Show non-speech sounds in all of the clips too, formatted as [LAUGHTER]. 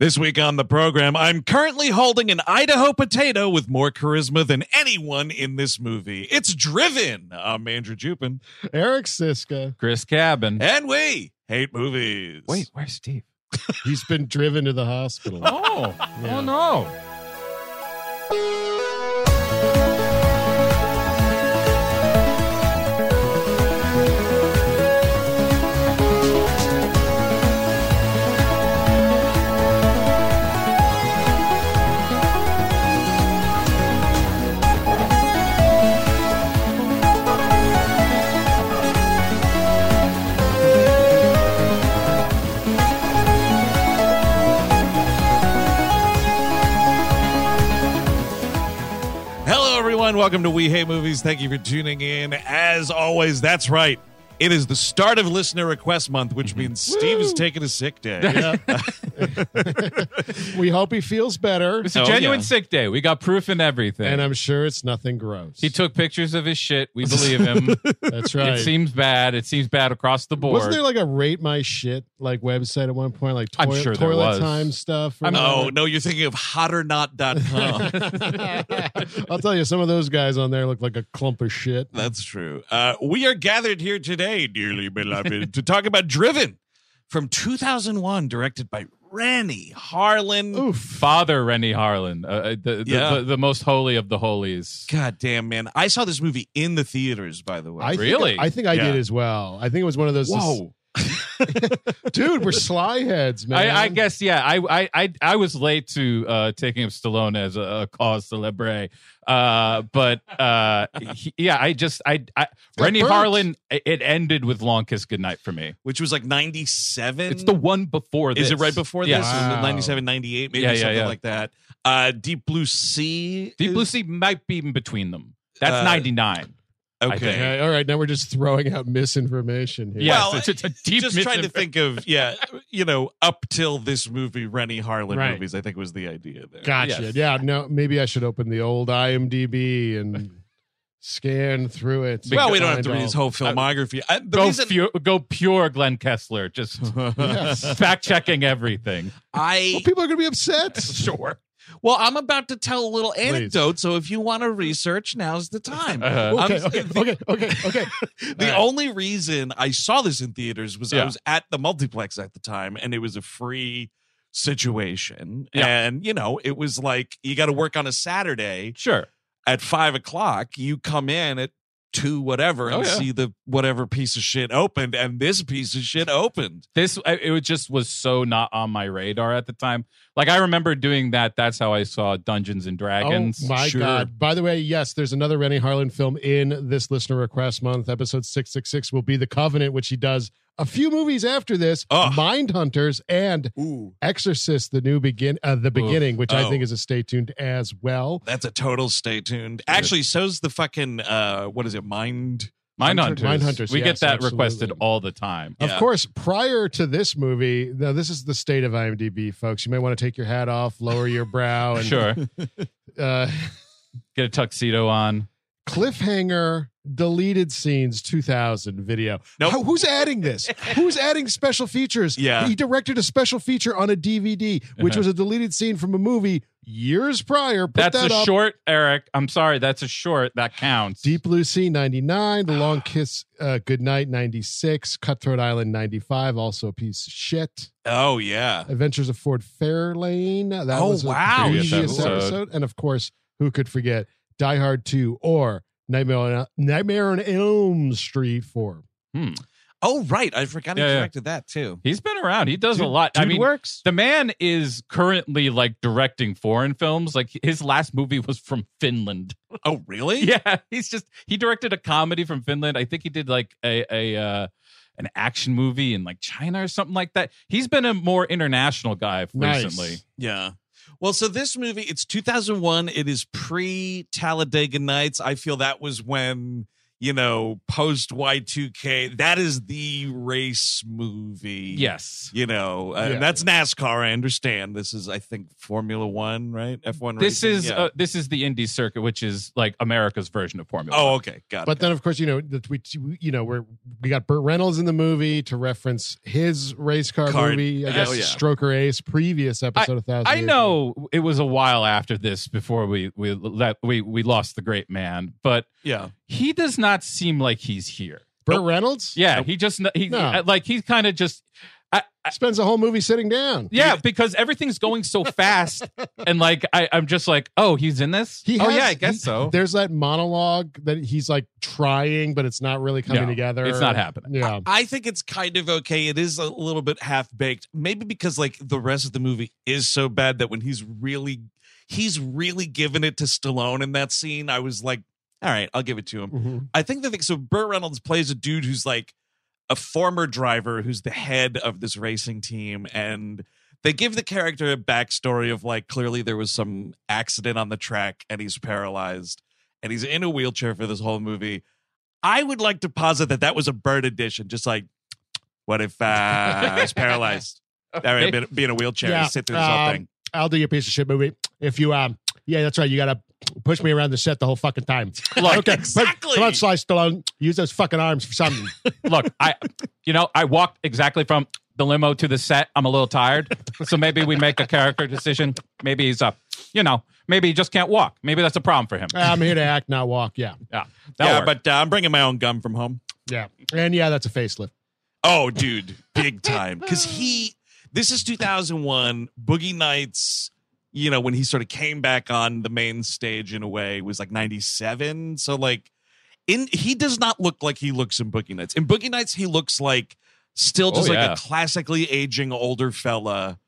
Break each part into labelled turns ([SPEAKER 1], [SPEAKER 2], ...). [SPEAKER 1] This week on the program, I'm currently holding an Idaho potato with more charisma than anyone in this movie. It's driven. I'm Andrew Jupin,
[SPEAKER 2] Eric Siska.
[SPEAKER 3] Chris Cabin.
[SPEAKER 1] and we hate movies.
[SPEAKER 3] Wait, where's Steve?
[SPEAKER 2] He's been driven to the hospital.
[SPEAKER 3] Oh,
[SPEAKER 2] Yeah.
[SPEAKER 3] oh no.
[SPEAKER 1] Hello, everyone. Welcome to We Hate Movies. Thank you for tuning in. As always, that's right. It is the start of Listener Request Month, which means Steve is taking a sick day.
[SPEAKER 2] Yeah. we hope he feels better.
[SPEAKER 3] It's a
[SPEAKER 1] Oh,
[SPEAKER 3] genuine
[SPEAKER 1] yeah.
[SPEAKER 3] sick day. We got proof and everything.
[SPEAKER 2] And I'm sure it's nothing gross.
[SPEAKER 3] he took pictures of his shit.
[SPEAKER 2] [LAUGHS]
[SPEAKER 3] We believe him.
[SPEAKER 2] That's right.
[SPEAKER 3] It seems bad. It seems bad across the board.
[SPEAKER 2] Wasn't there like a rate my shit like website at one point, like
[SPEAKER 3] I'm
[SPEAKER 2] toilet,
[SPEAKER 3] sure there
[SPEAKER 2] toilet
[SPEAKER 3] was.
[SPEAKER 2] time stuff? or
[SPEAKER 3] I'm-
[SPEAKER 1] No,
[SPEAKER 2] whatever?
[SPEAKER 1] Oh, no, you're thinking of hotternot.com.
[SPEAKER 2] [LAUGHS] I'll tell you, some of those guys on there look like a clump of shit.
[SPEAKER 1] That's true. Uh, we are gathered here today, dearly beloved, to talk about Driven from 2001, directed by Rennie Harlan.
[SPEAKER 2] Oof.
[SPEAKER 3] Father Rennie Harlan, uh, uh, the, the,
[SPEAKER 1] Yeah.
[SPEAKER 3] the, the most holy of the holies.
[SPEAKER 1] God damn, man. I saw this movie in the theaters, by the way.
[SPEAKER 2] I think-
[SPEAKER 3] Really?
[SPEAKER 2] I think I
[SPEAKER 1] Yeah.
[SPEAKER 2] did as well. I think it was one of those. dude, we're sly heads, man.
[SPEAKER 3] I, I guess yeah. I, I I I was late to uh, taking up Stallone as a, a cause celebre, uh, but uh, he- yeah, I just I, I Rennie
[SPEAKER 2] burnt.
[SPEAKER 3] Harlan. It it ended with Long Kiss Goodnight for me.
[SPEAKER 1] which was like 97.
[SPEAKER 3] It's the one before. This.
[SPEAKER 1] Is it right before
[SPEAKER 3] Yeah.
[SPEAKER 1] this? Is it
[SPEAKER 2] Wow.
[SPEAKER 1] 97, 98, maybe
[SPEAKER 3] Yeah, yeah,
[SPEAKER 1] something
[SPEAKER 3] yeah.
[SPEAKER 1] like that. Uh, Deep Blue Sea.
[SPEAKER 3] Deep
[SPEAKER 1] is-
[SPEAKER 3] Blue Sea might be in between them. That's
[SPEAKER 1] Uh,
[SPEAKER 3] ninety nine. I
[SPEAKER 1] Okay.
[SPEAKER 3] think.
[SPEAKER 2] Okay, all right, now we're just throwing out misinformation here.
[SPEAKER 3] Yes,
[SPEAKER 1] Well,
[SPEAKER 3] it's, it's a deep.
[SPEAKER 1] Just trying to think of, yeah, you know, up till this movie, Rennie Harlan
[SPEAKER 2] Right.
[SPEAKER 1] movies, I think was the idea there.
[SPEAKER 2] Gotcha.
[SPEAKER 3] Yes.
[SPEAKER 2] Yeah. No, maybe I should open the old IMDb and scan through it.
[SPEAKER 1] well, we don't have
[SPEAKER 2] Find
[SPEAKER 1] to read his
[SPEAKER 2] all-
[SPEAKER 1] whole filmography. I, the
[SPEAKER 3] Go,
[SPEAKER 1] reason
[SPEAKER 3] fu- go pure Glenn Kessler, just
[SPEAKER 2] [LAUGHS] Yes.
[SPEAKER 3] fact
[SPEAKER 2] [LAUGHS]
[SPEAKER 3] checking everything.
[SPEAKER 2] Well,
[SPEAKER 1] I
[SPEAKER 2] people are going to be upset.
[SPEAKER 3] [LAUGHS] Sure.
[SPEAKER 1] well, I'm about to tell a little anecdote, so if you want to research, now's the
[SPEAKER 3] [LAUGHS]
[SPEAKER 1] time.
[SPEAKER 3] Uh-huh.
[SPEAKER 1] I'm-
[SPEAKER 2] Okay, okay, okay, okay,
[SPEAKER 1] [LAUGHS]
[SPEAKER 2] okay.
[SPEAKER 1] The
[SPEAKER 2] All right.
[SPEAKER 1] only reason I saw this in theaters was I
[SPEAKER 3] uh. Yeah.
[SPEAKER 1] was at the multiplex at the time, and it was a free situation,
[SPEAKER 3] Yeah.
[SPEAKER 1] and you know, it was like you got to work on a Saturday
[SPEAKER 3] Sure.
[SPEAKER 1] at five o'clock. You come in at two whatever and
[SPEAKER 3] Oh, yeah.
[SPEAKER 1] see the whatever piece of shit opened, and this piece of shit opened.
[SPEAKER 3] this I- it was just was so not on my radar at the time. Like I remember doing that. That's how I saw Dungeons and Dragons.
[SPEAKER 2] Oh my
[SPEAKER 1] Sure.
[SPEAKER 2] God. By the way, yes, there's another Rennie Harlan film in this listener request month. Episode 666 will be The Covenant, which he does a few movies after this
[SPEAKER 1] Ugh.
[SPEAKER 2] Mind Hunters and
[SPEAKER 1] Ooh,
[SPEAKER 2] Exorcist, The New Begin, uh, The Beginning, which
[SPEAKER 1] Oh.
[SPEAKER 2] I think is a stay tuned as well.
[SPEAKER 1] that's a total stay tuned. Actually, so's the fucking uh, what is it? Mind.
[SPEAKER 3] Mindhunters.
[SPEAKER 2] Mindhunters,
[SPEAKER 3] We
[SPEAKER 2] yes,
[SPEAKER 3] get that
[SPEAKER 2] absolutely.
[SPEAKER 3] requested all the time.
[SPEAKER 1] Yeah.
[SPEAKER 2] Of course, prior to this movie, now this is the state of IMDb, folks. You may want to take your hat off, lower your brow, and
[SPEAKER 3] [LAUGHS] Sure.
[SPEAKER 2] uh,
[SPEAKER 3] Get a tuxedo on.
[SPEAKER 2] cliffhanger deleted scenes 2000 video.
[SPEAKER 1] Nope.
[SPEAKER 2] How- who's adding this? who's adding special features?
[SPEAKER 1] Yeah.
[SPEAKER 2] He directed a special feature on a DVD, which
[SPEAKER 3] Uh-huh.
[SPEAKER 2] was a deleted scene from a movie years prior. Put
[SPEAKER 3] That's
[SPEAKER 2] that
[SPEAKER 3] a
[SPEAKER 2] up.
[SPEAKER 3] short, Eric. I'm sorry. That's a short. That counts.
[SPEAKER 2] Deep Blue Sea 99, The
[SPEAKER 3] Ah.
[SPEAKER 2] Long Kiss uh, Goodnight 96, Cutthroat Island 95, also a piece of shit.
[SPEAKER 1] Oh yeah.
[SPEAKER 2] Adventures of Ford Fairlane. That
[SPEAKER 1] Oh,
[SPEAKER 2] was a
[SPEAKER 1] wow.
[SPEAKER 2] previous
[SPEAKER 3] Previous
[SPEAKER 2] episode.
[SPEAKER 3] episode.
[SPEAKER 2] and of course, who could forget Die Hard Two or Nightmare on Nightmare on Elm Street Four?
[SPEAKER 1] Oh right, I forgot
[SPEAKER 3] Yeah,
[SPEAKER 1] he
[SPEAKER 3] yeah.
[SPEAKER 1] directed that too.
[SPEAKER 3] He's been around. He does
[SPEAKER 2] Dude-
[SPEAKER 3] a lot. I
[SPEAKER 2] dude
[SPEAKER 3] mean,
[SPEAKER 2] works.
[SPEAKER 3] the man is currently like directing foreign films. Like his last movie was from Finland.
[SPEAKER 1] Oh
[SPEAKER 3] [LAUGHS]
[SPEAKER 1] really?
[SPEAKER 3] yeah he's just he directed a comedy from finland i think he did like a a uh an action movie in like China or something like that. He's been a more international guy
[SPEAKER 2] Nice.
[SPEAKER 3] recently.
[SPEAKER 1] Yeah. Well, so this movie, it's 2001. It is pre Talladega Nights. I feel that was when, you know, post Y2K, that is the race movie.
[SPEAKER 3] Yes.
[SPEAKER 1] You know, uh,
[SPEAKER 2] Yeah.
[SPEAKER 1] and that's NASCAR. I understand. This is, I think, Formula One, right? F1
[SPEAKER 3] This
[SPEAKER 1] racing?
[SPEAKER 3] is
[SPEAKER 1] Yeah.
[SPEAKER 3] uh, this is the Indy circuit, which is like America's version of Formula.
[SPEAKER 1] oh,
[SPEAKER 3] One.
[SPEAKER 1] okay. Got
[SPEAKER 2] But
[SPEAKER 1] it.
[SPEAKER 2] then, of course, you know that we, you know, we're we got Burt Reynolds in the movie to reference his race car
[SPEAKER 1] Car-
[SPEAKER 2] movie. I
[SPEAKER 1] Oh,
[SPEAKER 2] guess
[SPEAKER 1] yeah.
[SPEAKER 2] Stroker Ace, previous episode of Thousand.
[SPEAKER 3] I
[SPEAKER 2] Years Ago.
[SPEAKER 3] know it was a while after this before we we let we we lost the great man, but
[SPEAKER 1] yeah.
[SPEAKER 3] he does not seem like he's here.
[SPEAKER 2] Burt Reynolds.
[SPEAKER 3] Yeah, he just he uh,
[SPEAKER 2] No.
[SPEAKER 3] like he's kind of just
[SPEAKER 2] spends the whole movie sitting down.
[SPEAKER 3] yeah because everything's
[SPEAKER 2] [LAUGHS]
[SPEAKER 3] going so fast and like I I'm just like oh he's in this
[SPEAKER 2] He
[SPEAKER 3] oh
[SPEAKER 2] has-
[SPEAKER 3] yeah I guess
[SPEAKER 2] he-
[SPEAKER 3] so
[SPEAKER 2] There's that monologue that he's like trying, but it's not really coming
[SPEAKER 3] No,
[SPEAKER 2] together.
[SPEAKER 3] it's not happening.
[SPEAKER 2] Yeah.
[SPEAKER 1] I think it's kind of okay. It is a little bit half baked, maybe because like the rest of the movie is so bad that when he's really he's really giving it to Stallone in that scene, I was like, all right, I'll give it to him.
[SPEAKER 3] Mm-hmm.
[SPEAKER 2] Mhm.
[SPEAKER 1] I think the thing so Burt Reynolds plays a dude who's like a former driver who's the head of this racing team and they give the character a backstory of like clearly there was some accident on the track and he's paralyzed and he's in a wheelchair for this whole movie. I would like to posit that that was a bird edition, just like what if uh, I was [LAUGHS] paralyzed? That would be- be in a wheelchair
[SPEAKER 2] Yeah,
[SPEAKER 1] and sit through this whole
[SPEAKER 2] um,
[SPEAKER 1] thing.
[SPEAKER 2] I'll do your piece of shit movie if you um. Yeah, that's right. You gotta push me around the set the whole fucking
[SPEAKER 1] [LAUGHS]
[SPEAKER 2] time.
[SPEAKER 3] Look,
[SPEAKER 2] okay,
[SPEAKER 1] exactly.
[SPEAKER 2] Come on, Sly Stallone. Use those fucking arms for something. [LAUGHS]
[SPEAKER 3] look I you know I walked exactly from the limo to the set I'm a little tired so maybe we make a character decision maybe he's up you know maybe he just can't walk maybe that's a problem for him
[SPEAKER 2] I'm here to act, not walk. Uh, Yeah,
[SPEAKER 3] yeah
[SPEAKER 1] yeah,
[SPEAKER 3] that'll work.
[SPEAKER 1] but uh, I'm bringing my own gum from home.
[SPEAKER 2] yeah, and yeah, that's a facelift.
[SPEAKER 1] Oh, dude, big time. Because he, this is 2001. Boogie Nights, you know, when he sort of came back on the main stage in a way, was like 97. So, like, in he does not look like he looks in Boogie Nights. In Boogie Nights, he looks like still just
[SPEAKER 3] Oh,
[SPEAKER 1] like
[SPEAKER 3] yeah.
[SPEAKER 1] a classically aging older fella.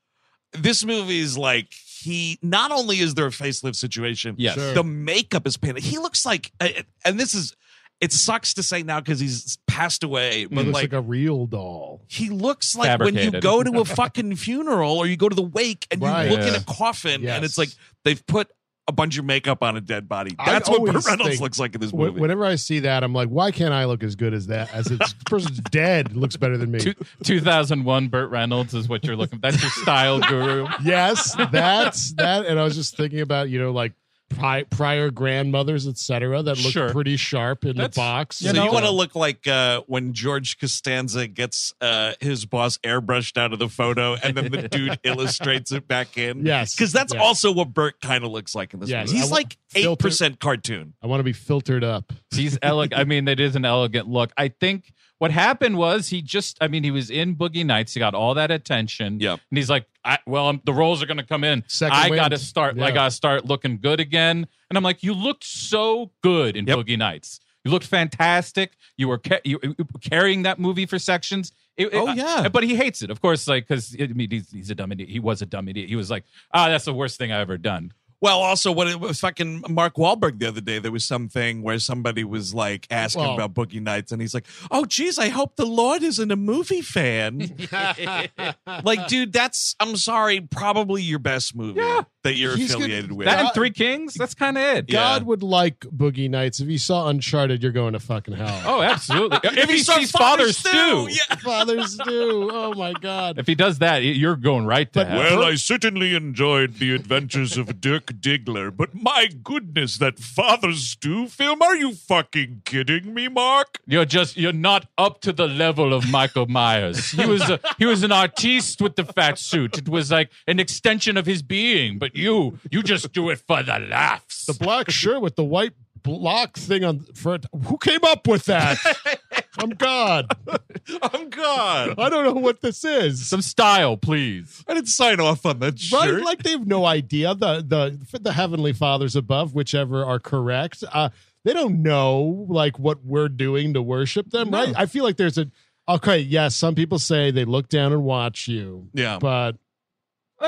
[SPEAKER 1] This movie is like he not only is there a facelift situation,
[SPEAKER 3] yes
[SPEAKER 2] Sure.
[SPEAKER 1] the makeup is painted. He looks like, and this is, it sucks to say now because he's passed away,
[SPEAKER 2] He
[SPEAKER 1] but
[SPEAKER 3] Mm-hmm.
[SPEAKER 2] looks
[SPEAKER 1] like
[SPEAKER 2] like, a real doll.
[SPEAKER 1] he looks like when you
[SPEAKER 3] Fabricated.
[SPEAKER 1] go to a fucking funeral or you go to the wake and
[SPEAKER 2] Right.
[SPEAKER 1] you look in
[SPEAKER 3] Yeah.
[SPEAKER 1] a coffin and it's
[SPEAKER 2] Yes.
[SPEAKER 1] like they've put a bunch of makeup on a dead body.
[SPEAKER 2] I
[SPEAKER 1] That's what Burt
[SPEAKER 2] always
[SPEAKER 1] Reynolds
[SPEAKER 2] think-
[SPEAKER 1] looks like in this
[SPEAKER 2] Wh-
[SPEAKER 1] movie.
[SPEAKER 2] Whenever I see that, I'm like, why can't I look as good as that? As it's, this person's [LAUGHS] dead, looks better than me.
[SPEAKER 3] Two, 2001 Burt Reynolds is what you're looking. That's your style guru.
[SPEAKER 2] yes, that's that. And I was just thinking about you know like pri- prior grandmothers, etc. That look
[SPEAKER 3] Sure.
[SPEAKER 2] pretty sharp in
[SPEAKER 3] That's-
[SPEAKER 2] the box.
[SPEAKER 1] so you want to look like uh, when George Costanza gets uh, his boss airbrushed out of the photo, and then
[SPEAKER 2] [LAUGHS]
[SPEAKER 1] the dude illustrates it back in.
[SPEAKER 2] Yes,
[SPEAKER 1] because that's
[SPEAKER 2] yes.
[SPEAKER 1] also what Burt kind of looks like in this
[SPEAKER 2] Yes,
[SPEAKER 1] movie. He's
[SPEAKER 2] I wa-
[SPEAKER 1] like eight
[SPEAKER 2] filter-
[SPEAKER 1] percent cartoon.
[SPEAKER 2] I want to be filtered up.
[SPEAKER 3] He's elegant. I mean, it is an elegant look. I think what happened was he just. I mean, he was in Boogie Nights. He got all that attention.
[SPEAKER 1] Yep.
[SPEAKER 3] And he's like, I, well, I'm, the roles are going to come in.
[SPEAKER 2] Second
[SPEAKER 3] I
[SPEAKER 2] wind.
[SPEAKER 3] got to start. I
[SPEAKER 2] Yeah.
[SPEAKER 3] got to start looking good again. And I'm like, you looked so good in
[SPEAKER 1] Yep.
[SPEAKER 3] Boogie Nights. You looked fantastic. You were ca- you, you were carrying that movie for sections. It- it-
[SPEAKER 1] Oh, yeah.
[SPEAKER 3] but he hates it, of course, like because I mean, he's, he's a dumb idiot. He was a dumb idiot. He was like, ah, that's the worst thing I
[SPEAKER 1] [LAUGHS]
[SPEAKER 3] ever done.
[SPEAKER 1] Well, also, when it was fucking Mark Wahlberg the other day, there was something where somebody was like asking
[SPEAKER 2] Well-
[SPEAKER 1] about Boogie Nights, and he's like, "Oh, geez, I hope the Lord isn't a movie
[SPEAKER 3] [LAUGHS]
[SPEAKER 1] fan." like, dude, that's I'm sorry, probably your best movie
[SPEAKER 3] Yeah.
[SPEAKER 1] that you're
[SPEAKER 2] He's gonna-
[SPEAKER 1] affiliated with.
[SPEAKER 3] That and
[SPEAKER 2] God-
[SPEAKER 3] Three Kings. That's kind of it.
[SPEAKER 1] Yeah.
[SPEAKER 2] God would like Boogie Nights. If he saw Uncharted, you're going to fucking hell.
[SPEAKER 1] [LAUGHS]
[SPEAKER 3] Oh, absolutely. if he
[SPEAKER 1] you saw
[SPEAKER 3] sees fathers too.
[SPEAKER 1] yeah.
[SPEAKER 2] [LAUGHS] Fathers do. Oh my God.
[SPEAKER 3] If he does that, y- you're going right to
[SPEAKER 2] But-
[SPEAKER 3] hell.
[SPEAKER 1] Well, I certainly enjoyed the adventures of Dirk Diggler, but my goodness, that Father Stew film? Are you fucking kidding me, Mark?
[SPEAKER 3] You're just you're not up to the level of Michael Myers. He was a, he was an artiste with the fat suit. It was like an extension of his being, but you you just do it for the laughs.
[SPEAKER 2] The black shirt with the white block thing on for it. Who came up with that? I'm God.
[SPEAKER 1] Oh, God.
[SPEAKER 2] I don't know what this is.
[SPEAKER 3] Some style, please.
[SPEAKER 1] I didn't sign off on that shirt.
[SPEAKER 2] Right, like they have no idea the the the heavenly fathers above, whichever are correct. Uh, they don't know like what we're doing to worship them, right? I feel like there's a okay. Yes, some people say they look down and watch you,
[SPEAKER 1] yeah.
[SPEAKER 2] but
[SPEAKER 1] [LAUGHS]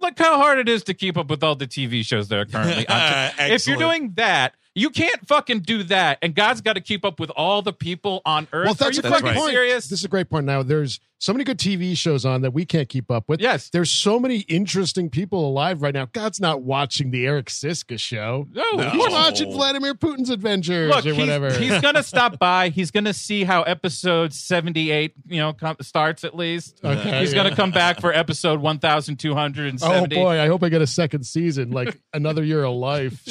[SPEAKER 3] Like how hard it is to keep up with all the TV shows that are currently on. if you're
[SPEAKER 1] Uh, Excellent.
[SPEAKER 3] doing that, You can't fucking do that. And God's got to keep up with all the people on earth.
[SPEAKER 2] Well, that's
[SPEAKER 3] Are you
[SPEAKER 2] a
[SPEAKER 1] That's
[SPEAKER 2] great
[SPEAKER 3] fucking
[SPEAKER 1] right.
[SPEAKER 2] point.
[SPEAKER 3] serious?
[SPEAKER 2] This is a great point. Now, there's so many good TV shows on that we can't keep up with. [LAUGHS]
[SPEAKER 3] Yes.
[SPEAKER 2] There's so many interesting people alive right now. God's not watching the Eric Siska show.
[SPEAKER 3] no,
[SPEAKER 1] No.
[SPEAKER 2] He's
[SPEAKER 3] what?
[SPEAKER 2] watching Vladimir Putin's adventures
[SPEAKER 3] Look,
[SPEAKER 2] or
[SPEAKER 3] he's-
[SPEAKER 2] whatever.
[SPEAKER 3] he's gonna stop by. He's gonna see how episode seventy-eight, you know, com- starts at least.
[SPEAKER 2] Okay,
[SPEAKER 3] he's
[SPEAKER 2] yeah.
[SPEAKER 3] gonna come back for episode one thousand two hundred and
[SPEAKER 2] [LAUGHS] oh
[SPEAKER 3] seventy.
[SPEAKER 2] boy, I hope I get a second season, like [LAUGHS] another year of
[SPEAKER 3] [LAUGHS]
[SPEAKER 2] life.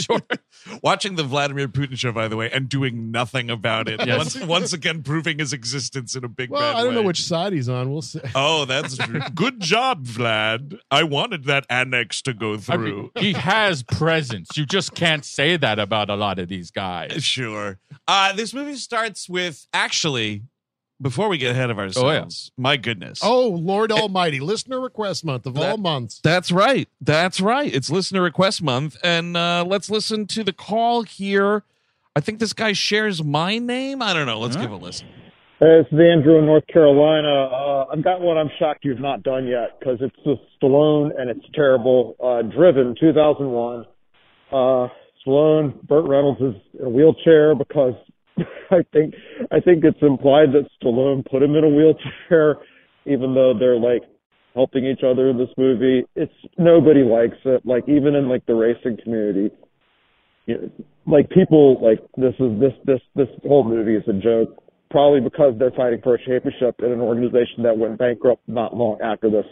[SPEAKER 1] Watching the Vladimir Putin show, by the way, and doing nothing about it.
[SPEAKER 3] Yes.
[SPEAKER 1] Once, once again, proving his existence in a big
[SPEAKER 2] Well,
[SPEAKER 1] bad
[SPEAKER 2] I don't know
[SPEAKER 1] way.
[SPEAKER 2] which side he's on.
[SPEAKER 3] [LAUGHS]
[SPEAKER 2] We'll see.
[SPEAKER 1] Oh, that's true. Good job, Vlad. I wanted that annex to go
[SPEAKER 3] I
[SPEAKER 1] through.
[SPEAKER 3] mean, he has presence. You just can't say that about a lot of these guys.
[SPEAKER 1] Sure. Uh, this movie starts with actually, before we get ahead of ourselves, my goodness.
[SPEAKER 2] Oh, Lord Almighty, listener request month of all
[SPEAKER 1] That-
[SPEAKER 2] months.
[SPEAKER 1] that's right. That's right. It's listener request month. And uh, let's listen to the call here. I think this guy shares my name. I don't know. Let's give a listen.
[SPEAKER 4] Hey, this is Uh, Andrew in North Carolina. Uh, I've got one I'm shocked you've not done yet because it's the Stallone and it's terrible. Uh, Driven, 2001. Uh, Stallone, Burt Reynolds is in a wheelchair because [LAUGHS] I think I think it's implied that Stallone put him in a wheelchair, even though they're like helping each other in this movie. It's nobody likes it. Like even in like the racing community, you know, like people like this is this this this whole movie is a joke probably because they're fighting for a championship in an organization that went bankrupt not long after this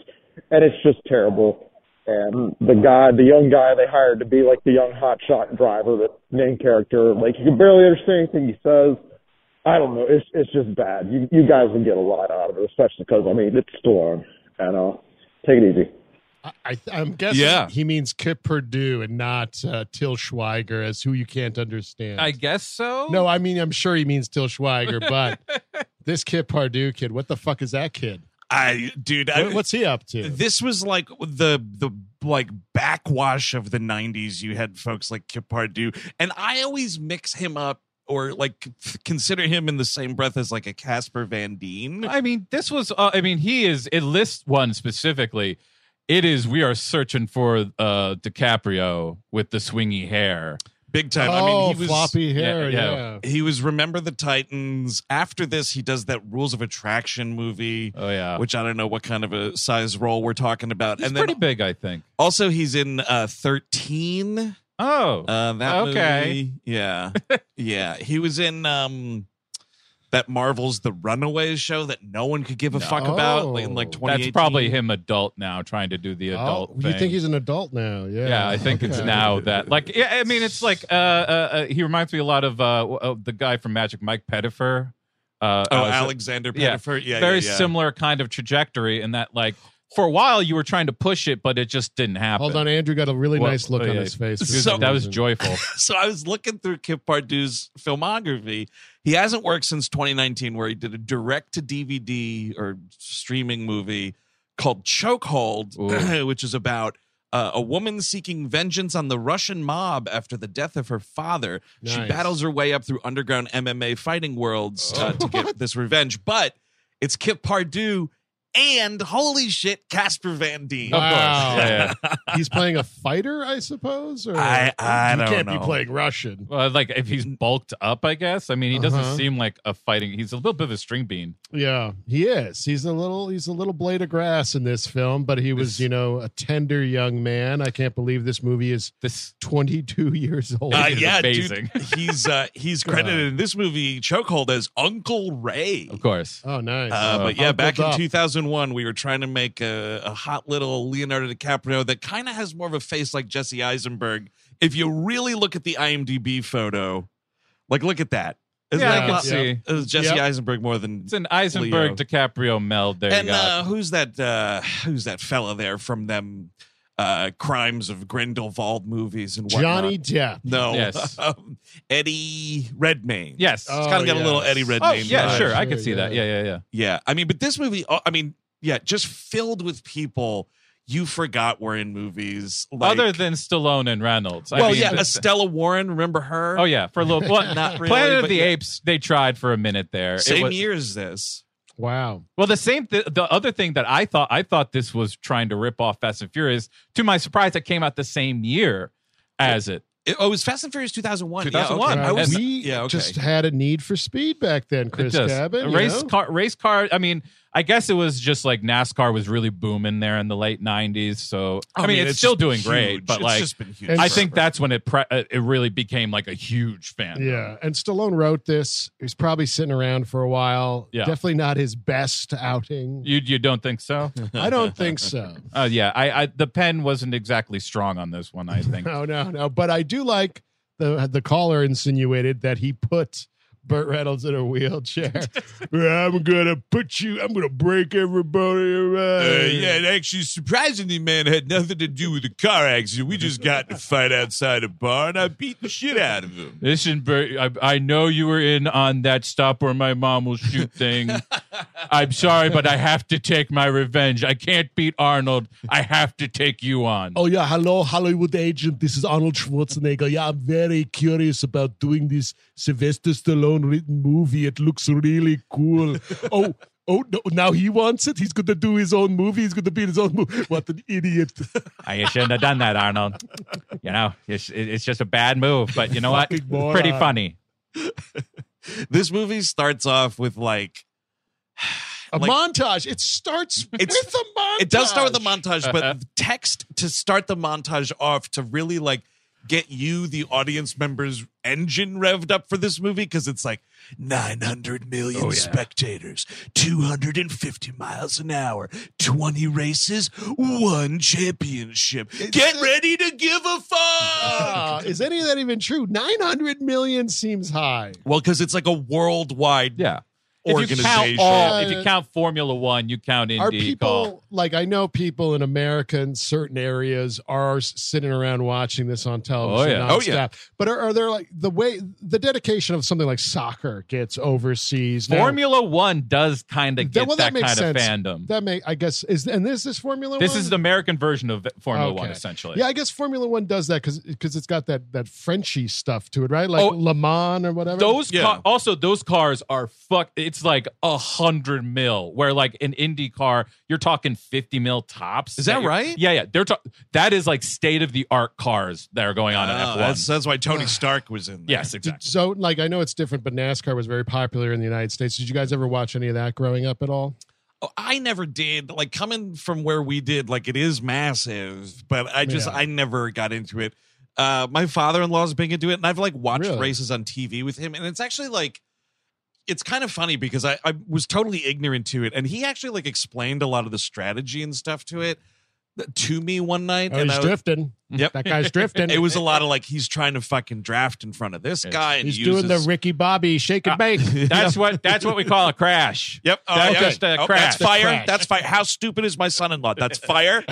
[SPEAKER 4] and it's just terrible and the guy the young guy they hired to be like the young hotshot driver the main character like you can barely understand anything he says i don't know it's it's just bad you you guys will get a lot out of it especially because i mean it's storm and uh take it easy
[SPEAKER 2] I, I, I'm guessing
[SPEAKER 1] Yeah.
[SPEAKER 2] he means Kip Perdue and not uh, Till Schweiger as who you can't understand.
[SPEAKER 3] I guess so.
[SPEAKER 2] no, I mean, I'm sure he means Till Schweiger, but this Kip Perdue kid, what the fuck is that kid?
[SPEAKER 1] I, dude, I,
[SPEAKER 2] What- what's he up to?
[SPEAKER 1] this was like the the like backwash of the 90s you had folks like Kip Pardue and I always mix him up or like c- consider him in the same breath as like a Casper Van Deen
[SPEAKER 3] I mean, this was. Uh, I mean, he is. It lists one specifically. It is. We are searching for uh DiCaprio with the swingy hair.
[SPEAKER 1] big
[SPEAKER 2] oh,
[SPEAKER 1] time I mean he was
[SPEAKER 2] floppy hair.
[SPEAKER 3] yeah,
[SPEAKER 2] Yeah.
[SPEAKER 3] yeah.
[SPEAKER 1] he was Remember the Titans after this he does that Rules of Attraction movie
[SPEAKER 3] Oh yeah,
[SPEAKER 1] which I don't know what kind of a size role we're talking about
[SPEAKER 3] he's
[SPEAKER 1] and then
[SPEAKER 3] pretty big, I think.
[SPEAKER 1] also he's in uh 13
[SPEAKER 3] Oh,
[SPEAKER 1] Uh, that
[SPEAKER 3] Okay.
[SPEAKER 1] movie, yeah, yeah. He was in um that Marvel's The Runaways show that no one could give a fuck about like, in like
[SPEAKER 2] That's
[SPEAKER 1] twenty.
[SPEAKER 3] Oh, that's probably him, adult now, trying to do the adult.
[SPEAKER 2] Oh,
[SPEAKER 3] thing.
[SPEAKER 2] you think he's an adult now? Yeah.
[SPEAKER 3] Yeah, I think it's
[SPEAKER 2] Okay.
[SPEAKER 3] now that like yeah, I mean it's like uh, uh, uh he reminds me a lot of uh w- of the guy from Magic Mike Pettifer. Uh
[SPEAKER 1] Oh,
[SPEAKER 3] Alex-
[SPEAKER 1] Alexander
[SPEAKER 3] yeah.
[SPEAKER 1] Pettifer. Yeah, yeah
[SPEAKER 3] very
[SPEAKER 1] yeah.
[SPEAKER 3] similar kind of trajectory in that like for a while you were trying to push it but it just didn't happen.
[SPEAKER 2] Hold on, Andrew got a really
[SPEAKER 3] Well,
[SPEAKER 2] nice look
[SPEAKER 3] oh,
[SPEAKER 2] on
[SPEAKER 3] yeah.
[SPEAKER 2] his face. for
[SPEAKER 3] Excuse
[SPEAKER 1] So-
[SPEAKER 3] me,
[SPEAKER 2] some
[SPEAKER 3] that was
[SPEAKER 2] reason. [LAUGHS]
[SPEAKER 3] joyful.
[SPEAKER 1] [LAUGHS] So I was looking through Kip Pardue's filmography. He hasn't worked since 2019, where he did a direct to DVD or streaming movie called Chokehold, [CLEARS THROAT]
[SPEAKER 3] Ooh.
[SPEAKER 1] which is about uh, a woman seeking vengeance on the Russian mob after the death of her father. She
[SPEAKER 2] Nice.
[SPEAKER 1] battles her way up through underground MMA fighting worlds uh,
[SPEAKER 3] Oh.
[SPEAKER 1] to get
[SPEAKER 3] [LAUGHS]
[SPEAKER 1] this revenge. But it's Kip Pardue and holy shit, Casper Van Dien.
[SPEAKER 2] Wow.
[SPEAKER 3] Yeah, yeah.
[SPEAKER 2] He's playing a fighter, I suppose. Or
[SPEAKER 1] I- I
[SPEAKER 2] you
[SPEAKER 1] don't
[SPEAKER 2] can't
[SPEAKER 1] know.
[SPEAKER 2] be playing Russian.
[SPEAKER 3] Well, like if he's bulked up, I guess. I mean, he doesn't
[SPEAKER 2] Uh-huh.
[SPEAKER 3] seem like a fighting. He's a little bit of a string bean.
[SPEAKER 2] Yeah, he is. He's a little. He's a little blade of grass in this film, but he was, you know, a tender young man. I can't believe this movie is
[SPEAKER 3] This
[SPEAKER 2] 22 [LAUGHS] years old.
[SPEAKER 1] Uh,
[SPEAKER 3] is
[SPEAKER 1] yeah,
[SPEAKER 3] amazing.
[SPEAKER 1] dude. [LAUGHS] He's uh, he's credited in this movie Chokehold as Uncle Ray.
[SPEAKER 3] of course.
[SPEAKER 2] oh, nice.
[SPEAKER 1] Uh, but yeah,
[SPEAKER 2] Uncle
[SPEAKER 1] back in
[SPEAKER 2] Doc.
[SPEAKER 1] 2001, we were trying to make a, a hot little Leonardo DiCaprio that kind of has more of a face like Jesse Eisenberg. If you really look at the IMDb photo, like look at that. Isn't
[SPEAKER 3] yeah,
[SPEAKER 1] that
[SPEAKER 3] I can
[SPEAKER 1] not-
[SPEAKER 3] see.
[SPEAKER 1] it was Jesse
[SPEAKER 2] Yep.
[SPEAKER 1] Eisenberg more than.
[SPEAKER 3] It's an Eisenberg DiCaprio meld. There you
[SPEAKER 1] and
[SPEAKER 3] go.
[SPEAKER 1] uh, who's that? Uh, who's that fella there from them? Uh, crimes of Grindelwald movies and whatnot?
[SPEAKER 2] Johnny Depp.
[SPEAKER 1] No.
[SPEAKER 3] Yes.
[SPEAKER 1] [LAUGHS] Um, Eddie Redmayne.
[SPEAKER 3] yes.
[SPEAKER 2] Oh,
[SPEAKER 1] It's kind of got a little
[SPEAKER 2] yes.
[SPEAKER 1] Eddie
[SPEAKER 3] oh
[SPEAKER 1] Redmayne.
[SPEAKER 3] yeah,
[SPEAKER 1] vibe.
[SPEAKER 3] sure. I
[SPEAKER 2] Sure,
[SPEAKER 3] can see that.
[SPEAKER 2] yeah.
[SPEAKER 3] Yeah, yeah, yeah.
[SPEAKER 1] Yeah. I mean, but this movie, oh, I mean, yeah, just filled with people you forgot were in movies. Like,
[SPEAKER 3] Other than Stallone and Reynolds.
[SPEAKER 1] well, yeah,
[SPEAKER 3] the-
[SPEAKER 1] Estella Warren, remember her?
[SPEAKER 3] oh yeah, for a little.
[SPEAKER 1] [LAUGHS]
[SPEAKER 3] Well,
[SPEAKER 1] Not really,
[SPEAKER 3] Planet
[SPEAKER 1] but
[SPEAKER 3] of the
[SPEAKER 1] yeah.
[SPEAKER 3] Apes. They tried for a minute there. It
[SPEAKER 1] Same
[SPEAKER 3] was-
[SPEAKER 1] year as this.
[SPEAKER 2] Wow.
[SPEAKER 3] Well, the same. Th- the other thing that I thought I thought this was trying to rip off Fast and Furious. To my surprise, it came out the same year as it.
[SPEAKER 1] It- oh, it was Fast and Furious 2001.
[SPEAKER 3] 2001.
[SPEAKER 1] Yeah, okay.
[SPEAKER 2] Uh,
[SPEAKER 1] I was,
[SPEAKER 2] we
[SPEAKER 1] yeah, okay.
[SPEAKER 2] just had a need for speed back then, Chris
[SPEAKER 3] does.
[SPEAKER 2] Cabot. you
[SPEAKER 3] race
[SPEAKER 2] know?
[SPEAKER 3] car, race car. I mean, I guess it was just like NASCAR was really booming there in the late '90s. So I, mean, it's, still doing
[SPEAKER 1] huge.
[SPEAKER 3] great, but
[SPEAKER 1] It's
[SPEAKER 3] like,
[SPEAKER 1] just been huge
[SPEAKER 2] And
[SPEAKER 3] I
[SPEAKER 1] forever.
[SPEAKER 3] think that's when it pre- uh, it really became like a huge fan.
[SPEAKER 2] Yeah, and Stallone wrote this. He was probably sitting around for a while.
[SPEAKER 3] Yeah.
[SPEAKER 2] Definitely not his best outing.
[SPEAKER 3] You you don't think [LAUGHS] so?
[SPEAKER 1] [LAUGHS]
[SPEAKER 2] I don't think so.
[SPEAKER 3] Uh, yeah, I, I the pen wasn't exactly strong on this one.
[SPEAKER 1] [LAUGHS]
[SPEAKER 3] I
[SPEAKER 1] Uh,
[SPEAKER 3] think.
[SPEAKER 2] No, no, no. But I do like the the caller insinuated that he put Burt Reynolds in
[SPEAKER 1] [LAUGHS]
[SPEAKER 2] a wheelchair. I'm gonna put you. I'm gonna break everybody around.
[SPEAKER 1] Uh, yeah, and actually, surprisingly, man, it had nothing to do with the car accident. We just got in a fight outside a bar, and I
[SPEAKER 3] [LAUGHS]
[SPEAKER 1] beat the shit out of him.
[SPEAKER 3] Listen, Bert, I, I know you were in on that stop where my mom will
[SPEAKER 1] [LAUGHS]
[SPEAKER 3] shoot thing. I'm sorry, but I have to take my revenge. I can't beat Arnold. I have to take you on.
[SPEAKER 2] Oh yeah, hello, Hollywood agent. This is Arnold Schwarzenegger. Yeah, I'm very curious about doing this Sylvester Stallone written movie. It looks really
[SPEAKER 1] [LAUGHS]
[SPEAKER 2] cool. oh, oh, no, now he wants it. He's going to do his own movie. He's going to be in his own movie. What an idiot!
[SPEAKER 3] you shouldn't have done that, Arnold. You know, it's, it's just a bad move, but you know what?
[SPEAKER 2] Fucking moron. Pretty
[SPEAKER 3] funny.
[SPEAKER 1] This movie starts off with like
[SPEAKER 2] A
[SPEAKER 1] Like-
[SPEAKER 2] montage. It starts
[SPEAKER 1] It's-
[SPEAKER 2] with a montage.
[SPEAKER 1] it does start with a montage,
[SPEAKER 3] Uh-huh.
[SPEAKER 1] but text to start the montage off to really like get you, the audience members, engine revved up for this movie because it's like 900 million
[SPEAKER 3] Oh,
[SPEAKER 1] spectators, 250 miles an hour, 20 races, one championship. get ready to give a
[SPEAKER 3] [LAUGHS]
[SPEAKER 1] fuck.
[SPEAKER 2] Ah, is any of that even true? Nine hundred million seems high.
[SPEAKER 1] well, because it's like a worldwide
[SPEAKER 3] Yeah. If you count
[SPEAKER 1] organization.
[SPEAKER 3] all, if you count Formula One, you count
[SPEAKER 2] Are
[SPEAKER 3] Indy.
[SPEAKER 2] people like I know people in America in certain areas are s- sitting around watching this on television?
[SPEAKER 3] yeah.
[SPEAKER 1] Oh, yeah.
[SPEAKER 2] nonstop. But are, are there like the way the dedication of something like soccer gets overseas? now-
[SPEAKER 3] Formula One does kind of
[SPEAKER 2] That-
[SPEAKER 3] get
[SPEAKER 2] well, that
[SPEAKER 3] that,
[SPEAKER 2] makes
[SPEAKER 3] kind of
[SPEAKER 2] sense.
[SPEAKER 3] fandom.
[SPEAKER 2] that may I guess is and this is Formula
[SPEAKER 3] this
[SPEAKER 2] One.
[SPEAKER 3] is the American version of Formula One,
[SPEAKER 2] Okay.
[SPEAKER 3] essentially.
[SPEAKER 2] yeah, I guess Formula One does that because it's got that that Frenchy stuff to it, right? Like
[SPEAKER 3] Oh,
[SPEAKER 2] Le Mans or whatever.
[SPEAKER 3] Those
[SPEAKER 1] Yeah.
[SPEAKER 3] ca- also those cars are fuck. It's like a hundred mil, where like an Indy car, you're talking fifty mil tops.
[SPEAKER 1] Is that
[SPEAKER 3] you're-
[SPEAKER 1] right?
[SPEAKER 3] Yeah, yeah. They're ta- that is like state of the art cars that are going on
[SPEAKER 2] Ah,
[SPEAKER 3] in
[SPEAKER 1] Oh,
[SPEAKER 3] F one.
[SPEAKER 1] that's, that's why Tony Stark was in there.
[SPEAKER 3] Yes, exactly.
[SPEAKER 2] So, like, I know it's different, but NASCAR was very popular in the United States. Did you guys ever watch any of that growing up at all?
[SPEAKER 1] Oh, I never did. Like coming from where we did, like it is massive, but I just
[SPEAKER 2] Yeah.
[SPEAKER 1] I never got into it. Uh my father-in-law's big into it, and I've like watched
[SPEAKER 2] Really?
[SPEAKER 1] races on TV with him, and it's actually like it's kind of funny because I, I was totally ignorant to it, and he actually like explained a lot of the strategy and stuff to it uh, to me one night,
[SPEAKER 2] Oh,
[SPEAKER 1] and
[SPEAKER 2] he's
[SPEAKER 1] I was,
[SPEAKER 2] drifting.
[SPEAKER 1] Yep.
[SPEAKER 2] that guy's
[SPEAKER 1] [LAUGHS]
[SPEAKER 2] drifting.
[SPEAKER 1] it was a lot of like he's trying to fucking draft in front of this
[SPEAKER 3] Yes.
[SPEAKER 1] guy, and
[SPEAKER 2] He's
[SPEAKER 1] he
[SPEAKER 2] doing the
[SPEAKER 1] uses-
[SPEAKER 2] Ricky Bobby shake and bake.
[SPEAKER 3] [LAUGHS] That's what that's what we call a crash.
[SPEAKER 1] Yep. Oh,
[SPEAKER 3] That's
[SPEAKER 1] yeah.
[SPEAKER 3] just a
[SPEAKER 1] Oh,
[SPEAKER 3] crash.
[SPEAKER 1] That's
[SPEAKER 3] The
[SPEAKER 1] fire.
[SPEAKER 2] crash.
[SPEAKER 1] That's fire. How stupid is my son-in-law? That's
[SPEAKER 2] [LAUGHS]
[SPEAKER 1] fire.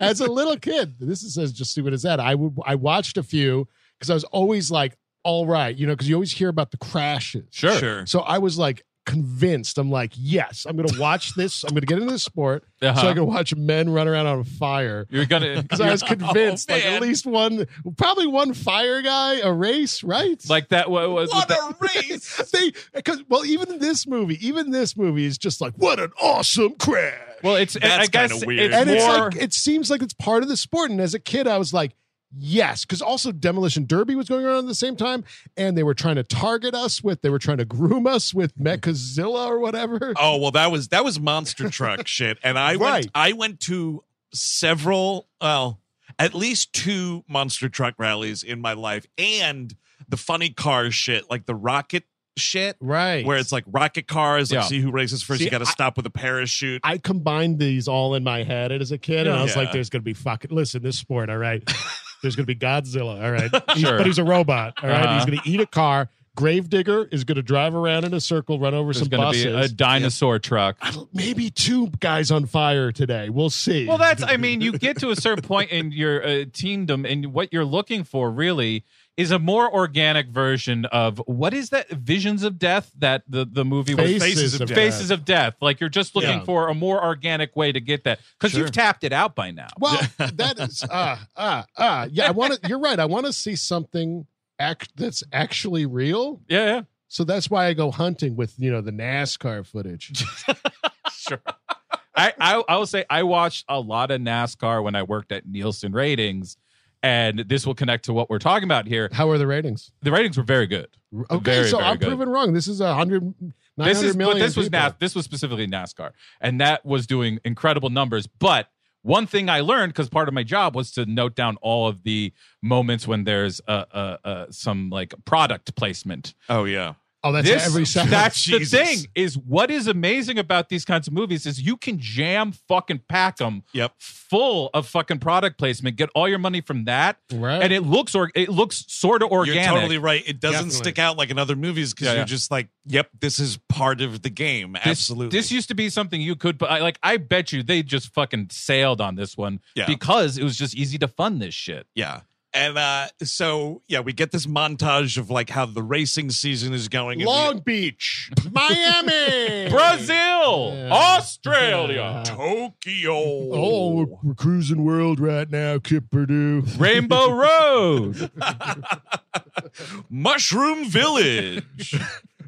[SPEAKER 2] as a little kid, this is as just stupid as that. I would I watched a few because I was always like, all right, you know, because you always hear about the crashes.
[SPEAKER 3] Sure.
[SPEAKER 2] So I was like convinced. I'm like, yes, I'm gonna watch this. I'm gonna get into this sport [LAUGHS] so I
[SPEAKER 3] Uh-huh. Oh,
[SPEAKER 2] can watch men run around on fire. [LAUGHS]
[SPEAKER 3] You're gonna
[SPEAKER 2] Because I
[SPEAKER 3] [LAUGHS]
[SPEAKER 2] was convinced, like
[SPEAKER 1] man.
[SPEAKER 2] at least one, probably one fire guy, a race, right?
[SPEAKER 3] like that. What was
[SPEAKER 1] What
[SPEAKER 3] that-
[SPEAKER 1] a race!
[SPEAKER 2] they, because well, even this movie, even this movie is just like, what an awesome crash.
[SPEAKER 3] well, it's
[SPEAKER 1] That's
[SPEAKER 3] I guess
[SPEAKER 1] kinda weird.
[SPEAKER 3] it's
[SPEAKER 2] and it's
[SPEAKER 3] more.
[SPEAKER 2] like it seems like it's part of the sport. And as a kid, I was like, yes, because also demolition derby was going around at the same time, and they were trying to target us with, they were trying to groom us with Mechazilla or whatever.
[SPEAKER 1] Oh well, that was that was monster truck shit, and I
[SPEAKER 2] Right.
[SPEAKER 1] went I went to several, well, at least two monster truck rallies in my life, and the funny car shit, like the rocket shit,
[SPEAKER 2] right,
[SPEAKER 1] where it's like rocket cars, like
[SPEAKER 3] Yeah.
[SPEAKER 1] see who races first.
[SPEAKER 2] See,
[SPEAKER 1] you got to
[SPEAKER 2] I-
[SPEAKER 1] stop with a parachute.
[SPEAKER 2] I combined these all in my head as a kid, and I was
[SPEAKER 1] Yeah.
[SPEAKER 2] like, "There's gonna be fucking listen, this sport, all
[SPEAKER 3] [LAUGHS]
[SPEAKER 2] right. There's gonna be Godzilla, all right. He's-
[SPEAKER 3] Sure.
[SPEAKER 2] But he's a robot, all right?
[SPEAKER 3] Uh-huh.
[SPEAKER 2] He's gonna eat a car. Gravedigger is gonna drive around in a circle, run over
[SPEAKER 3] There's
[SPEAKER 2] some
[SPEAKER 3] going to
[SPEAKER 2] buses.
[SPEAKER 3] be a dinosaur truck.
[SPEAKER 2] I don't- maybe two guys on fire today. We'll see.
[SPEAKER 3] Well, that's, I mean, you get to a certain point in your uh, teendom, and what you're looking for really is a more organic version of what is that Visions of Death that the, the movie was
[SPEAKER 1] Faces of
[SPEAKER 3] Faces of Death. Like, you're just looking
[SPEAKER 2] Yeah.
[SPEAKER 3] for a more organic way to get that because you've tapped it out by now.
[SPEAKER 2] Well, that is ah ah ah. Yeah, I want to. You're right. I want to see something act that's actually real.
[SPEAKER 3] Yeah, yeah.
[SPEAKER 2] So that's why I go hunting with you know the NASCAR
[SPEAKER 3] [LAUGHS]
[SPEAKER 2] footage.
[SPEAKER 3] sure. I, I I will say I watched a lot of NASCAR when I worked at Nielsen Ratings, and this will connect to what we're talking about here.
[SPEAKER 2] How are the ratings?
[SPEAKER 3] The ratings were very good.
[SPEAKER 2] Okay,
[SPEAKER 3] Very,
[SPEAKER 2] so
[SPEAKER 3] very
[SPEAKER 2] I'm
[SPEAKER 3] good.
[SPEAKER 2] proven wrong. This is a hundred, nine
[SPEAKER 3] This
[SPEAKER 2] hundred
[SPEAKER 3] is but
[SPEAKER 2] million.
[SPEAKER 3] this was
[SPEAKER 2] people.
[SPEAKER 3] NAS, this was specifically NASCAR, and that was doing incredible numbers. But one thing I learned because part of my job was to note down all of the moments when there's uh, uh, uh, some like product placement.
[SPEAKER 1] Oh yeah.
[SPEAKER 2] Oh, that's
[SPEAKER 3] This-
[SPEAKER 2] every second.
[SPEAKER 3] That's the
[SPEAKER 1] Jesus.
[SPEAKER 3] thing is what is amazing about these kinds of movies is you can jam fucking pack them
[SPEAKER 1] Yep.
[SPEAKER 3] full of fucking product placement, get all your money from that,
[SPEAKER 2] Right.
[SPEAKER 3] and it looks or it looks sort of organic.
[SPEAKER 1] You're totally right. It doesn't
[SPEAKER 2] Definitely.
[SPEAKER 1] stick out like in other movies because
[SPEAKER 3] Yeah,
[SPEAKER 1] you're
[SPEAKER 3] yeah.
[SPEAKER 1] just like, yep, this is part of the game.
[SPEAKER 3] This-
[SPEAKER 1] Absolutely.
[SPEAKER 3] This used to be something you could, but I, like I bet you they just fucking sailed on this one
[SPEAKER 1] Yeah.
[SPEAKER 3] because it was just easy to fund this shit.
[SPEAKER 1] yeah. And uh, so yeah, we get this montage of like how the racing season is going. and we-
[SPEAKER 2] Long Beach, Miami,
[SPEAKER 3] [LAUGHS] Brazil,
[SPEAKER 2] Yeah.
[SPEAKER 3] Australia,
[SPEAKER 2] Yeah.
[SPEAKER 1] Tokyo.
[SPEAKER 2] Oh, we're, we're cruising world right now, Kip Purdue. [LAUGHS]
[SPEAKER 3] Rainbow Road.
[SPEAKER 1] Mushroom Village.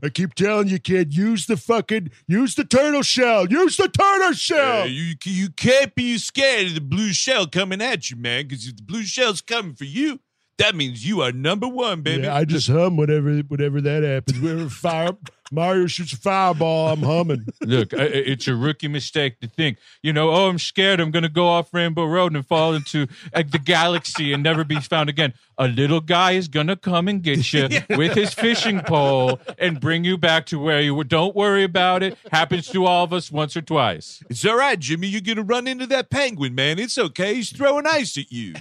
[SPEAKER 2] I keep telling you, kid, use the fucking, use the turtle shell, use the turtle
[SPEAKER 1] Uh,
[SPEAKER 2] shell.
[SPEAKER 1] you you can't be scared of the blue shell coming at you, man. Because if the blue shell's coming for you, that means you are number one, baby.
[SPEAKER 2] Yeah, I just hum whatever, whatever that happens. Whenever fire, Mario shoots a fireball, I'm humming.
[SPEAKER 3] Look, I, I- it's a rookie mistake to think, you know, oh, I'm scared I'm going to go off Rainbow Road and fall into like, the galaxy and never be found again. A little guy is going to come and get you with his fishing pole and bring you back to where you were. Don't worry about it. Happens to all of us once or twice.
[SPEAKER 1] it's all right, Jimmy. You're gonna run into that penguin, man. It's okay. He's throwing ice at you.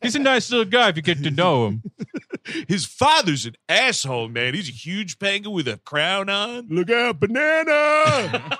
[SPEAKER 3] He's a nice little guy if you get to know him.
[SPEAKER 1] His father's an asshole, man. He's a huge penguin with a crown on.
[SPEAKER 2] Look out, banana.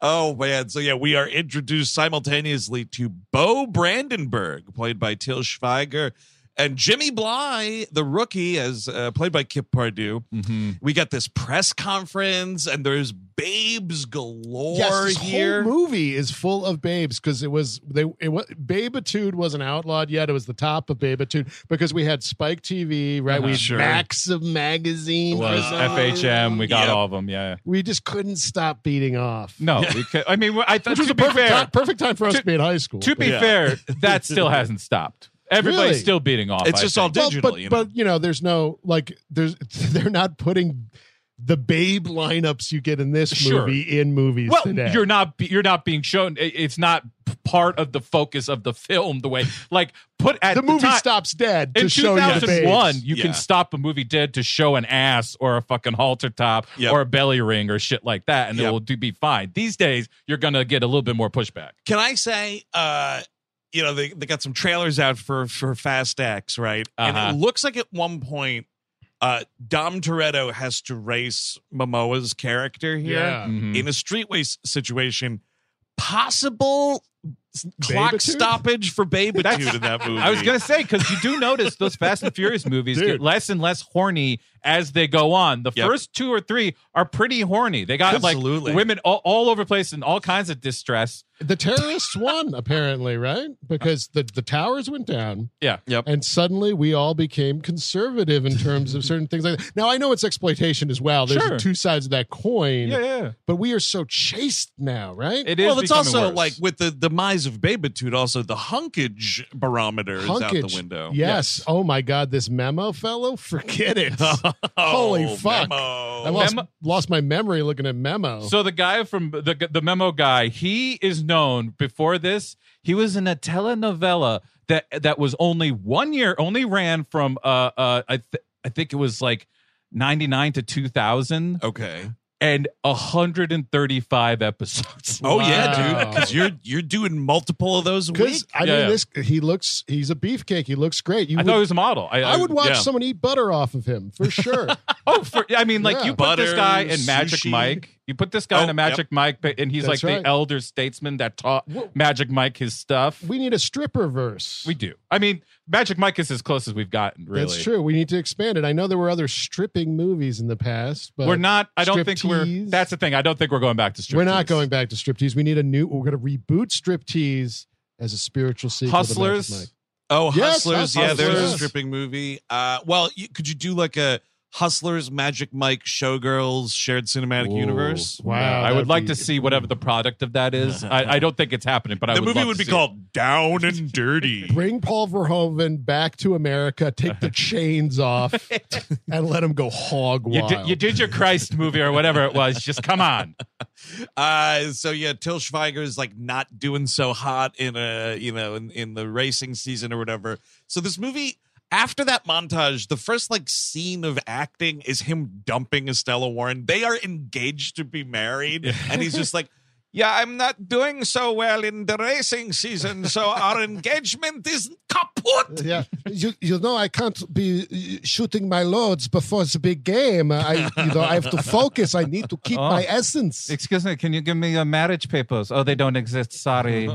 [SPEAKER 1] Oh man. So yeah, we are introduced simultaneously to Bo Brandenburg, played by Till Schweiger, and Jimmy Bly, the rookie, as uh, played by Kip Pardue.
[SPEAKER 3] Mm-hmm.
[SPEAKER 1] We got this press conference, and there's babes galore
[SPEAKER 2] yes, this
[SPEAKER 1] here.
[SPEAKER 2] whole movie is full of babes because it was they it was Babitude wasn't outlawed yet. It was the top of Babitude because we had Spike TV, right? we had
[SPEAKER 1] Sure.
[SPEAKER 2] Maxim magazine.
[SPEAKER 3] Uh-huh. It was
[SPEAKER 2] for some reason.
[SPEAKER 3] FHM. We got
[SPEAKER 1] Yep.
[SPEAKER 3] all of them. Yeah.
[SPEAKER 2] We just couldn't stop beating off.
[SPEAKER 3] No, we ca- I mean, I thought
[SPEAKER 2] Which was
[SPEAKER 3] to
[SPEAKER 2] a
[SPEAKER 3] be
[SPEAKER 2] perfect
[SPEAKER 3] fair,
[SPEAKER 2] time, perfect time for us
[SPEAKER 3] To-
[SPEAKER 2] to, be in high school.
[SPEAKER 3] to be
[SPEAKER 1] Yeah.
[SPEAKER 3] fair, that still hasn't stopped. Everybody's
[SPEAKER 2] Really?
[SPEAKER 3] still beating off.
[SPEAKER 1] It's
[SPEAKER 3] I
[SPEAKER 1] just
[SPEAKER 3] think.
[SPEAKER 1] all
[SPEAKER 2] Well,
[SPEAKER 1] digital,
[SPEAKER 2] but,
[SPEAKER 1] you know?
[SPEAKER 2] but you know, there's no like there's [LAUGHS] they're not putting the babe lineups you get in this
[SPEAKER 3] Sure.
[SPEAKER 2] movie in movies
[SPEAKER 3] well,
[SPEAKER 2] today.
[SPEAKER 3] you're not be- you're not being shown. i- It's not p- part of the focus of the film. The way like put at
[SPEAKER 2] the
[SPEAKER 3] the
[SPEAKER 2] movie
[SPEAKER 3] time-
[SPEAKER 2] stops dead
[SPEAKER 3] In
[SPEAKER 2] to show you the babes.
[SPEAKER 3] 2001, you
[SPEAKER 1] Yeah.
[SPEAKER 3] can stop a movie dead to show an ass or a fucking halter top
[SPEAKER 1] Yep.
[SPEAKER 3] or a belly ring or shit like that, and it
[SPEAKER 1] Yep.
[SPEAKER 3] will do be fine. These days, you're gonna get a little bit more pushback.
[SPEAKER 1] Can I say, uh, you know, they, they got some trailers out for for Fast X, right?
[SPEAKER 3] Uh-huh.
[SPEAKER 1] And it looks like at one point, uh, Dom Toretto has to race Momoa's character here
[SPEAKER 2] Yeah.
[SPEAKER 3] Mhm.
[SPEAKER 1] in a streetway s- situation. Possible s- clock
[SPEAKER 2] Babitude?
[SPEAKER 1] stoppage for
[SPEAKER 2] [LAUGHS]
[SPEAKER 1] Babitude in that movie.
[SPEAKER 3] I was gonna say because you do notice those Fast
[SPEAKER 2] [LAUGHS]
[SPEAKER 3] and Furious movies
[SPEAKER 2] Dude.
[SPEAKER 3] get less and less horny as they go on. The
[SPEAKER 1] Yep.
[SPEAKER 3] first two or three are pretty horny. They got
[SPEAKER 1] Absolutely.
[SPEAKER 3] like women all, all over the place in all kinds of distress.
[SPEAKER 2] The terrorists won, apparently, right? Because the, the towers went down,
[SPEAKER 3] Yeah,
[SPEAKER 1] Yep.
[SPEAKER 2] and suddenly we all became conservative in terms of certain things like that. Now I know it's exploitation as well. There's
[SPEAKER 3] Sure.
[SPEAKER 2] two sides of that coin,
[SPEAKER 3] yeah, yeah.
[SPEAKER 2] but we are so chaste now, right?
[SPEAKER 3] It is.
[SPEAKER 1] Well, it's
[SPEAKER 3] becoming
[SPEAKER 1] also
[SPEAKER 3] worse.
[SPEAKER 1] like with the demise of Babitude, also the hunkage barometer is out
[SPEAKER 2] Hunkage.
[SPEAKER 1] the window.
[SPEAKER 2] Yes. Oh my God, this memo fellow, [LAUGHS]
[SPEAKER 1] [LAUGHS]
[SPEAKER 2] forget it. Holy
[SPEAKER 1] Oh,
[SPEAKER 2] fuck.
[SPEAKER 1] memo.
[SPEAKER 2] I lost,
[SPEAKER 3] Memo-
[SPEAKER 2] lost my memory looking at memo.
[SPEAKER 3] So the guy from the the memo guy, he is known before this. He was in a telenovela that that was only one year, only ran from uh uh I th- I think it was like ninety nine to two thousand.
[SPEAKER 1] Okay.
[SPEAKER 3] and 135 episodes.
[SPEAKER 1] Oh yeah,
[SPEAKER 2] Wow.
[SPEAKER 1] dude. Because you're you're doing multiple of those a week.
[SPEAKER 2] because I
[SPEAKER 3] Yeah,
[SPEAKER 2] mean,
[SPEAKER 3] yeah.
[SPEAKER 2] this he looks he's a beefcake. He looks great. You
[SPEAKER 3] I
[SPEAKER 2] would,
[SPEAKER 3] thought he was a model. I,
[SPEAKER 2] I would watch
[SPEAKER 1] yeah.
[SPEAKER 2] someone eat butter off of him for sure.
[SPEAKER 3] [LAUGHS] Oh, for, I mean, like
[SPEAKER 2] Yeah.
[SPEAKER 3] you put this
[SPEAKER 1] Butter,
[SPEAKER 3] guy in Magic
[SPEAKER 1] sushi.
[SPEAKER 3] Mike. You put this guy in
[SPEAKER 1] Oh,
[SPEAKER 3] a Magic Mike, Mike, but- and he's
[SPEAKER 2] That's
[SPEAKER 3] like
[SPEAKER 2] right.
[SPEAKER 3] the elder statesman that taught
[SPEAKER 2] Wha-
[SPEAKER 3] Magic Mike his stuff. We,
[SPEAKER 2] we need a stripper verse.
[SPEAKER 3] do. I mean, Magic Mike is as close as we've gotten. Really,
[SPEAKER 2] That's true. We need to expand it. I know there were other stripping movies in the past, but
[SPEAKER 3] We're not. I don't think we're.
[SPEAKER 2] Striptease.
[SPEAKER 3] That's the thing. I don't think we're going back to strip.
[SPEAKER 2] we're not going back to striptease. We need a new. We're going to reboot striptease as a spiritual sequel. To Magic
[SPEAKER 3] Hustlers.
[SPEAKER 2] Mike.
[SPEAKER 1] oh,
[SPEAKER 2] Yes,
[SPEAKER 1] hustlers. Yeah, there's a
[SPEAKER 2] Hustlers.
[SPEAKER 1] stripping movie. Uh, well, you, could you do like a Hustlers, Magic Mike, Showgirls, Shared Cinematic
[SPEAKER 3] Whoa.
[SPEAKER 1] Universe.
[SPEAKER 2] Wow,
[SPEAKER 3] I would
[SPEAKER 2] that'd
[SPEAKER 3] like
[SPEAKER 2] be-
[SPEAKER 3] to see whatever the product of that [LAUGHS] is. I, I don't think it's happening, but I
[SPEAKER 1] the
[SPEAKER 3] would
[SPEAKER 1] movie
[SPEAKER 3] love
[SPEAKER 1] would
[SPEAKER 3] to
[SPEAKER 1] be
[SPEAKER 3] see
[SPEAKER 1] called Down and
[SPEAKER 3] [LAUGHS]
[SPEAKER 1] Dirty.
[SPEAKER 2] Bring Paul Verhoeven back to America, take the chains
[SPEAKER 3] [LAUGHS]
[SPEAKER 2] off, and let him go hog
[SPEAKER 3] It. You,
[SPEAKER 2] wild.
[SPEAKER 3] did, you did your Christ movie or whatever it was. Just come on.
[SPEAKER 1] Uh, so yeah, Till Schweiger is like not doing so hot in a you know in, in the racing season or whatever. So this movie. After that montage, the first like scene of acting is him dumping Estella Warren. They are engaged to be married, and he's just like, "Yeah, I'm not doing so well in the racing season, so
[SPEAKER 3] [LAUGHS]
[SPEAKER 1] our engagement is kaput."
[SPEAKER 2] yeah, you you know I can't be uh, shooting my loads before the big game. I you know I have to focus. I need to keep
[SPEAKER 3] Oh.
[SPEAKER 2] my essence.
[SPEAKER 3] [LAUGHS] Excuse me, can you give me your marriage papers? Oh, they don't exist. Sorry.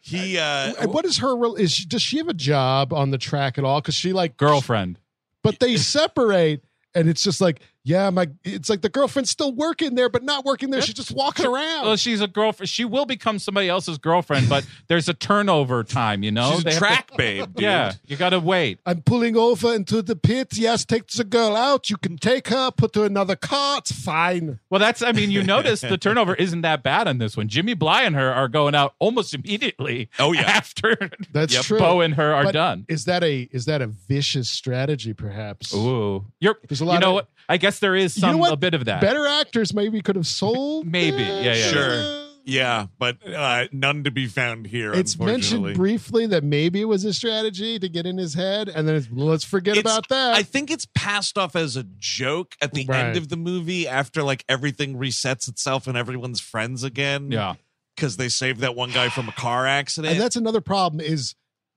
[SPEAKER 1] He uh,
[SPEAKER 2] And what is her? rel- Is she, does she have a job on the track at all? Because she like
[SPEAKER 3] [LAUGHS] Girlfriend.
[SPEAKER 2] but they separate, and it's just like yeah, my. It's like the girlfriend's still working there, but not working there. She's just walking around.
[SPEAKER 3] Well, she's a girlfriend. She will become somebody else's girlfriend, but there's a turnover time, you know?
[SPEAKER 1] she's
[SPEAKER 3] They
[SPEAKER 1] a
[SPEAKER 3] have to-
[SPEAKER 1] track babe. Dude.
[SPEAKER 3] [LAUGHS] yeah, you got to wait.
[SPEAKER 2] I'm pulling over into the pit. Yes, take the girl out. You can take her, put her in another car. It's fine.
[SPEAKER 3] Well, that's, I mean, you
[SPEAKER 1] [LAUGHS]
[SPEAKER 3] notice the turnover isn't that bad on this one. Jimmy Bly and her are going out almost immediately.
[SPEAKER 1] Oh, yeah.
[SPEAKER 3] After
[SPEAKER 2] That's
[SPEAKER 1] Yep,
[SPEAKER 2] true.
[SPEAKER 3] Bo and her are
[SPEAKER 2] But
[SPEAKER 3] done.
[SPEAKER 2] Is that a is that a vicious strategy? Perhaps.
[SPEAKER 3] Ooh. You're,
[SPEAKER 2] There's a lot
[SPEAKER 3] you know
[SPEAKER 2] of-
[SPEAKER 3] what? I guess there is
[SPEAKER 2] You know
[SPEAKER 3] some,
[SPEAKER 2] what?
[SPEAKER 3] a bit of that.
[SPEAKER 2] Better actors maybe could have sold.
[SPEAKER 3] Maybe.
[SPEAKER 2] that.
[SPEAKER 3] Yeah, yeah,
[SPEAKER 1] Sure. Yeah, but uh, none to be found here.
[SPEAKER 2] It's mentioned
[SPEAKER 1] unfortunately.
[SPEAKER 2] briefly that maybe it was a strategy to get in his head, and then it's, let's forget
[SPEAKER 1] It's-
[SPEAKER 2] about that.
[SPEAKER 1] I think it's passed off as a joke at the
[SPEAKER 2] Right.
[SPEAKER 1] end of the movie after like everything resets itself and everyone's friends again.
[SPEAKER 3] Yeah.
[SPEAKER 1] because they saved that one guy from a car accident.
[SPEAKER 2] and that's another problem is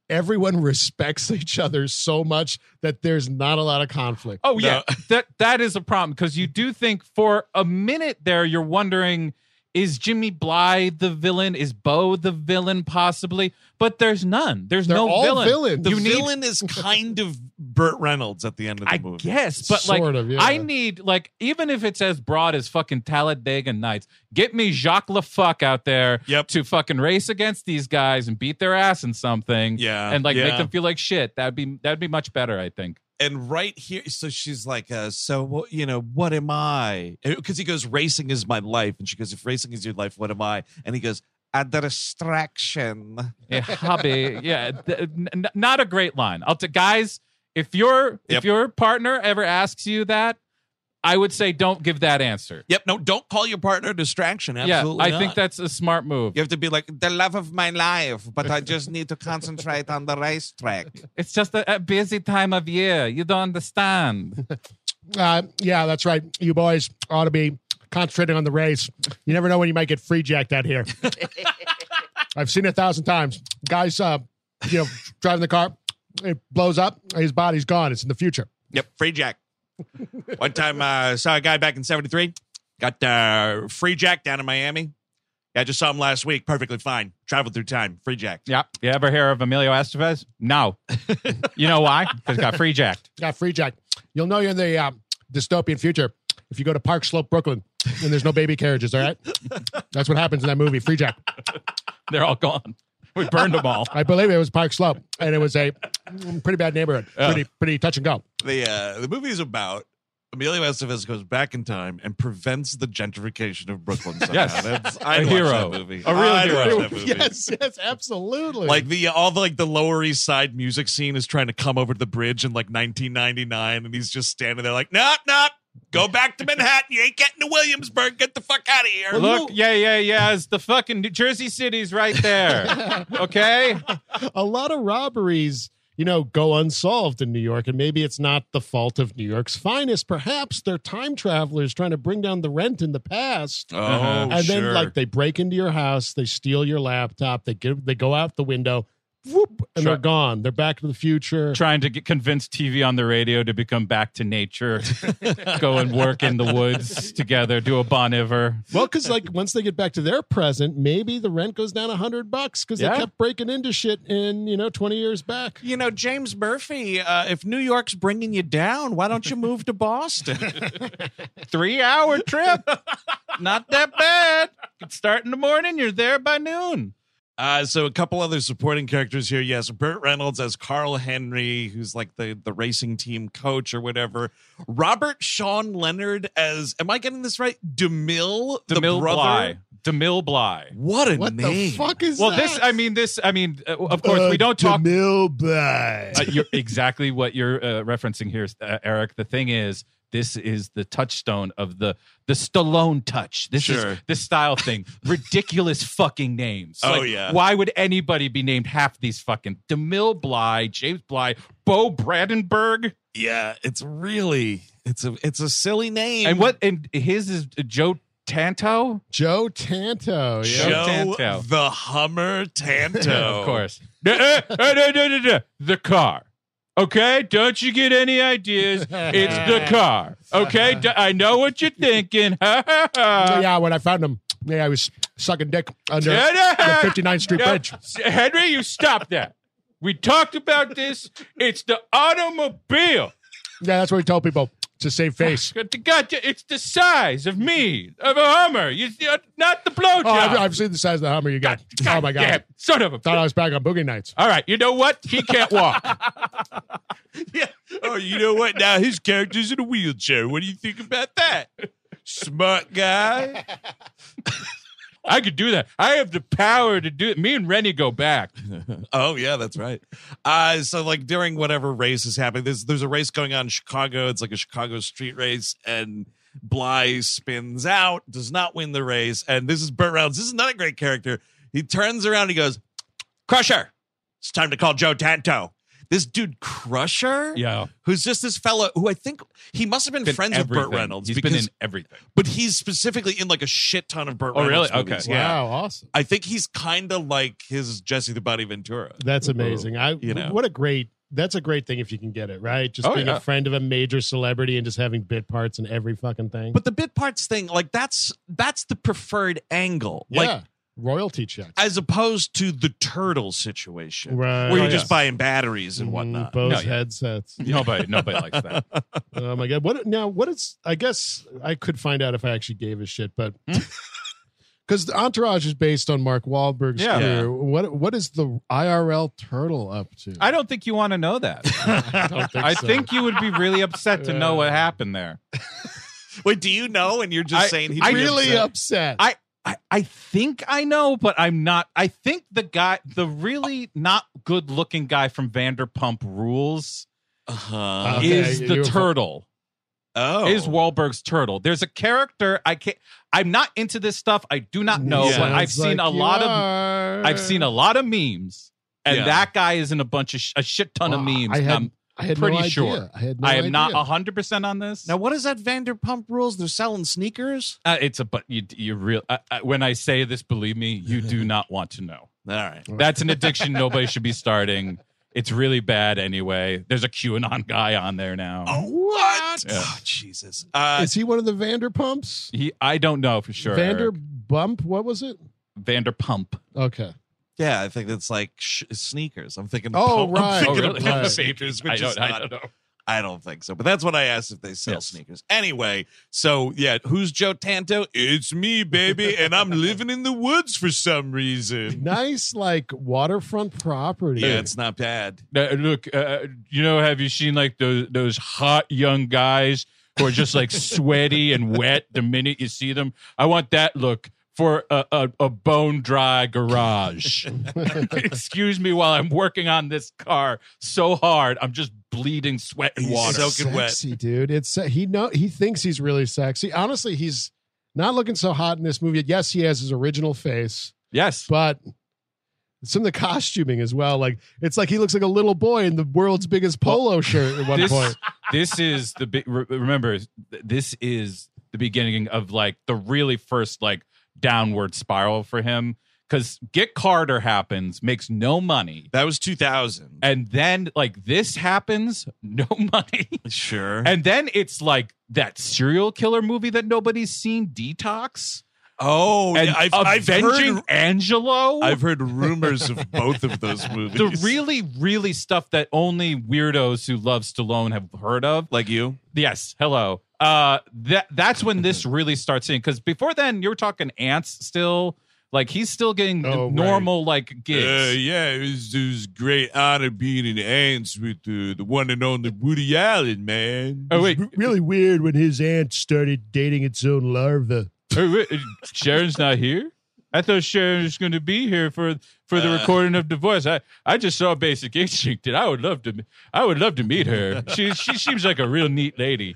[SPEAKER 2] everyone respects [LAUGHS] each other so much that there's not a lot of conflict.
[SPEAKER 3] Oh yeah, that that is a problem because you do think for a minute there you're wondering is Jimmy Bly the villain? Is Bo the villain possibly? But there's none. There's
[SPEAKER 2] They're
[SPEAKER 3] no
[SPEAKER 2] all
[SPEAKER 3] villain.
[SPEAKER 2] villains.
[SPEAKER 3] The
[SPEAKER 1] the
[SPEAKER 2] you need-
[SPEAKER 1] villain is kind of Burt Reynolds at the end of the
[SPEAKER 3] I
[SPEAKER 1] movie.
[SPEAKER 3] guess, but like
[SPEAKER 2] Sort of, yeah.
[SPEAKER 3] I need like even if it's as broad as fucking Talladega Nights, get me Jacques LaFuck out there
[SPEAKER 1] Yep.
[SPEAKER 3] to fucking race against these guys and beat their ass in something,
[SPEAKER 1] Yeah,
[SPEAKER 3] and like
[SPEAKER 1] yeah.
[SPEAKER 3] make them feel like shit. That'd be that'd be much better, I think.
[SPEAKER 1] and right here so she's like uh so what you know what am i because he goes racing is my life and she goes if racing is your life what am i and he goes a distraction
[SPEAKER 3] a
[SPEAKER 1] [LAUGHS]
[SPEAKER 3] hobby. Yeah, th- n- n- not a great line. I'll t- guys, if your
[SPEAKER 1] Yep.
[SPEAKER 3] if your partner ever asks you that, I would say don't give that answer.
[SPEAKER 1] yep no don't call your partner a distraction absolutely
[SPEAKER 3] yeah, I think
[SPEAKER 1] not.
[SPEAKER 3] that's a smart move.
[SPEAKER 1] you have to be like the love of my life but i just need to concentrate on the
[SPEAKER 3] [LAUGHS]
[SPEAKER 1] racetrack
[SPEAKER 3] It's just a, a busy time of year. You don't understand.
[SPEAKER 2] Uh, yeah, that's right. You boys ought to be concentrating on the race. You never know when you might get free jacked out
[SPEAKER 3] [LAUGHS]
[SPEAKER 2] here. I've seen it a thousand times. Guys, uh, you know, driving the car, it blows up, his body's gone. It's in the future.
[SPEAKER 1] Yep, free jack. One time, uh, saw a guy back in '73. Got uh, free jack down in Miami. Yeah, I just saw him last week. Perfectly fine. Traveled through time. Free jack.
[SPEAKER 3] yeah. You ever hear of Emilio Estevez? [LAUGHS] No. you know why? Because got free jacked.
[SPEAKER 2] Got free jacked. You'll know you're in the uh, dystopian future if you go to Park Slope, Brooklyn, and there's no baby carriages, all right? That's what happens in that movie, Free Jack.
[SPEAKER 3] They're all gone. We burned them all.
[SPEAKER 2] I believe it was Park Slope, and it was a pretty bad neighborhood. Pretty, pretty touch and go.
[SPEAKER 1] The uh, the movie is about Emilio Estevez goes back in time and prevents the gentrification of Brooklyn. Somehow.
[SPEAKER 3] Yes.
[SPEAKER 1] That's, I'd
[SPEAKER 3] A
[SPEAKER 1] watch
[SPEAKER 3] hero.
[SPEAKER 1] That movie.
[SPEAKER 3] A real
[SPEAKER 1] I'd
[SPEAKER 3] hero.
[SPEAKER 1] watch that movie.
[SPEAKER 2] Yes, yes, absolutely.
[SPEAKER 1] Like the all the like the Lower East Side music scene is trying to come over to the bridge in like 1999, and he's just standing there like, nope, nope, go back to Manhattan. You ain't getting to Williamsburg. Get the fuck out of here.
[SPEAKER 3] Look, yeah, yeah, yeah. It's the fucking New Jersey City's right there. Okay?
[SPEAKER 2] a lot of robberies you know go unsolved in new york and maybe it's not the fault of new york's finest perhaps they're time travelers trying to bring down the rent in the past
[SPEAKER 1] Oh,
[SPEAKER 3] Uh-huh.
[SPEAKER 2] and then like they break into your house they steal your laptop they give they go out the window whoop, and
[SPEAKER 3] Sure.
[SPEAKER 2] they're gone they're back to the future
[SPEAKER 3] trying to get, convince TV on the radio to become back to [LAUGHS] nature, go and work in the woods together, do a bon iver.
[SPEAKER 2] well because like once they get back to their present maybe the rent goes down a hundred bucks because
[SPEAKER 3] Yeah.
[SPEAKER 2] they kept breaking into shit in you know 20 years back
[SPEAKER 1] you know, James Murphy, uh, if New York's bringing you down, why don't you move [LAUGHS] to Boston?
[SPEAKER 3] Three hour trip, not that bad. Could start in the morning, you're there by noon.
[SPEAKER 1] Uh, so a couple other supporting characters here. Yes, Burt Reynolds as Carl Henry, who's like the the racing team coach or whatever. Robert Sean Leonard as am I getting this right? DeMille, the
[SPEAKER 3] DeMille
[SPEAKER 1] brother.
[SPEAKER 3] Bly. DeMille Bly.
[SPEAKER 1] What a
[SPEAKER 2] What
[SPEAKER 1] name!
[SPEAKER 2] the fuck is
[SPEAKER 3] Well,
[SPEAKER 2] that?
[SPEAKER 3] this, I mean, this, I mean, uh, of course, we don't talk. Uh, you're exactly what you're uh, referencing here, uh, Eric. The thing is, this is the touchstone of the the Stallone touch. This is
[SPEAKER 1] Sure.
[SPEAKER 3] the style thing. Ridiculous fucking names.
[SPEAKER 1] Oh, yeah.
[SPEAKER 3] Why would anybody be named half these fucking Demille Bly, James Bly, Bo Brandenburg,
[SPEAKER 1] Yeah, it's really it's a it's a silly name.
[SPEAKER 3] and what? And his is Joe Tanto.
[SPEAKER 2] Joe Tanto. Yeah.
[SPEAKER 3] Joe
[SPEAKER 1] Joe
[SPEAKER 3] Tanto.
[SPEAKER 1] the Hummer Tanto?
[SPEAKER 3] [LAUGHS] of course. Eh, eh, eh, eh, eh, eh, eh, the car. Okay, don't you get any ideas? It's
[SPEAKER 2] [LAUGHS]
[SPEAKER 3] the car. Okay, D- I know what you're thinking. [LAUGHS] Ha, ha, ha.
[SPEAKER 2] yeah, when I found him, yeah, I was sucking dick under
[SPEAKER 3] Yeah,
[SPEAKER 2] the
[SPEAKER 3] yeah.
[SPEAKER 2] 59th Street
[SPEAKER 3] Yeah,
[SPEAKER 2] Bridge.
[SPEAKER 3] S- Henry, you stop that. We talked about this. It's the automobile.
[SPEAKER 2] Yeah, that's what we tell people to save face.
[SPEAKER 3] God, God, It's the size of me, of a Hummer. You, you're not the blowjob.
[SPEAKER 2] Oh, I've, I've seen the size of the Hummer you
[SPEAKER 3] [LAUGHS]
[SPEAKER 2] got. [LAUGHS] oh my god!
[SPEAKER 3] damn, son of a.
[SPEAKER 2] Thought I was back on boogie nights.
[SPEAKER 3] All right, you know what? He can't walk.
[SPEAKER 2] [LAUGHS]
[SPEAKER 1] Yeah. Oh, you know what? Now his character's in a wheelchair. What do you think about that? Smart guy.
[SPEAKER 3] I could do that. I have the power to do it. Me and Rennie
[SPEAKER 1] [LAUGHS]
[SPEAKER 3] go back.
[SPEAKER 1] Oh yeah, that's right. Uh, so like during whatever race is happening, there's there's a race going on in Chicago. It's like a Chicago street race, and Bly spins out, does not win the race, and this is Burt Reynolds. This is not a great character. He turns around, he goes, Crusher. It's time to call Joe Tanto. This dude Crusher,
[SPEAKER 3] Yeah.
[SPEAKER 1] who's just this fellow who I think he must have been,
[SPEAKER 3] Been
[SPEAKER 1] friends with
[SPEAKER 3] everything.
[SPEAKER 1] Burt Reynolds.
[SPEAKER 3] He's
[SPEAKER 1] because,
[SPEAKER 3] been in everything.
[SPEAKER 1] but he's specifically in like a shit ton of Burt
[SPEAKER 3] Oh,
[SPEAKER 1] Reynolds.
[SPEAKER 3] really? Okay.
[SPEAKER 1] movies.
[SPEAKER 3] Yeah.
[SPEAKER 2] Wow, awesome.
[SPEAKER 1] I think he's kind of like his Jesse the Body Ventura.
[SPEAKER 2] That's amazing. I
[SPEAKER 1] You know.
[SPEAKER 2] what a great. That's a great thing if you can get it right. Just
[SPEAKER 3] Oh,
[SPEAKER 2] being
[SPEAKER 3] yeah.
[SPEAKER 2] a friend of a major celebrity and just having bit parts in every fucking thing.
[SPEAKER 1] But the bit parts thing, like that's that's the preferred angle.
[SPEAKER 2] yeah,
[SPEAKER 1] Like
[SPEAKER 2] royalty checks.
[SPEAKER 1] as opposed to the turtle situation.
[SPEAKER 2] Right. Mm,
[SPEAKER 1] Where
[SPEAKER 2] Mm-hmm.
[SPEAKER 3] Oh,
[SPEAKER 1] you're
[SPEAKER 3] yeah.
[SPEAKER 1] just buying batteries and whatnot.
[SPEAKER 2] Bose
[SPEAKER 3] No, yeah.
[SPEAKER 2] headsets.
[SPEAKER 3] Nobody, nobody likes that.
[SPEAKER 2] Oh my god! What now? What is? I guess I could find out if I actually gave a shit, but [LAUGHS] because the Entourage is based on Mark Wahlberg's
[SPEAKER 3] Yeah.
[SPEAKER 2] career, what what is the IRL turtle up to?
[SPEAKER 3] [LAUGHS] I don't think you want to know that.
[SPEAKER 2] don't think
[SPEAKER 3] [LAUGHS] I
[SPEAKER 2] so.
[SPEAKER 3] think you would be really upset to know what happened there.
[SPEAKER 1] Wait, do you know? And you're just
[SPEAKER 3] I-
[SPEAKER 1] saying he
[SPEAKER 3] I
[SPEAKER 2] really uh,
[SPEAKER 1] upset.
[SPEAKER 2] upset.
[SPEAKER 3] I, I, I think I know, but I'm not. I think the guy, the really not good looking guy from Vanderpump Rules
[SPEAKER 1] Uh-huh.
[SPEAKER 2] Okay,
[SPEAKER 3] is
[SPEAKER 2] you-
[SPEAKER 3] the
[SPEAKER 2] you-
[SPEAKER 3] turtle.
[SPEAKER 1] oh.
[SPEAKER 3] is Wahlberg's turtle. There's a character I can't. I'm not into this stuff. I do not know,
[SPEAKER 1] Yeah.
[SPEAKER 3] but I've
[SPEAKER 2] Sounds
[SPEAKER 3] seen
[SPEAKER 2] like
[SPEAKER 3] a
[SPEAKER 2] you
[SPEAKER 3] lot of.
[SPEAKER 2] are.
[SPEAKER 3] I've seen a lot of memes, and
[SPEAKER 1] Yeah.
[SPEAKER 3] that guy is in a bunch of sh- a shit ton of
[SPEAKER 2] Wow,
[SPEAKER 3] memes.
[SPEAKER 2] I
[SPEAKER 3] and
[SPEAKER 2] had-
[SPEAKER 3] I'm-
[SPEAKER 2] I had
[SPEAKER 3] pretty
[SPEAKER 2] no idea.
[SPEAKER 3] sure.
[SPEAKER 2] I had no
[SPEAKER 3] I am
[SPEAKER 2] idea.
[SPEAKER 3] not hundred percent on this.
[SPEAKER 1] Now what is that Vanderpump rules? They're selling sneakers?
[SPEAKER 3] uh, it's a but you you real. I, I, when I say this, believe me, you do not want to know.
[SPEAKER 1] All right.
[SPEAKER 3] That's an addiction nobody should be starting. It's really bad anyway. There's a QAnon guy on there now.
[SPEAKER 1] Oh what?
[SPEAKER 3] Yeah.
[SPEAKER 1] Oh, Jesus. Uh,
[SPEAKER 2] is he one of the Vanderpumps?
[SPEAKER 3] He, I don't know for sure. Eric.
[SPEAKER 2] Vanderbump? What was it?
[SPEAKER 3] Vanderpump.
[SPEAKER 2] Okay.
[SPEAKER 1] yeah, I think that's like sh- sneakers. I'm thinking.
[SPEAKER 2] Oh,
[SPEAKER 1] pump-
[SPEAKER 2] right.
[SPEAKER 1] I'm thinking
[SPEAKER 3] Oh,
[SPEAKER 1] of
[SPEAKER 3] really?
[SPEAKER 1] pump
[SPEAKER 2] Right.
[SPEAKER 1] sneakers,
[SPEAKER 3] I
[SPEAKER 1] which
[SPEAKER 3] don't-
[SPEAKER 1] is
[SPEAKER 3] I
[SPEAKER 1] not
[SPEAKER 3] don't know.
[SPEAKER 1] I don't think so. But that's what I asked if they sell
[SPEAKER 3] Yes.
[SPEAKER 1] sneakers. Anyway, so yeah, who's Joe Tanto? It's me, baby, and
[SPEAKER 3] [LAUGHS]
[SPEAKER 1] I'm living in the woods for some reason.
[SPEAKER 2] Nice, like waterfront property.
[SPEAKER 1] Yeah, it's not bad.
[SPEAKER 3] Uh, look, uh, you know, have you seen like those those hot young guys who are
[SPEAKER 1] [LAUGHS]
[SPEAKER 3] just like sweaty and wet the minute you see them? I want that look for a, a, a bone
[SPEAKER 1] [LAUGHS]
[SPEAKER 3] dry garage. Excuse me while I'm working on this car so hard, I'm just bleeding sweat and
[SPEAKER 1] He's
[SPEAKER 3] water.
[SPEAKER 1] so- soaking wet.
[SPEAKER 2] sexy, dude. It's he know he thinks he's really sexy. Honestly, he's not looking so hot in this movie. Yes, he has his original face,
[SPEAKER 3] yes,
[SPEAKER 2] but some of the costuming as well. Like it's like he looks like a little boy in the world's biggest polo shirt at one
[SPEAKER 3] this [LAUGHS]
[SPEAKER 2] point.
[SPEAKER 3] this is the big. re- Remember, th- this is the beginning of like the really first like downward spiral for him. Because Get Carter happens, makes no money.
[SPEAKER 1] That was 2000.
[SPEAKER 3] and then like this happens [LAUGHS] no money
[SPEAKER 1] Sure.
[SPEAKER 3] and then it's like that serial killer movie that nobody's seen detox
[SPEAKER 1] oh,
[SPEAKER 3] and
[SPEAKER 1] yeah, I've, I've
[SPEAKER 3] avenging
[SPEAKER 1] heard.
[SPEAKER 3] angelo
[SPEAKER 1] I've heard rumors of both of those movies.
[SPEAKER 3] [LAUGHS] the really really stuff that only weirdos who love stallone have heard of
[SPEAKER 1] like you.
[SPEAKER 3] yes hello
[SPEAKER 2] [LAUGHS]
[SPEAKER 3] uh that that's when this really starts in because before then you were talking ants still Like he's still getting
[SPEAKER 2] Oh, right. Uh,
[SPEAKER 3] normal like
[SPEAKER 1] Uh,
[SPEAKER 3] gigs.
[SPEAKER 5] yeah, it was, it was a great honor being in ants with the, the one and only Woody Allen, man.
[SPEAKER 3] oh
[SPEAKER 2] [LAUGHS]
[SPEAKER 3] wait,
[SPEAKER 2] really weird when his aunt started dating its own larva.
[SPEAKER 3] oh, wait, uh, Sharon's not here. I thought Sharon was going to be here for for the
[SPEAKER 1] Uh.
[SPEAKER 3] recording of divorce. I, I just saw Basic Instinct, and I would love to I would love to meet her. She
[SPEAKER 2] [LAUGHS]
[SPEAKER 3] she seems like a real neat lady.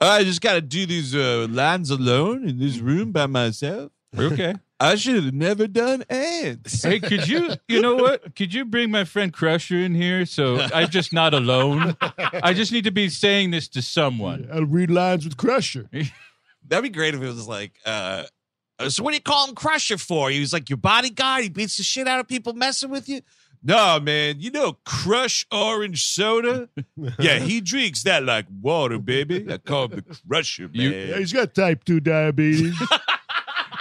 [SPEAKER 5] I just got to do these uh, lines alone in this room by myself.
[SPEAKER 3] Okay.
[SPEAKER 5] I should have never done ants.
[SPEAKER 3] Hey, could you, you know what? Could you bring my friend Crusher in here so I'm just not alone? I just need to be saying this to someone.
[SPEAKER 2] I'll read lines with Crusher.
[SPEAKER 1] That'd be great if it was like, uh, uh, so what do you call him Crusher for? He was like your bodyguard. He beats the shit out of people messing with you.
[SPEAKER 5] Nah, man, you know Crush Orange Soda? yeah, he drinks that like water, baby. I call him the Crusher, man.
[SPEAKER 3] You-
[SPEAKER 2] Yeah, he's got type 2 diabetes.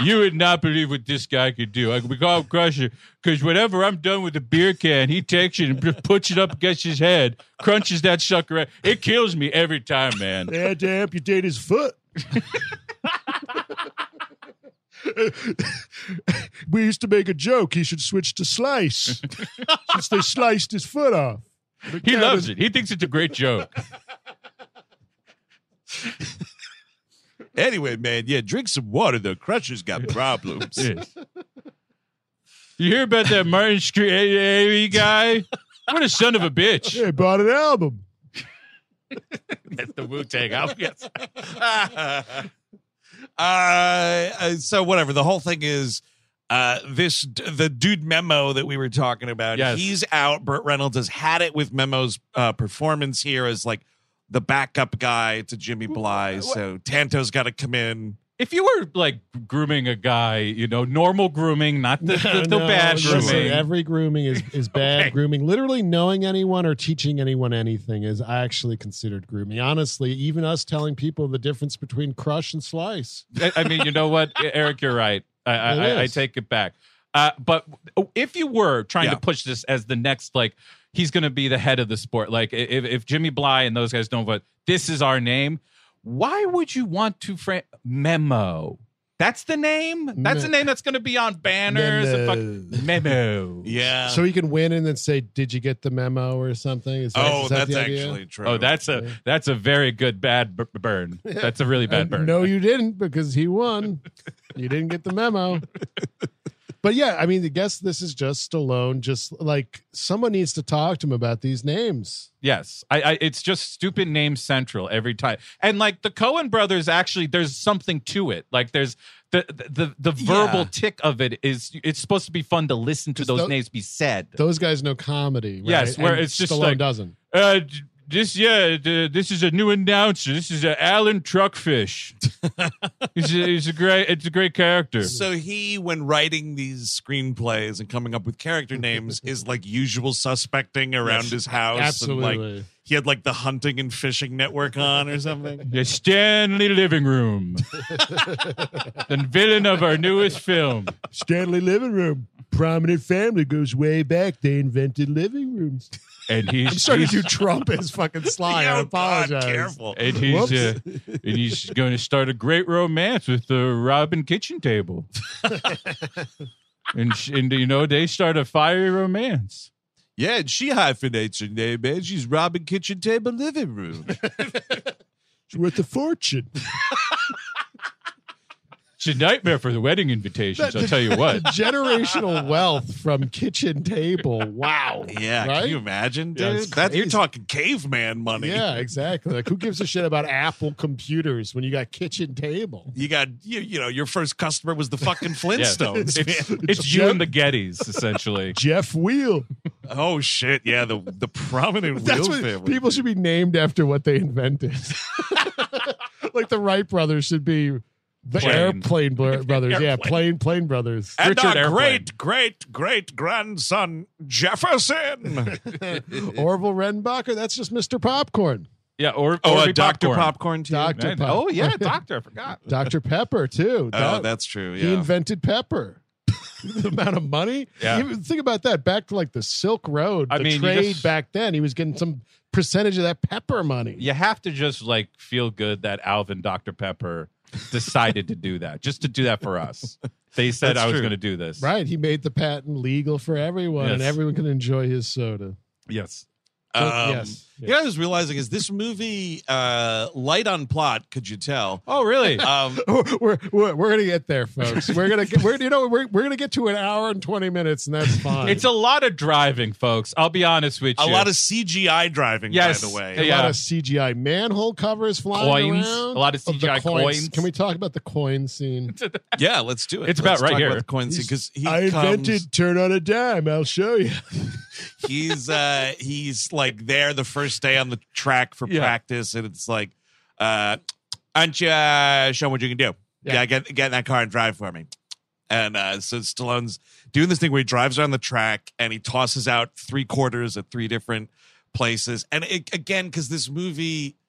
[SPEAKER 3] You would not believe what this guy could do. Like, we call him Crusher because whenever I'm done with the beer can, he takes it and just puts it up against his head, crunches that sucker. out. It kills me every time, man.
[SPEAKER 2] they had to amputate his foot. we used to make a joke he should switch to slice since they sliced his foot off.
[SPEAKER 3] He loves it. He thinks it's a great joke.
[SPEAKER 5] Anyway, man, yeah, drink some water. The Crusher's got problems.
[SPEAKER 3] Yes. You hear about that Martin Scree guy? What a son of a bitch.
[SPEAKER 2] They bought an album.
[SPEAKER 1] That's the Wu Tang album. Yes. [LAUGHS]
[SPEAKER 5] yeah,
[SPEAKER 1] uh, so whatever. The whole thing is uh, this the dude memo that we were talking about.
[SPEAKER 3] Yes.
[SPEAKER 1] He's out. Burt Reynolds has had it with Memo's uh, performance here as like the backup guy to Jimmy Bly. So Tanto's got to come in.
[SPEAKER 3] if you were like grooming a guy, you know, normal grooming, not the, the,
[SPEAKER 2] [LAUGHS]
[SPEAKER 3] the
[SPEAKER 2] No,
[SPEAKER 3] bad
[SPEAKER 2] listen,
[SPEAKER 3] grooming.
[SPEAKER 2] Every grooming is,
[SPEAKER 3] [LAUGHS]
[SPEAKER 2] is bad grooming. Literally knowing anyone or teaching anyone anything is actually considered grooming. Honestly, even us telling people the difference between crush and slice.
[SPEAKER 3] I- I mean, you know what, E, Eric, you're right. I I,
[SPEAKER 2] It
[SPEAKER 3] I, I
[SPEAKER 2] is.
[SPEAKER 3] take it back. Uh, but if you were trying
[SPEAKER 1] Yeah.
[SPEAKER 3] to push this as the next, like he's going to be the head of the sport. Like if if Jimmy Bly and those guys don't vote, this is our name. Why would you want to frame memo? That's the name. That's the
[SPEAKER 2] Me-
[SPEAKER 3] name that's going to be on banners. And
[SPEAKER 2] [LAUGHS]
[SPEAKER 3] fuck- memo.
[SPEAKER 1] Yeah.
[SPEAKER 2] So he can win and then say, "Did you get the memo?" or something. Is that,
[SPEAKER 1] oh,
[SPEAKER 2] is that
[SPEAKER 1] that's
[SPEAKER 2] the idea?
[SPEAKER 1] actually true.
[SPEAKER 3] Oh, that's
[SPEAKER 2] Yeah.
[SPEAKER 3] a that's a very good bad b-
[SPEAKER 2] [LAUGHS]
[SPEAKER 3] burn. That's a really
[SPEAKER 2] Uh,
[SPEAKER 3] bad burn.
[SPEAKER 2] No, you didn't because he won. you didn't get the
[SPEAKER 3] [LAUGHS]
[SPEAKER 2] memo. But yeah, I mean, I guess this is just Stallone. Just like someone needs to talk to him about these names.
[SPEAKER 3] Yes, I, I. It's just stupid name central every time, and like the Cohen brothers, actually, there's something to it. Like there's the the the, the verbal
[SPEAKER 1] Yeah.
[SPEAKER 3] tick of it is. It's supposed to be fun to listen to
[SPEAKER 2] Just
[SPEAKER 3] those
[SPEAKER 2] tho-
[SPEAKER 3] names be said.
[SPEAKER 2] Those guys know comedy. Right?
[SPEAKER 3] Yes, where
[SPEAKER 2] And
[SPEAKER 3] it's just
[SPEAKER 2] Stallone
[SPEAKER 3] like-
[SPEAKER 2] doesn't.
[SPEAKER 3] uh, d- this yeah, d- this is a new announcer. This is uh, Alan [LAUGHS] Truckfish. he's, a, he's a great. It's a great character.
[SPEAKER 1] So he, when writing these screenplays and coming up with character names, is like usual suspecting around his house. And like
[SPEAKER 2] Absolutely.
[SPEAKER 1] he had like the hunting and fishing network on or something.
[SPEAKER 3] The Stanley Living [LAUGHS] Room, the villain of our newest film.
[SPEAKER 2] [LAUGHS] Stanley Living Room. Prominent family goes way back. They invented living rooms.
[SPEAKER 3] And
[SPEAKER 2] [LAUGHS]
[SPEAKER 3] he's
[SPEAKER 2] I'm starting
[SPEAKER 3] he's-
[SPEAKER 2] [LAUGHS] to do Trump as
[SPEAKER 1] [LAUGHS]
[SPEAKER 2] fucking sly. I
[SPEAKER 1] Oh, God,
[SPEAKER 2] apologize.
[SPEAKER 1] careful.
[SPEAKER 3] And he's
[SPEAKER 2] Whoops.
[SPEAKER 3] uh, and he's going to start a great romance with the Robin kitchen table. and sh- and you know they start a fiery romance.
[SPEAKER 5] and she hyphenates her name, man. She's Robin Kitchen Table Living Room.
[SPEAKER 2] It's worth a fortune.
[SPEAKER 3] It's a nightmare for the wedding invitations. I'll tell
[SPEAKER 1] [LAUGHS]
[SPEAKER 3] you what.
[SPEAKER 2] [LAUGHS] Generational wealth from kitchen table. Wow.
[SPEAKER 1] [LAUGHS] Yeah,
[SPEAKER 2] Right?
[SPEAKER 1] can you imagine,
[SPEAKER 2] Yeah, it's
[SPEAKER 1] dude? that, you're
[SPEAKER 2] crazy.
[SPEAKER 1] talking caveman money.
[SPEAKER 2] Yeah, exactly. Like, who gives a shit about Apple computers when you got kitchen table?
[SPEAKER 1] You got you, you know, your first customer was the [LAUGHS] fucking Flintstones.
[SPEAKER 3] It's,
[SPEAKER 1] man.
[SPEAKER 3] it's you and the Gettys essentially.
[SPEAKER 2] Jeff Wheel.
[SPEAKER 1] Oh shit, yeah, the the prominent
[SPEAKER 2] [LAUGHS] That's
[SPEAKER 1] Wheel
[SPEAKER 2] what
[SPEAKER 1] family.
[SPEAKER 2] people should be named after what they invented. [LAUGHS] like the Wright brothers should be the
[SPEAKER 3] Plane.
[SPEAKER 2] airplane
[SPEAKER 3] [LAUGHS]
[SPEAKER 2] bro- brothers. Yeah, plane plane brothers.
[SPEAKER 1] and
[SPEAKER 3] Richard
[SPEAKER 1] our
[SPEAKER 3] Airplane.
[SPEAKER 1] great great great grandson
[SPEAKER 2] [LAUGHS]
[SPEAKER 1] Jefferson.
[SPEAKER 2] Orville Redenbacher. That's just Mr. Popcorn.
[SPEAKER 3] Yeah, or
[SPEAKER 1] [LAUGHS] oh,
[SPEAKER 3] or
[SPEAKER 1] uh,
[SPEAKER 3] be
[SPEAKER 1] Dr.
[SPEAKER 3] popcorn.
[SPEAKER 1] Popcorn too.
[SPEAKER 2] Dr.
[SPEAKER 3] Man,
[SPEAKER 2] Pop-
[SPEAKER 3] Oh [LAUGHS] yeah, Doctor. I forgot.
[SPEAKER 2] Dr. Pepper too.
[SPEAKER 1] Oh,
[SPEAKER 2] That-
[SPEAKER 1] that's true.
[SPEAKER 2] He
[SPEAKER 1] Yeah.
[SPEAKER 2] invented pepper. [LAUGHS] the amount of money.
[SPEAKER 3] Yeah.
[SPEAKER 2] Even- think about that. Back to like the Silk Road,
[SPEAKER 3] I
[SPEAKER 2] the
[SPEAKER 3] mean, you
[SPEAKER 2] trade
[SPEAKER 3] just-
[SPEAKER 2] back then, he was getting some percentage of that pepper money.
[SPEAKER 3] You have to just like feel good that Alvin Dr Pepper decided to do that, just to do that for us. They said
[SPEAKER 1] That's
[SPEAKER 3] I was
[SPEAKER 1] true.
[SPEAKER 3] going to do this.
[SPEAKER 2] Right. He made the patent legal for everyone, and
[SPEAKER 3] Yes.
[SPEAKER 2] everyone can enjoy his soda.
[SPEAKER 3] Yes.
[SPEAKER 1] Um,
[SPEAKER 2] yes.
[SPEAKER 1] You know what I was realizing is this movie uh, light on plot. Could you tell?
[SPEAKER 3] Oh, [LAUGHS] really?
[SPEAKER 1] Um,
[SPEAKER 2] [LAUGHS] We're, we're, we're gonna get there, folks. We're gonna get, we're you know we're, we're gonna get to an hour and twenty minutes, and that's fine.
[SPEAKER 3] it's a lot of driving, folks. I'll be honest with
[SPEAKER 1] a
[SPEAKER 3] you.
[SPEAKER 1] lot of CGI driving,
[SPEAKER 3] Yes.
[SPEAKER 1] by the way.
[SPEAKER 2] A
[SPEAKER 3] yeah.
[SPEAKER 2] lot of CGI manhole covers flying
[SPEAKER 3] Coins.
[SPEAKER 2] around.
[SPEAKER 3] A lot of
[SPEAKER 2] Oh, the
[SPEAKER 3] CGI coins.
[SPEAKER 2] Can we talk about the coin scene?
[SPEAKER 1] Yeah, let's do it.
[SPEAKER 3] It's about
[SPEAKER 1] Let's
[SPEAKER 3] right
[SPEAKER 1] talk
[SPEAKER 3] here.
[SPEAKER 1] the coin scene because he
[SPEAKER 2] I
[SPEAKER 1] comes-
[SPEAKER 2] invented turn on a dime. I'll show you.
[SPEAKER 1] [LAUGHS] he's uh he's like there the first day on the track for
[SPEAKER 3] Yeah.
[SPEAKER 1] practice and it's like uh aren't you uh, showing what you can do
[SPEAKER 2] Yeah.
[SPEAKER 1] yeah, get get in that car and drive for me and uh so stallone's doing this thing where he drives around the track and he tosses out three quarters at three different places and it, again because this movie [SIGHS]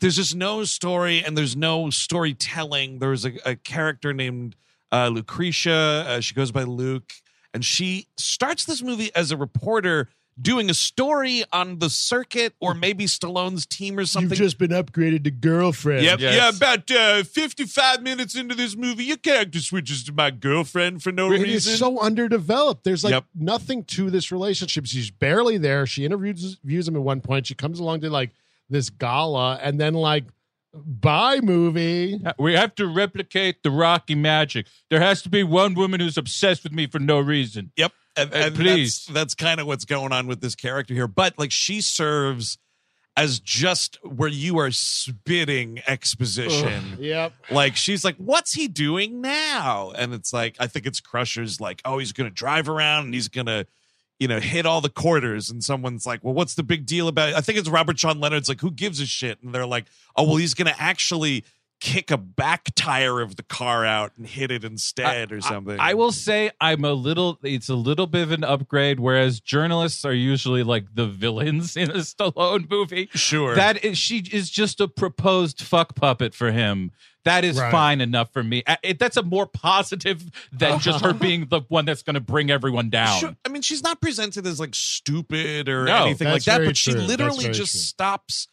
[SPEAKER 1] there's just no story and there's no storytelling there's a, a character named uh, lucretia uh, she goes by luke and she starts this movie as a reporter doing a story on the circuit or maybe Stallone's team or something.
[SPEAKER 2] just been upgraded to girlfriend.
[SPEAKER 1] Yep.
[SPEAKER 3] Yes.
[SPEAKER 1] Yeah, about uh, 55 minutes into this movie, your character switches to my girlfriend for no
[SPEAKER 2] It is
[SPEAKER 1] reason.
[SPEAKER 2] so underdeveloped. There's like
[SPEAKER 1] Yep.
[SPEAKER 2] nothing to this relationship. She's barely there. She interviews views him at one point. She comes along to like this gala, and then like bye movie.
[SPEAKER 3] Uh, We have to replicate the Rocky magic. There has to be one woman who's obsessed with me for no reason.
[SPEAKER 1] Yep. And,
[SPEAKER 3] Uh,
[SPEAKER 1] and
[SPEAKER 3] please.
[SPEAKER 1] That's, that's kind of what's going on with this character here. But like she serves as just where you are spitting exposition.
[SPEAKER 2] Yep.
[SPEAKER 1] Like she's like, what's he doing now? And it's like, I think it's Crusher's like, oh, he's gonna drive around and he's gonna, you know, hit all the quarters. And someone's like, well, what's the big deal about? It? I think it's Robert Sean Leonard's like, who gives a shit? And they're like, oh, well, he's gonna actually kick a back tire of the car out and hit it instead or something.
[SPEAKER 3] I will say I'm a little. It's a little bit of an upgrade. Whereas journalists are usually like the villains [LAUGHS] in a Stallone movie.
[SPEAKER 1] sure
[SPEAKER 3] That is, she is just a proposed fuck puppet for him. That is
[SPEAKER 2] Right.
[SPEAKER 3] fine enough for me. Uh, It, that's a more positive than just
[SPEAKER 1] [LAUGHS]
[SPEAKER 3] her being the one that's going to bring everyone down.
[SPEAKER 1] Sure. I mean, she's not presented as like stupid or
[SPEAKER 3] No,
[SPEAKER 1] anything like
[SPEAKER 2] that's
[SPEAKER 1] that,
[SPEAKER 2] very
[SPEAKER 1] but she
[SPEAKER 2] true. That's
[SPEAKER 1] literally
[SPEAKER 2] very
[SPEAKER 1] just
[SPEAKER 2] true.
[SPEAKER 1] stops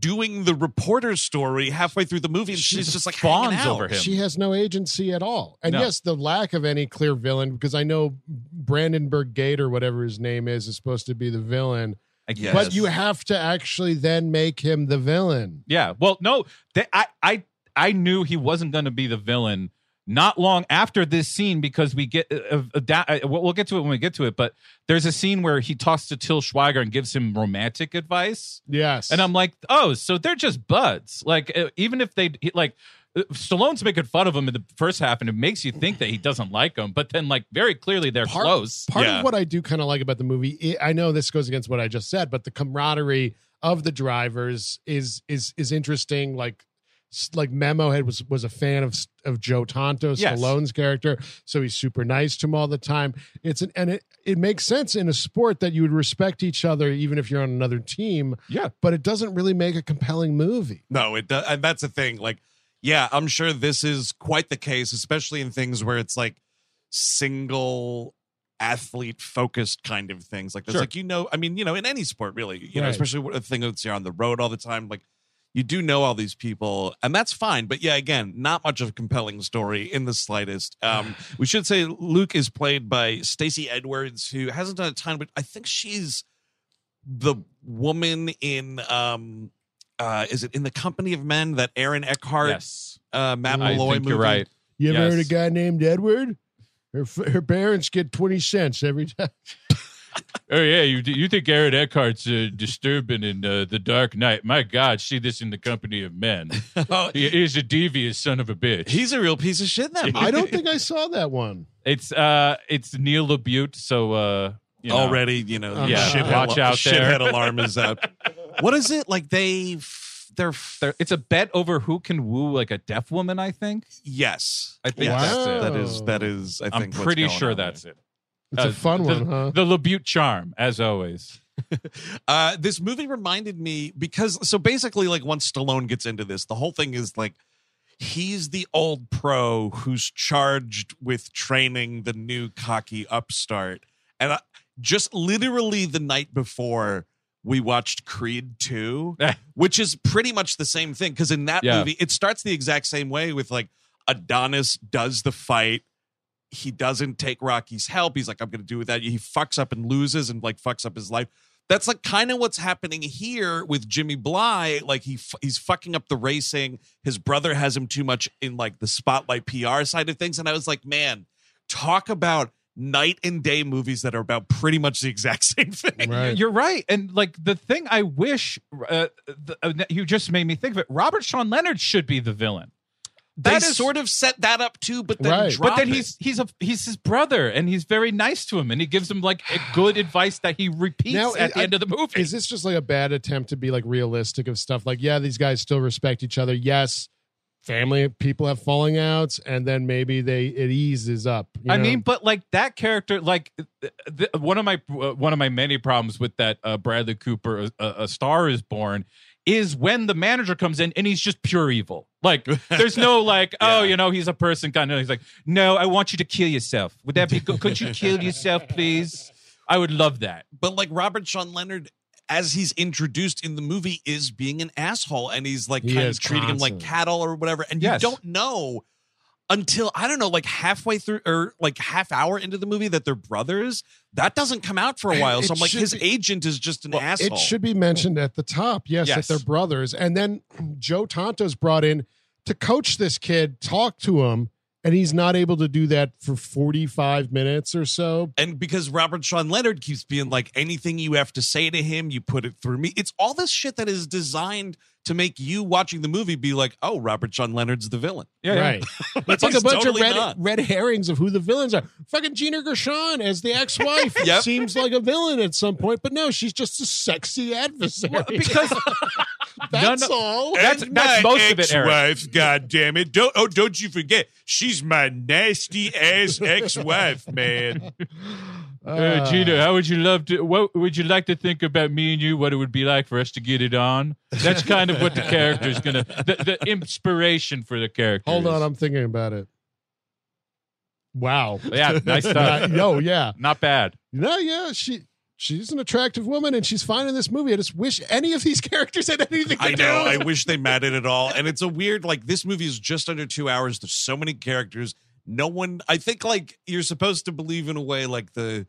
[SPEAKER 1] doing the reporter story halfway through the movie and
[SPEAKER 3] She
[SPEAKER 1] she's
[SPEAKER 3] just
[SPEAKER 1] just like
[SPEAKER 3] fawns
[SPEAKER 1] hanging out.
[SPEAKER 3] over him.
[SPEAKER 2] She has no agency at all. And
[SPEAKER 3] No.
[SPEAKER 2] yes, the lack of any clear villain, because I know Brandenburg Gate or whatever his name is, is supposed to be the villain.
[SPEAKER 3] I guess.
[SPEAKER 2] But you have to actually then make him the villain.
[SPEAKER 3] Yeah. Well, no, they, I, I, I knew he wasn't going to be the villain. Not long after this scene, because we get uh, uh, da- uh, we'll we'll get to it when we get to it. But there's a scene where he talks to Till Schweiger and gives him romantic advice,
[SPEAKER 2] Yes.
[SPEAKER 3] and I'm like, oh, so they're just buds. Like uh, even if they he- like. uh, Stallone's making fun of him in the first half, and it makes you think that he doesn't like him. But then, like very clearly, they're
[SPEAKER 2] Part-
[SPEAKER 3] close.
[SPEAKER 2] Part
[SPEAKER 1] Yeah.
[SPEAKER 2] of what I do kind of like about the movie, i I know this goes against what I just said, but the camaraderie of the drivers is is is interesting. Like s- like Memo Head was was a fan of s- of Joe Tonto,
[SPEAKER 3] Yes.
[SPEAKER 2] Stallone's character, so he's super nice to him all the time. It's an and it it makes sense in a sport that you would respect each other even if you're on another team.
[SPEAKER 3] Yeah.
[SPEAKER 2] but it doesn't really make a compelling movie.
[SPEAKER 1] No, it does, and that's the thing. Like, yeah, I'm sure this is quite the case, especially in things where it's like single athlete focused kind of things. Like, there's
[SPEAKER 3] Sure.
[SPEAKER 1] like you know, I mean, you know, in any sport, really, you know,
[SPEAKER 2] Right.
[SPEAKER 1] especially with a thing that's you're on the road all the time, like. You do know all these people, and that's fine. But yeah, again, not much of a compelling story in the slightest. Um, we should say Luke is played by Stacey Edwards, who hasn't done a ton, but I think she's the woman in um uh is it in the company of men that Aaron Eckhart
[SPEAKER 3] Yes,
[SPEAKER 1] uh Matt
[SPEAKER 3] I
[SPEAKER 1] Malloy
[SPEAKER 3] think
[SPEAKER 1] movie?
[SPEAKER 3] you're right.
[SPEAKER 2] You ever
[SPEAKER 3] Yes.
[SPEAKER 2] heard a guy named Edward? Her, f- her parents get twenty cents every
[SPEAKER 3] [LAUGHS]
[SPEAKER 2] time.
[SPEAKER 3] Oh yeah, you you think Aaron Eckhart's uh, disturbing in uh, the Dark Knight? My God, see this in the company of [LAUGHS] men.
[SPEAKER 1] [LAUGHS] Oh,
[SPEAKER 3] He is a devious son of a bitch.
[SPEAKER 1] he's a real piece of shit that
[SPEAKER 2] I don't think I saw that one.
[SPEAKER 3] it's uh, it's Neil LaBute. So uh, [LAUGHS] you know.
[SPEAKER 1] already, you know, the
[SPEAKER 2] Yeah,
[SPEAKER 1] shithead
[SPEAKER 3] watch
[SPEAKER 1] al-
[SPEAKER 3] out there.
[SPEAKER 1] shithead alarm is
[SPEAKER 3] [LAUGHS]
[SPEAKER 1] up. what is it? Like they f- they're, f-
[SPEAKER 3] There- It's a bet over who can woo like a deaf woman. I think.
[SPEAKER 1] yes.
[SPEAKER 3] I think
[SPEAKER 1] Yes.
[SPEAKER 3] that's it.
[SPEAKER 2] Wow.
[SPEAKER 1] That is that is I think
[SPEAKER 3] I'm
[SPEAKER 1] what's
[SPEAKER 3] pretty
[SPEAKER 1] going
[SPEAKER 3] sure
[SPEAKER 1] on
[SPEAKER 3] that's it.
[SPEAKER 2] It's
[SPEAKER 3] Uh,
[SPEAKER 2] a fun
[SPEAKER 3] the,
[SPEAKER 2] one, huh?
[SPEAKER 3] The LaBute charm, as always.
[SPEAKER 1] Uh, this movie reminded me because so basically, like once Stallone gets into this, the whole thing is like he's the old pro who's charged with training the new cocky upstart, and I, just literally the night before we watched Creed 2, which is pretty much the same thing. Because in that
[SPEAKER 3] Yeah.
[SPEAKER 1] movie, it starts the exact same way with like Adonis does the fight. He doesn't take Rocky's help. He's like, I'm going to do that. He fucks up and loses and like fucks up his life. That's like kind of what's happening here with Jimmy Bly. Like he f- he's fucking up the racing. His brother has him too much in like the spotlight PR side of things. And I was like, man, talk about night and day movies that are about pretty much the exact [LAUGHS] same thing.
[SPEAKER 2] Right.
[SPEAKER 3] You're right. And like the thing I wish uh, the, uh, you just made me think of it. Robert Sean Leonard should be the villain.
[SPEAKER 1] That
[SPEAKER 3] That
[SPEAKER 1] they
[SPEAKER 3] is-
[SPEAKER 1] sort of set that up too, but then
[SPEAKER 2] Right.
[SPEAKER 1] drop
[SPEAKER 3] but then
[SPEAKER 1] it.
[SPEAKER 3] he's he's a he's his brother and he's very nice to him and he gives him like
[SPEAKER 2] [SIGHS]
[SPEAKER 3] good advice that he repeats
[SPEAKER 2] Now,
[SPEAKER 3] at the
[SPEAKER 2] I-
[SPEAKER 3] end of the movie.
[SPEAKER 2] Is this just like a bad attempt to be like realistic of stuff? Like, yeah, these guys still respect each other. Yes, family people have falling outs, and then maybe they it eases up. you
[SPEAKER 3] I
[SPEAKER 2] know?
[SPEAKER 3] mean, but like that character, like th- th- one of my uh, one of my many problems with that uh, Bradley Cooper, uh, A Star Is Born, is when the manager comes in and he's just pure evil. Like
[SPEAKER 2] [LAUGHS]
[SPEAKER 3] there's no like, oh, you know, he's a person kind of. He's like, no, I want you to kill yourself. Would that be good? Could you kill yourself, please? I would love that.
[SPEAKER 1] but like Robert Sean Leonard, as he's introduced in the movie, is being an asshole and he's like
[SPEAKER 2] He
[SPEAKER 1] kind
[SPEAKER 2] is
[SPEAKER 1] of treating him like
[SPEAKER 2] constantly.
[SPEAKER 1] cattle or whatever. And
[SPEAKER 3] Yes.
[SPEAKER 1] you don't know until I don't know, like halfway through or like half hour into the movie that they're brothers. That doesn't come out for a while.
[SPEAKER 2] It
[SPEAKER 1] So I'm like,
[SPEAKER 2] should
[SPEAKER 1] his
[SPEAKER 2] be-
[SPEAKER 1] agent is just an asshole.
[SPEAKER 2] It should be mentioned at the top, yes,
[SPEAKER 1] Yes.
[SPEAKER 2] that they're brothers. And then [CLEARS THROAT] Joe Tonto's brought in to coach this kid, talk to him, and he's not able to do that for 45 minutes or so.
[SPEAKER 1] and because Robert Sean Leonard keeps being like, anything you have to say to him, you put it through me. It's all this shit that is designed to make you watching the movie be like, oh, Robert Sean Leonard's the villain.
[SPEAKER 3] Yeah,
[SPEAKER 2] Right.
[SPEAKER 1] It's
[SPEAKER 2] like a bunch
[SPEAKER 1] totally
[SPEAKER 2] of red,
[SPEAKER 1] not.
[SPEAKER 2] red herrings of who the villains are. Fucking Gina Gershon as the ex wife
[SPEAKER 1] Yep.
[SPEAKER 2] seems like a villain at some point, but no, she's just a sexy adversary.
[SPEAKER 3] because
[SPEAKER 2] [LAUGHS] That's
[SPEAKER 3] none of-
[SPEAKER 2] all.
[SPEAKER 3] that's that's most of it, Eric.
[SPEAKER 5] Ex-wife, God damn it! Don't oh, don't you forget, she's my nasty ass ex-wife, man.
[SPEAKER 3] Uh,
[SPEAKER 2] Ah.
[SPEAKER 3] Gina, how would you love to? What would you like to think about me and you? What it would be like for us to get it on? That's kind of what the character is gonna. The, the inspiration for the character.
[SPEAKER 2] Hold on,
[SPEAKER 3] is.
[SPEAKER 2] I'm thinking about it. Wow. [LAUGHS]
[SPEAKER 3] Yeah, nice stuff.
[SPEAKER 2] no, yeah.
[SPEAKER 3] Not bad.
[SPEAKER 2] No, yeah, she she's an attractive woman and she's fine in this movie. I just wish any of these [LAUGHS] characters had anything to
[SPEAKER 1] I
[SPEAKER 2] do.
[SPEAKER 1] know.
[SPEAKER 5] [LAUGHS]
[SPEAKER 1] I wish they mattered at all. And it's a weird, like, this movie is just under two hours. There's so many characters. No one, I think, like, you're supposed to believe in a way, like, the.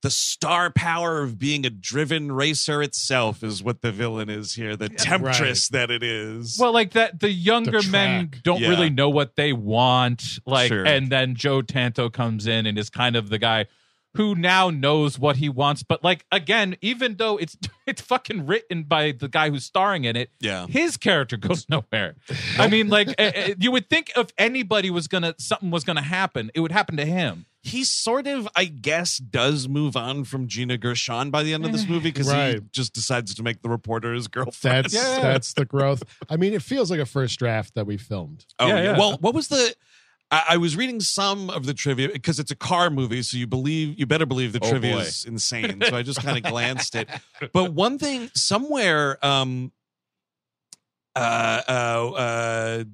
[SPEAKER 1] The star power of being a driven racer itself is what the villain is here. The temptress that it is.
[SPEAKER 3] Well, like that, the younger
[SPEAKER 2] The
[SPEAKER 3] men
[SPEAKER 2] track.
[SPEAKER 3] don't
[SPEAKER 1] Yeah.
[SPEAKER 3] really know what they want. Like,
[SPEAKER 1] Sure.
[SPEAKER 3] and then Joe Tanto comes in and is kind of the guy who now knows what he wants. But like again, even though it's [LAUGHS] it's fucking written by the guy who's starring in it,
[SPEAKER 1] Yeah.
[SPEAKER 3] his character goes [LAUGHS] nowhere. I mean, like eh, eh, you would think if anybody was gonna something was gonna happen, it would happen to him.
[SPEAKER 1] he sort of, I guess, does move on from Gina Gershon by the end of this movie because he
[SPEAKER 2] Mm-hmm. Right.
[SPEAKER 1] just decides to make the reporter his girlfriend. [LAUGHS]
[SPEAKER 2] That's that's the growth. I mean, it feels like a first draft that we filmed.
[SPEAKER 1] Oh,
[SPEAKER 3] Yeah,
[SPEAKER 1] yeah.
[SPEAKER 3] yeah.
[SPEAKER 1] Well, what was the? I, I was reading some of the trivia because it's a car movie, so you believe you better believe the
[SPEAKER 3] Oh,
[SPEAKER 1] trivia
[SPEAKER 3] boy.
[SPEAKER 1] is insane. So I just
[SPEAKER 2] [LAUGHS]
[SPEAKER 1] kind of glanced it. But one thing, somewhere, um, uh, uh, uh,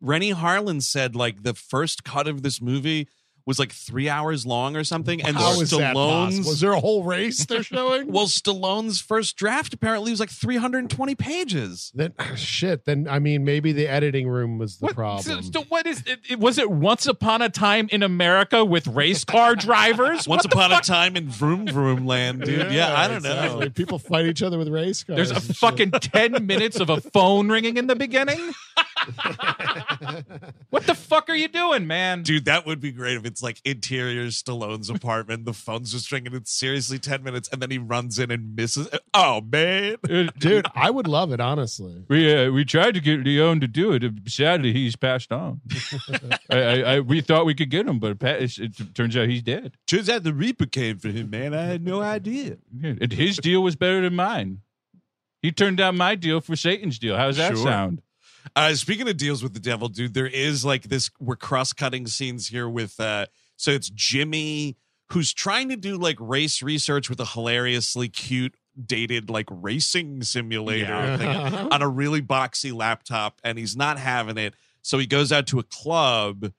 [SPEAKER 1] Rennie Harlan said like the first cut of this movie was like three hours long or something, and
[SPEAKER 2] How is that possible?
[SPEAKER 1] Stallone's.
[SPEAKER 2] Was there a whole
[SPEAKER 1] [LAUGHS]
[SPEAKER 2] race they're showing?
[SPEAKER 1] well, Stallone's first draft apparently was like 320 pages.
[SPEAKER 2] then uh, shit. Then I mean, maybe the editing room was the
[SPEAKER 3] What-
[SPEAKER 2] problem.
[SPEAKER 3] so- so what is it, it- Was it Once Upon a Time in America with race car [LAUGHS] drivers?
[SPEAKER 1] Once
[SPEAKER 3] What the
[SPEAKER 1] upon
[SPEAKER 3] fuck?
[SPEAKER 1] a time in Vroom Vroom Land, dude. Yeah, I don't know.
[SPEAKER 2] exactly. People fight each other
[SPEAKER 1] [LAUGHS]
[SPEAKER 2] with race cars.
[SPEAKER 3] There's a
[SPEAKER 2] and shit.
[SPEAKER 3] fucking [LAUGHS] 10 minutes of a phone ringing in the beginning. what the fuck are you doing, man?
[SPEAKER 1] Dude, that would be great if it's like interior Stallone's apartment. The phone's just ringing. It's seriously 10 minutes. And then he runs in and misses. Oh, man.
[SPEAKER 2] dude. I would love it honestly.
[SPEAKER 3] uh, We, uh, we tried to get Leon to do it. uh, Sadly, he's passed [LAUGHS] on. I, I, I, we thought we could get him, but pa- it, it turns out he's dead.
[SPEAKER 5] Turns out the Reaper came for him, man. I had no idea.
[SPEAKER 3] Yeah, and his deal was better than mine. He turned down my deal for Satan's deal. How's that
[SPEAKER 1] Sure.
[SPEAKER 3] sound?
[SPEAKER 1] Uh, speaking of deals with the devil, dude, there is like this. We're cross cutting scenes here with. uh So it's Jimmy who's trying to do like race research with a hilariously cute, dated like racing simulator thing
[SPEAKER 3] Uh-huh.
[SPEAKER 1] on a really boxy laptop, and he's not having it. So he goes out to a club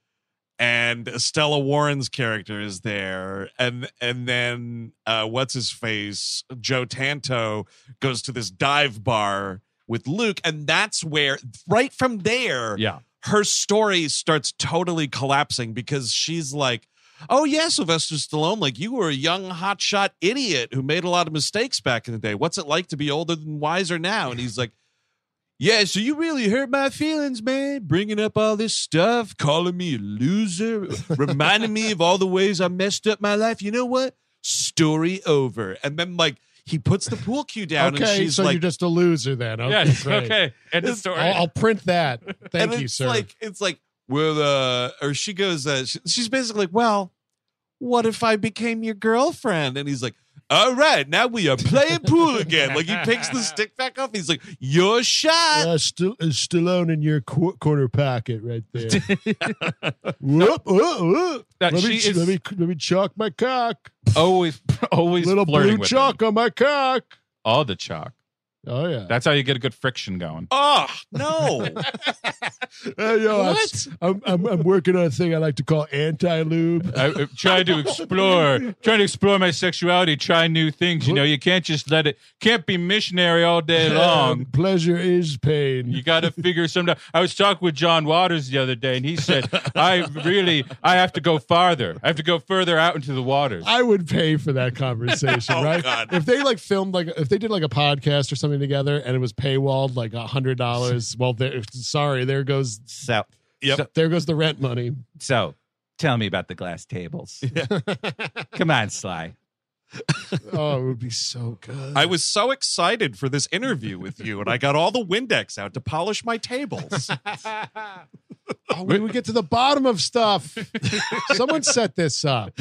[SPEAKER 1] and Stella Warren's character is there, and and then uh, what's his face Joe Tanto goes to this dive bar with Luke, and that's where right from there,
[SPEAKER 3] [LAUGHS] Yeah.
[SPEAKER 1] her story starts totally collapsing because she's like. Oh yeah, Sylvester Stallone. Like you were a young hotshot idiot who made a lot of mistakes back in the day. What's it like to be older than wiser now? And he's like, yeah, so you really hurt my feelings, man. Bringing up all this stuff, calling me a loser, reminding me of all the ways I messed up my life. You know what? Story over. And then, like, he puts the pool cue down and
[SPEAKER 2] Okay,
[SPEAKER 1] she's
[SPEAKER 2] so
[SPEAKER 1] like,
[SPEAKER 2] you're just a loser then. [LAUGHS] Okay,
[SPEAKER 3] Yes.
[SPEAKER 2] great.
[SPEAKER 3] Okay. End of story.
[SPEAKER 2] I'll, I'll print that.
[SPEAKER 1] and
[SPEAKER 2] Thank you,
[SPEAKER 1] it's
[SPEAKER 2] sir.
[SPEAKER 1] Like, it's like, well, uh, or she goes, uh, she, she's basically like, well, what if I became your girlfriend? And he's like, all right, now we are playing pool again. Like, he picks the stick back up. He's like, your shot.
[SPEAKER 2] uh, St- uh, Stallone in your qu- quarter pocket right
[SPEAKER 1] [LAUGHS]
[SPEAKER 2] there. Whoop, whoop, whoop. Let,
[SPEAKER 3] That
[SPEAKER 2] me,
[SPEAKER 3] she is-
[SPEAKER 2] let me let me chalk my cock.
[SPEAKER 3] always, [LAUGHS] always
[SPEAKER 2] Little
[SPEAKER 3] flirting
[SPEAKER 2] blue
[SPEAKER 3] with
[SPEAKER 2] chalk
[SPEAKER 3] him.
[SPEAKER 2] on my cock.
[SPEAKER 3] All the chalk.
[SPEAKER 2] Oh yeah.
[SPEAKER 3] That's how you get a good friction going.
[SPEAKER 1] Oh, no.
[SPEAKER 2] Hey, yo, I'm-
[SPEAKER 1] What?
[SPEAKER 2] I'm, I'm I'm working on a thing I like to call anti lube.
[SPEAKER 3] I, I'm trying to explore, trying to explore my sexuality, try new things. You know, you can't just let it. Can't be missionary all day long.
[SPEAKER 2] pleasure is pain.
[SPEAKER 3] You got to figure something out. I was talking with John Waters the other day, and he said, "I really, I have to go farther. I have to go further out into the waters."
[SPEAKER 2] I would pay for
[SPEAKER 6] [LAUGHS]
[SPEAKER 2] that conversation,
[SPEAKER 1] Oh,
[SPEAKER 2] right?
[SPEAKER 1] God.
[SPEAKER 2] If they like filmed like if they did like a podcast or something together and it was paywalled like a hundred dollars, well, there, sorry, there goes
[SPEAKER 6] So,
[SPEAKER 2] there goes the rent money.
[SPEAKER 6] so tell me about the glass
[SPEAKER 2] [LAUGHS]
[SPEAKER 6] tables. Come on, Sly.
[SPEAKER 2] Oh, it would be so good.
[SPEAKER 1] I was so excited for this interview with you, and I got all the Windex out to polish my [LAUGHS] tables.
[SPEAKER 2] Oh, we would get to the bottom of
[SPEAKER 3] [LAUGHS]
[SPEAKER 2] stuff. Someone set this up.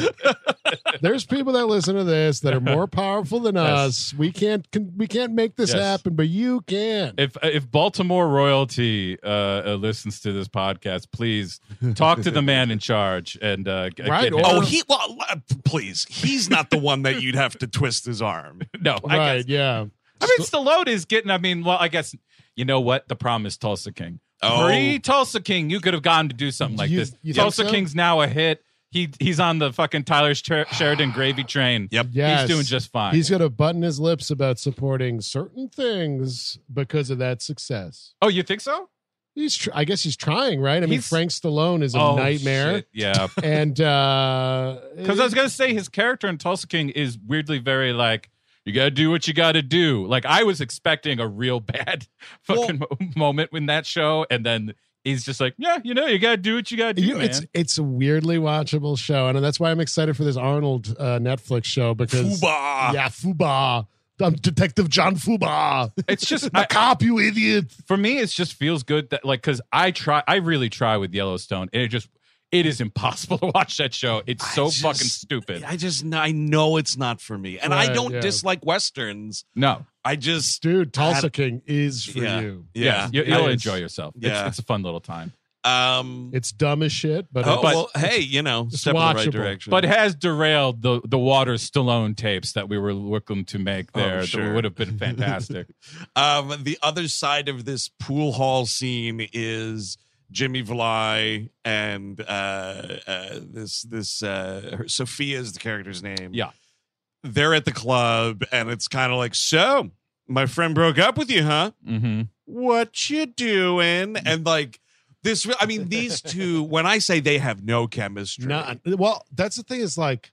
[SPEAKER 2] There's people that listen to this that are more powerful than us. We can't can, we can't make this
[SPEAKER 3] Yes.
[SPEAKER 2] happen, but you can.
[SPEAKER 3] If if Baltimore royalty uh, uh, listens to this podcast, please talk to the man in charge and uh, g-
[SPEAKER 2] Right,
[SPEAKER 3] get him-
[SPEAKER 2] or-
[SPEAKER 1] oh, he well, uh, please, he's not the one that you'd have to twist his [LAUGHS] arm.
[SPEAKER 3] no, I
[SPEAKER 2] right?
[SPEAKER 3] guess.
[SPEAKER 2] yeah.
[SPEAKER 3] I mean, Stallone is getting. I mean, well, I guess you know what the problem is. Tulsa King,
[SPEAKER 1] Oh.
[SPEAKER 3] pre Tulsa King, you could have gone to do something like
[SPEAKER 2] You-
[SPEAKER 3] this.
[SPEAKER 2] you think
[SPEAKER 3] Tulsa
[SPEAKER 2] so?
[SPEAKER 3] King's now a hit. He he's on the fucking
[SPEAKER 1] [SIGHS]
[SPEAKER 3] Tyler Sher- Sheridan gravy train.
[SPEAKER 1] Yep.
[SPEAKER 2] Yes.
[SPEAKER 3] he's doing just fine.
[SPEAKER 2] He's going to button his lips about supporting certain things because of that success.
[SPEAKER 3] oh, you think so?
[SPEAKER 2] He's, tr- I guess, he's trying, right? I mean,
[SPEAKER 3] He's-
[SPEAKER 2] Frank Stallone is a
[SPEAKER 3] oh
[SPEAKER 2] nightmare,
[SPEAKER 3] shit,
[SPEAKER 2] [LAUGHS]
[SPEAKER 3] Yeah,
[SPEAKER 2] and uh, because
[SPEAKER 3] [LAUGHS] because I was gonna say his character in Tulsa King is weirdly very like. You gotta do what you gotta do. Like I was expecting a real [LAUGHS] bad fucking mo- moment in that show, and then he's just like, "Yeah, you know, you gotta do what you gotta do."
[SPEAKER 2] You-
[SPEAKER 3] man.
[SPEAKER 2] it's it's a weirdly watchable show, and that's why I'm excited for this Arnold uh, Netflix show because
[SPEAKER 1] Fuba.
[SPEAKER 2] yeah, Fuba, I'm Detective John Fuba, [LAUGHS]
[SPEAKER 3] It's just
[SPEAKER 2] a cop, you idiot.
[SPEAKER 3] for me it just feels good that like because i try i really try with yellowstone and it just it is impossible [LAUGHS] to watch that show it's
[SPEAKER 1] I
[SPEAKER 3] so
[SPEAKER 1] just-
[SPEAKER 3] fucking stupid
[SPEAKER 1] I just I know it's not for me, and I
[SPEAKER 2] Right,
[SPEAKER 1] don't
[SPEAKER 2] yeah.
[SPEAKER 1] dislike westerns.
[SPEAKER 3] no
[SPEAKER 1] I just
[SPEAKER 2] Dude, Tulsa
[SPEAKER 1] Had-
[SPEAKER 2] King is for
[SPEAKER 1] Yeah.
[SPEAKER 2] you.
[SPEAKER 1] yeah.
[SPEAKER 3] you, will
[SPEAKER 2] Yes.
[SPEAKER 3] enjoy yourself it's,
[SPEAKER 1] Yeah.
[SPEAKER 3] it's a fun little time
[SPEAKER 1] Um.
[SPEAKER 2] It's dumb as shit, but
[SPEAKER 1] oh
[SPEAKER 3] but-
[SPEAKER 1] well, hey, you know,
[SPEAKER 2] It's
[SPEAKER 1] step in the right
[SPEAKER 2] watchable.
[SPEAKER 1] direction.
[SPEAKER 3] but it has derailed the the water stallone tapes that we were looking to make
[SPEAKER 1] Oh,
[SPEAKER 3] there
[SPEAKER 1] sure.
[SPEAKER 3] that would have
[SPEAKER 1] [LAUGHS]
[SPEAKER 3] been fantastic
[SPEAKER 1] Um, the other side of this pool hall scene is Jimmy Vly and uh, uh, this this uh, her- Sophia is the character's name.
[SPEAKER 3] Yeah.
[SPEAKER 1] they're at the club, and it's kind of like, so my friend broke up with you, huh?
[SPEAKER 3] Mhm.
[SPEAKER 1] What you doing? And like this, I mean, these two. When I say they have no chemistry,
[SPEAKER 2] Not well. That's the thing. Is like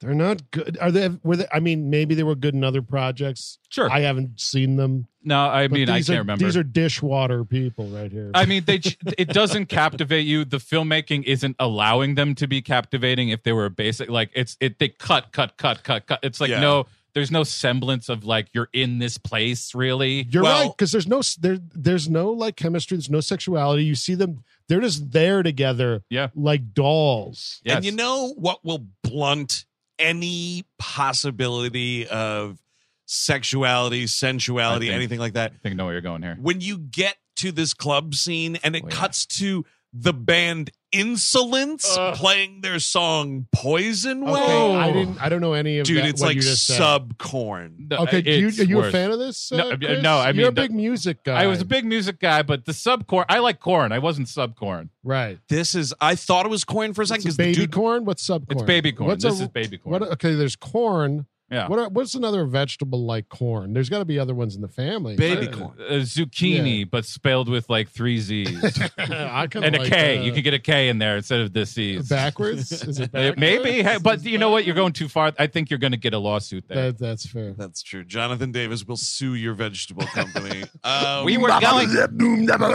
[SPEAKER 2] they're not good. Are they? Were they? I mean, maybe they were good in other projects.
[SPEAKER 3] sure
[SPEAKER 2] I haven't seen them.
[SPEAKER 3] no i
[SPEAKER 2] but
[SPEAKER 3] mean i
[SPEAKER 2] these
[SPEAKER 3] can't
[SPEAKER 2] are,
[SPEAKER 3] remember
[SPEAKER 2] These are dishwater people right here.
[SPEAKER 3] I mean, they it doesn't captivate you. The filmmaking isn't allowing them to be captivating. If they were basic, like it's it, they cut, cut, cut, cut, cut. It's like
[SPEAKER 1] Yeah.
[SPEAKER 3] no, there's no semblance of like you're in this place really.
[SPEAKER 2] You're
[SPEAKER 1] well-
[SPEAKER 2] right because there's no there there's no like chemistry. There's no sexuality. You see them. They're just there together.
[SPEAKER 3] Yeah.
[SPEAKER 2] like dolls.
[SPEAKER 3] Yes.
[SPEAKER 1] And you know what will blunt any possibility of sexuality, sensuality,
[SPEAKER 3] I think-
[SPEAKER 1] anything like that?
[SPEAKER 3] I think I know where you're going here.
[SPEAKER 1] When you get to this club scene and it
[SPEAKER 3] Oh, yeah.
[SPEAKER 1] cuts to the band Insolence playing their song Poison Way.
[SPEAKER 2] Okay, I didn't. I don't know any of
[SPEAKER 1] Dude,
[SPEAKER 2] that,
[SPEAKER 1] it's
[SPEAKER 2] what
[SPEAKER 1] like
[SPEAKER 2] you just said.
[SPEAKER 1] subcorn.
[SPEAKER 3] No,
[SPEAKER 2] Okay, do you,
[SPEAKER 3] uh, it's
[SPEAKER 2] are you a
[SPEAKER 3] worse.
[SPEAKER 2] fan of this?
[SPEAKER 3] No,
[SPEAKER 2] uh,
[SPEAKER 3] I mean,
[SPEAKER 2] Chris?
[SPEAKER 3] no, I
[SPEAKER 2] you're a
[SPEAKER 3] mean, the-
[SPEAKER 2] big music guy.
[SPEAKER 3] I was a big music guy, but the subcorn. I like corn. I wasn't subcorn.
[SPEAKER 2] right.
[SPEAKER 1] This is I thought it was corn for a second because
[SPEAKER 2] It's baby
[SPEAKER 1] the dude
[SPEAKER 2] corn. What's subcorn?
[SPEAKER 3] It's baby corn.
[SPEAKER 2] What's
[SPEAKER 3] this
[SPEAKER 2] a-
[SPEAKER 3] is baby corn.
[SPEAKER 2] What, okay, there's corn.
[SPEAKER 3] yeah.
[SPEAKER 2] What are, what's another vegetable like corn? There's got to be other ones in the family.
[SPEAKER 1] baby
[SPEAKER 2] Uh,
[SPEAKER 1] corn.
[SPEAKER 3] a zucchini, but spelled with like
[SPEAKER 2] [LAUGHS]
[SPEAKER 3] three Z's
[SPEAKER 2] [LAUGHS] I kinda
[SPEAKER 3] and a
[SPEAKER 2] like uh,
[SPEAKER 3] K.
[SPEAKER 2] that.
[SPEAKER 3] you could get a K in there instead of the C's.
[SPEAKER 2] backwards. Is
[SPEAKER 3] [LAUGHS]
[SPEAKER 2] it
[SPEAKER 3] Uh,
[SPEAKER 2] backwards?
[SPEAKER 3] Maybe, hey, but
[SPEAKER 2] Is
[SPEAKER 3] you know what? You're going too far. I think you're going to get a lawsuit there.
[SPEAKER 2] That, that's fair.
[SPEAKER 1] That's true. Jonathan Davis will sue your vegetable company. Um,
[SPEAKER 6] We were going.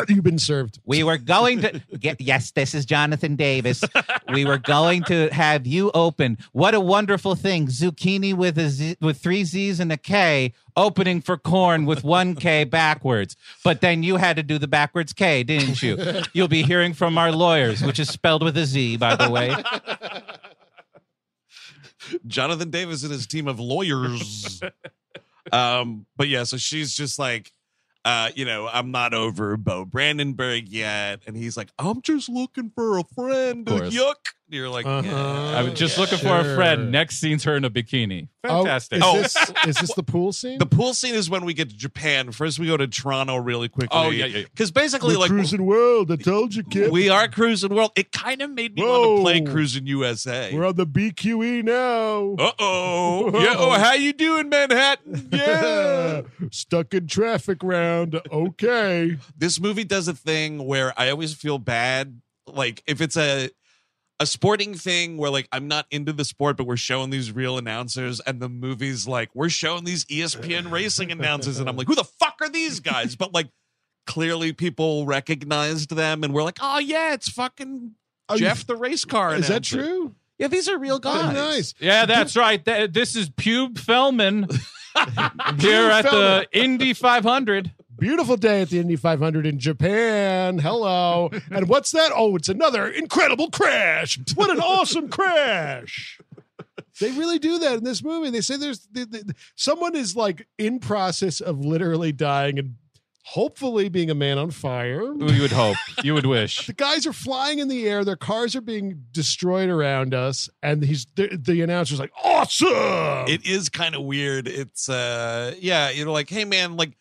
[SPEAKER 2] You've been served.
[SPEAKER 6] We were going to get, yes, this is Jonathan Davis. We were going to have you open. What a wonderful thing. Zucchini with a Z, with three Z's and a K, opening for corn with one K backwards. But then you had to do the backwards K, didn't you? You'll be hearing from our lawyers, which is spelled with a Z, by the way.
[SPEAKER 1] Jonathan Davis and his team of
[SPEAKER 3] [LAUGHS]
[SPEAKER 1] lawyers. um, but yeah, so she's just like, uh, you know, I'm not over Bo Brandenburg yet, and he's like, I'm just looking for a friend.
[SPEAKER 3] Of course.
[SPEAKER 1] Yuck! And you're like,
[SPEAKER 2] Uh-huh.
[SPEAKER 1] yeah.
[SPEAKER 3] I was just
[SPEAKER 1] Yeah.
[SPEAKER 3] looking for a
[SPEAKER 2] Sure.
[SPEAKER 3] friend. Next scene's her in a bikini.
[SPEAKER 2] Oh,
[SPEAKER 3] Fantastic.
[SPEAKER 2] is,
[SPEAKER 3] Oh,
[SPEAKER 2] This, is this the pool scene?
[SPEAKER 1] The pool scene is when we get to Japan. First, we go to Toronto really quickly.
[SPEAKER 3] Oh, yeah, yeah, yeah.
[SPEAKER 1] Because basically,
[SPEAKER 2] We're
[SPEAKER 1] like
[SPEAKER 2] cruising world. I told you, kid.
[SPEAKER 1] we are cruising world. It kind of made me want to
[SPEAKER 2] Whoa.
[SPEAKER 1] play cruising USA.
[SPEAKER 2] We're on the BQE now.
[SPEAKER 1] Uh
[SPEAKER 3] [LAUGHS]
[SPEAKER 1] oh. yeah. Oh, how you doing, Manhattan? Yeah.
[SPEAKER 2] Stuck in traffic round. Okay.
[SPEAKER 1] this movie does a thing where I always feel bad. Like if it's a a sporting thing where like I'm not into the sport, but we're showing these real announcers, and the movie's like we're showing these E ESPN racing announcers, and I'm like, who the fuck are these guys? But like clearly people recognized them, and we're like, oh yeah, it's fucking
[SPEAKER 2] Are you-
[SPEAKER 1] Jeff the race car.
[SPEAKER 2] Is that
[SPEAKER 1] announcer."
[SPEAKER 2] true?
[SPEAKER 1] Yeah, [LAUGHS] these are real guys.
[SPEAKER 2] Very nice.
[SPEAKER 3] yeah, that's right. That, this is
[SPEAKER 1] [LAUGHS]
[SPEAKER 3] Pube Fellman here at the Indy 500.
[SPEAKER 2] Beautiful day at the Indy 500 in Japan. Hello. And what's that? Oh, it's another incredible crash. What an awesome crash. They really do that in this movie. They say there's the, the, someone is like in process of literally dying and hopefully being a man on fire.
[SPEAKER 3] You would hope. You would wish.
[SPEAKER 2] The guys are flying in the air. Their cars are being destroyed around us, and he's the, the announcer's like, "Awesome!"
[SPEAKER 1] it is kind of weird. It's uh yeah, you know, like, hey man, like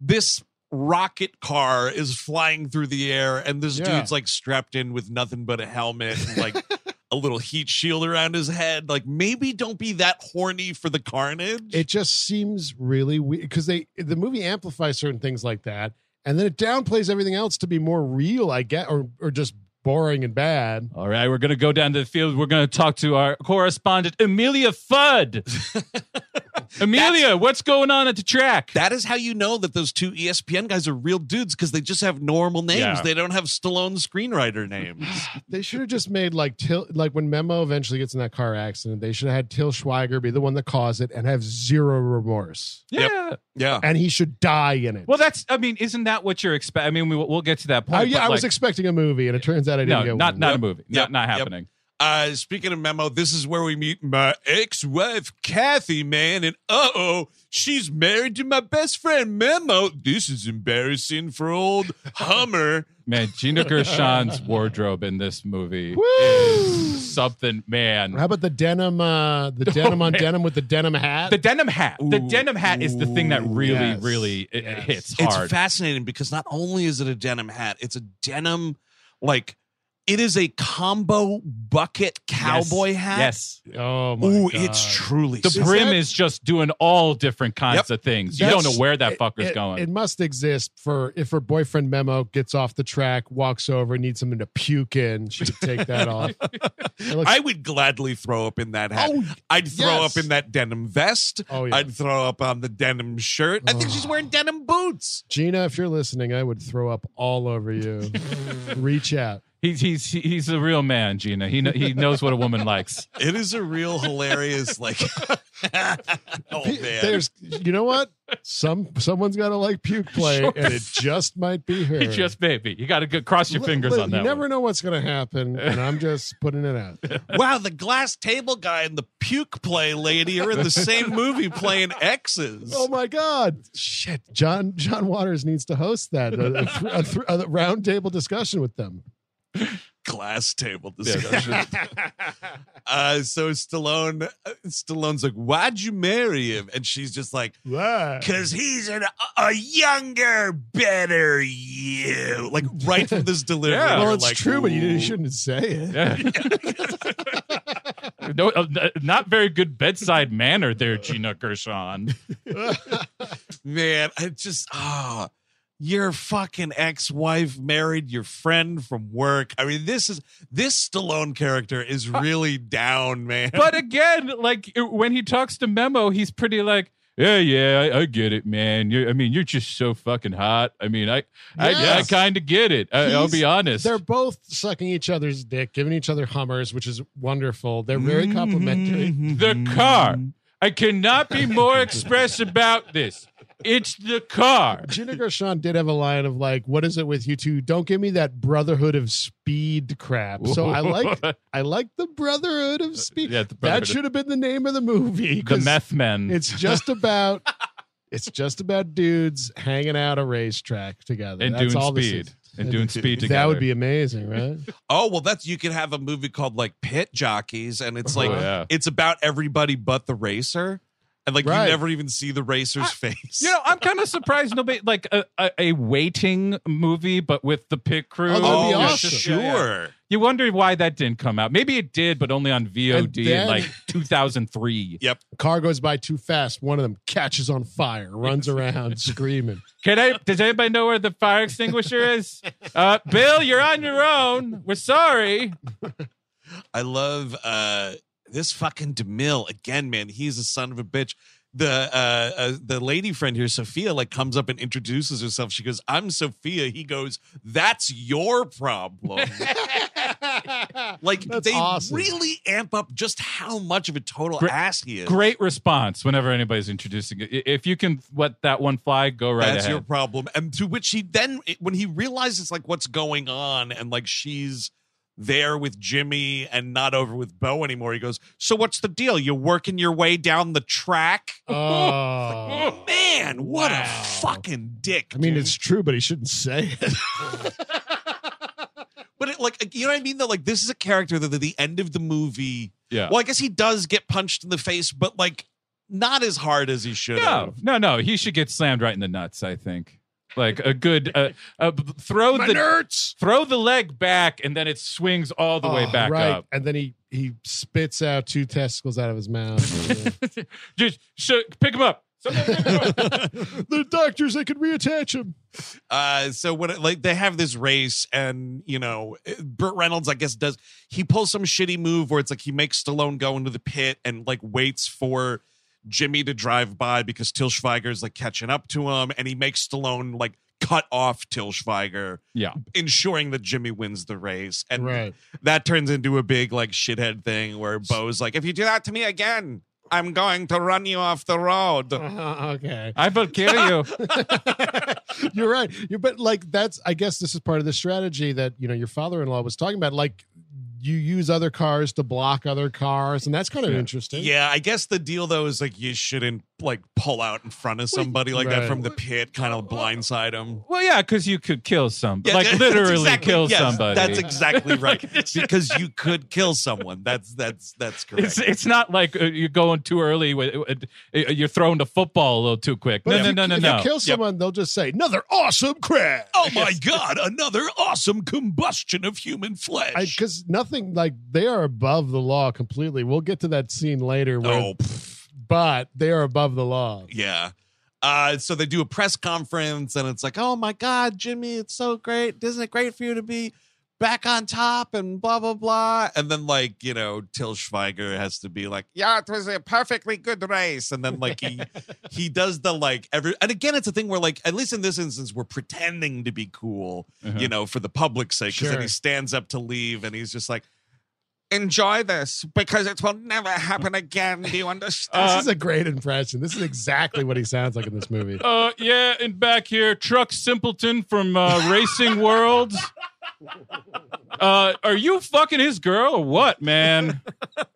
[SPEAKER 1] this rocket car is flying through the air and this
[SPEAKER 2] Yeah.
[SPEAKER 1] dude's like strapped in with nothing but a helmet and like a little heat shield around his head. Like maybe don't be that horny for the carnage.
[SPEAKER 2] it just seems really weird because they the movie amplifies certain things like that, and then it downplays everything else to be more real, I guess, or or just boring and bad.
[SPEAKER 3] All right, we're going to go down to the field. We're going to talk to our correspondent, Amelia [LAUGHS] Fudd. Amelia, what's going on at the track?
[SPEAKER 1] that is how you know that those two E ESPN guys are real dudes because they just have normal names.
[SPEAKER 3] Yeah.
[SPEAKER 1] They don't have Stallone screenwriter
[SPEAKER 2] [SIGHS]
[SPEAKER 1] names.
[SPEAKER 2] They should have just made like Till, like when Memo eventually gets in that car accident, they should have had Till Schweiger be the one that caused it and have zero remorse,
[SPEAKER 1] Yep.
[SPEAKER 3] Yeah.
[SPEAKER 1] yeah.
[SPEAKER 2] and he should die in it.
[SPEAKER 3] Well, that's. I mean, isn't that what you're expecting? I mean, we, we'll get to that point.
[SPEAKER 2] I, yeah,
[SPEAKER 3] but
[SPEAKER 2] I was
[SPEAKER 3] like-
[SPEAKER 2] expecting a movie, and it turns out I didn't
[SPEAKER 3] no,
[SPEAKER 2] get
[SPEAKER 3] not
[SPEAKER 2] one.
[SPEAKER 3] not a movie.
[SPEAKER 1] Yep.
[SPEAKER 3] Not not
[SPEAKER 1] Yep.
[SPEAKER 3] happening.
[SPEAKER 1] Uh, speaking of memo, this is where we meet my ex-wife Kathy, man, and uh oh, she's married to my best friend Memo. This is embarrassing for
[SPEAKER 2] [LAUGHS]
[SPEAKER 1] old Hummer.
[SPEAKER 3] Man, [LAUGHS] Gina Gershon's wardrobe in this movie is something. Man,
[SPEAKER 2] How about the denim? Uh,
[SPEAKER 3] [LAUGHS]
[SPEAKER 2] the denim on
[SPEAKER 3] Oh, man.
[SPEAKER 2] denim with the denim hat.
[SPEAKER 3] the denim hat. The
[SPEAKER 1] Ooh.
[SPEAKER 3] denim hat is the thing that really,
[SPEAKER 2] Yes.
[SPEAKER 3] really i-
[SPEAKER 2] Yes.
[SPEAKER 3] hits
[SPEAKER 1] It's
[SPEAKER 3] hard.
[SPEAKER 1] fascinating because not only is it a denim hat, it's a denim like it is a combo bucket
[SPEAKER 3] Yes.
[SPEAKER 1] cowboy hat.
[SPEAKER 3] Yes,
[SPEAKER 2] oh my
[SPEAKER 1] Ooh,
[SPEAKER 2] God.
[SPEAKER 1] it's truly
[SPEAKER 3] the
[SPEAKER 1] sick.
[SPEAKER 3] brim
[SPEAKER 2] that-
[SPEAKER 3] is just doing all different kinds of things. You don't know
[SPEAKER 2] That's-
[SPEAKER 3] where that
[SPEAKER 2] it-
[SPEAKER 3] fucker's
[SPEAKER 2] it-
[SPEAKER 3] going.
[SPEAKER 2] It must exist for if her boyfriend memo gets off the track, walks over, needs someone to puke in. She could take that
[SPEAKER 3] [LAUGHS]
[SPEAKER 2] off. It looks-
[SPEAKER 1] I would gladly throw up in that hat.
[SPEAKER 2] oh,
[SPEAKER 1] I'd throw
[SPEAKER 2] yes.
[SPEAKER 1] up in that denim vest.
[SPEAKER 2] Oh, yeah.
[SPEAKER 1] I'd throw up on the denim shirt. I think she's wearing denim boots.
[SPEAKER 2] Gina, if you're listening, I would throw up all over you. Reach out.
[SPEAKER 3] he's he's he's a real man, Gina. He kn- he knows what a woman
[SPEAKER 2] [LAUGHS]
[SPEAKER 3] likes.
[SPEAKER 1] It is a real hilarious like. [LAUGHS] oh
[SPEAKER 2] P-
[SPEAKER 1] man,
[SPEAKER 2] There's, you know what? Some someone's got to like puke play, and it just might be her.
[SPEAKER 3] He just baby. You got to go cross your
[SPEAKER 2] Li-
[SPEAKER 3] fingers
[SPEAKER 2] li-
[SPEAKER 3] on that.
[SPEAKER 2] You
[SPEAKER 3] one.
[SPEAKER 2] never know what's going to happen, and I'm just putting it
[SPEAKER 3] [LAUGHS]
[SPEAKER 2] out.
[SPEAKER 1] wow! The glass table guy and the puke play lady are in the same movie playing exes.
[SPEAKER 2] Oh my God! Shit, John John Waters needs to host that a, a, th- a, th- a roundtable discussion with them.
[SPEAKER 1] glass table discussion. [LAUGHS] uh, so Stallone, uh, Stallone's like, "Why'd you marry him?" And she's just like,
[SPEAKER 2] What?
[SPEAKER 1] Cause he's an, a younger, better you. Like right from this delivery.
[SPEAKER 3] Yeah.
[SPEAKER 2] Well,
[SPEAKER 1] you're
[SPEAKER 2] it's
[SPEAKER 1] like,
[SPEAKER 2] true, but you,
[SPEAKER 1] "Ooh."
[SPEAKER 2] you shouldn't say it.
[SPEAKER 3] Yeah. [LAUGHS] no, uh, n- not very good bedside manner there, Gina
[SPEAKER 2] [LAUGHS]
[SPEAKER 3] Gershon.
[SPEAKER 1] Man, I just ah, your fucking ex-wife married your friend from work. I mean, this is this Stallone character is really down, man.
[SPEAKER 3] But again, like it- when he talks to Memo, he's pretty like, yeah, yeah, I, I get it, man. You're, I mean, you're just so fucking hot. I mean, I, I, I
[SPEAKER 2] Yes.
[SPEAKER 3] kind of get it. I, I'll
[SPEAKER 2] He's-
[SPEAKER 3] be honest.
[SPEAKER 2] They're both sucking each other's dick, giving each other hummers, which is wonderful. They're very
[SPEAKER 3] Mm-hmm.
[SPEAKER 2] complimentary.
[SPEAKER 3] the car. I cannot be more express about this. It's the car.
[SPEAKER 2] Gina Gershon did have a line of like, "What is it with you two? Don't give me that brotherhood of speed crap." So I
[SPEAKER 3] [LAUGHS]
[SPEAKER 2] like, I like the brotherhood of speed.
[SPEAKER 3] Yeah, the brotherhood
[SPEAKER 2] that
[SPEAKER 3] of-
[SPEAKER 2] should have been the name of the movie.
[SPEAKER 3] The
[SPEAKER 2] 'cause
[SPEAKER 3] meth men.
[SPEAKER 2] It's just about, it's just about dudes hanging out a racetrack together
[SPEAKER 3] and
[SPEAKER 2] That's
[SPEAKER 3] doing
[SPEAKER 2] all this
[SPEAKER 3] speed.
[SPEAKER 2] is.
[SPEAKER 3] And doing speed together.
[SPEAKER 2] That would be amazing, right?
[SPEAKER 1] oh well, that's you could have a movie called like Pit Jockeys, and it's like
[SPEAKER 3] Oh, yeah.
[SPEAKER 1] it's about everybody but the racer, and like
[SPEAKER 2] Right.
[SPEAKER 1] you never even see the racer's face.
[SPEAKER 3] You know, I'm kind of surprised nobody like a, a, a waiting movie, but with the pit crew.
[SPEAKER 2] Oh, that'd be
[SPEAKER 1] oh,
[SPEAKER 2] awesome.
[SPEAKER 1] sure.
[SPEAKER 3] You wonder why that didn't come out. Maybe it did, but only on VOD
[SPEAKER 2] And then-
[SPEAKER 3] in like 2003.
[SPEAKER 2] Car goes by too fast. One of them catches on fire,
[SPEAKER 3] [LAUGHS]
[SPEAKER 2] runs around screaming.
[SPEAKER 3] Can I? Does anybody know where the fire extinguisher is? Uh, Bill, you're on your own. We're sorry.
[SPEAKER 1] I love uh this fucking DeMille again, man. He's a son of a bitch. The uh, uh the lady friend here, Sophia, like comes up and introduces herself. She goes, "I'm Sophia." He goes, "That's your
[SPEAKER 2] [LAUGHS]
[SPEAKER 1] problem." like
[SPEAKER 2] That's
[SPEAKER 1] they
[SPEAKER 2] awesome.
[SPEAKER 1] really amp up just how much of a total
[SPEAKER 3] Great-
[SPEAKER 1] ass he is.
[SPEAKER 3] Great response whenever anybody's introducing it. I- If you can let that one fly, go right
[SPEAKER 1] That's
[SPEAKER 3] ahead.
[SPEAKER 1] your problem. And to which he then, when he realizes like what's going on and like she's there with Jimmy and not over with Bo anymore, he goes, So what's the deal? You're working your way down the track?
[SPEAKER 2] Oh.
[SPEAKER 1] Man, what
[SPEAKER 2] Wow.
[SPEAKER 1] a fucking dick.
[SPEAKER 2] I mean,
[SPEAKER 1] dude.
[SPEAKER 2] it's true, but he shouldn't say it.
[SPEAKER 1] but it, like, you know what I mean? Though, like, this is a character that at the end of the movie,
[SPEAKER 3] yeah.
[SPEAKER 1] well, I guess he does get punched in the face, but like, not as hard as he should
[SPEAKER 3] No,
[SPEAKER 1] have.
[SPEAKER 3] no, no. He should get slammed right in the nuts. I think. Like a good uh, uh, b- throw the throw the leg back and then it swings all the way
[SPEAKER 2] Oh,
[SPEAKER 3] back
[SPEAKER 2] right.
[SPEAKER 3] up.
[SPEAKER 2] And then he he spits out two testicles out of his
[SPEAKER 3] [LAUGHS]
[SPEAKER 2] mouth.
[SPEAKER 3] Just so, pick him up. Somebody pick him up. [LAUGHS]
[SPEAKER 2] the doctors they could reattach him.
[SPEAKER 1] Uh, so when it, like they have this race, and you know, eh, Burt Reynolds, I guess, does he pulls some shitty move where it's like he makes Stallone go into the pit and like waits for Jimmy to drive by because Till Schweiger's like catching up to him, and he makes Stallone like cut off Till Schweiger,
[SPEAKER 3] Yeah.
[SPEAKER 1] ensuring that Jimmy wins the race, and
[SPEAKER 3] [LAUGHS]
[SPEAKER 2] Right.
[SPEAKER 1] that turns into a big like shithead thing where Bo's like, if you do that to me again, I'm going to run you off the road.
[SPEAKER 2] Uh, okay.
[SPEAKER 3] I will kill you.
[SPEAKER 1] [LAUGHS]
[SPEAKER 2] You're right. You but like that's I guess this is part of the strategy that you know your father-in-law was talking about like you use other cars to block other cars and that's kind of interesting.
[SPEAKER 1] Yeah, I guess the deal though is like you shouldn't like pull out in front of somebody like
[SPEAKER 2] Right.
[SPEAKER 1] that from the pit, kind of blindside them.
[SPEAKER 3] Well, yeah, because you could kill some, like literally kill somebody. [LAUGHS]
[SPEAKER 1] That's exactly right. because you could kill someone. That's that's that's correct.
[SPEAKER 3] [LAUGHS] It's it's not like uh, you're going too early. With, uh, you're throwing the football a little too quick.
[SPEAKER 2] But
[SPEAKER 3] No,
[SPEAKER 2] if
[SPEAKER 3] no,
[SPEAKER 2] you,
[SPEAKER 3] no, no,
[SPEAKER 2] if
[SPEAKER 3] no.
[SPEAKER 2] you kill someone, they'll just say another awesome crash.
[SPEAKER 1] oh my god, another awesome combustion of human flesh.
[SPEAKER 2] because nothing like they are above the law completely. We'll get to that scene later. Where,
[SPEAKER 1] oh pff,
[SPEAKER 2] but they are above the law.
[SPEAKER 1] yeah. Uh, so they do a press conference and it's like, oh my God, Jimmy, it's so great. Isn't it great for you to be back on top and blah, blah, blah? And then, like, you know, Till Schweiger has to be like, yeah, it was a perfectly good race. And then, like, he he does the like every, and again, it's a thing where, like, at least in this instance, we're pretending to be cool, you know, for the public's sake. Because
[SPEAKER 2] Sure.
[SPEAKER 1] then he stands up to leave and he's just like, enjoy this because it will never happen again. Do you understand?
[SPEAKER 2] This is a great impression. This is exactly what he sounds like in this [LAUGHS] movie.
[SPEAKER 3] Uh, yeah, and back here, Truck Simpleton from uh, Racing Worlds. Uh, are you fucking his girl or what, man?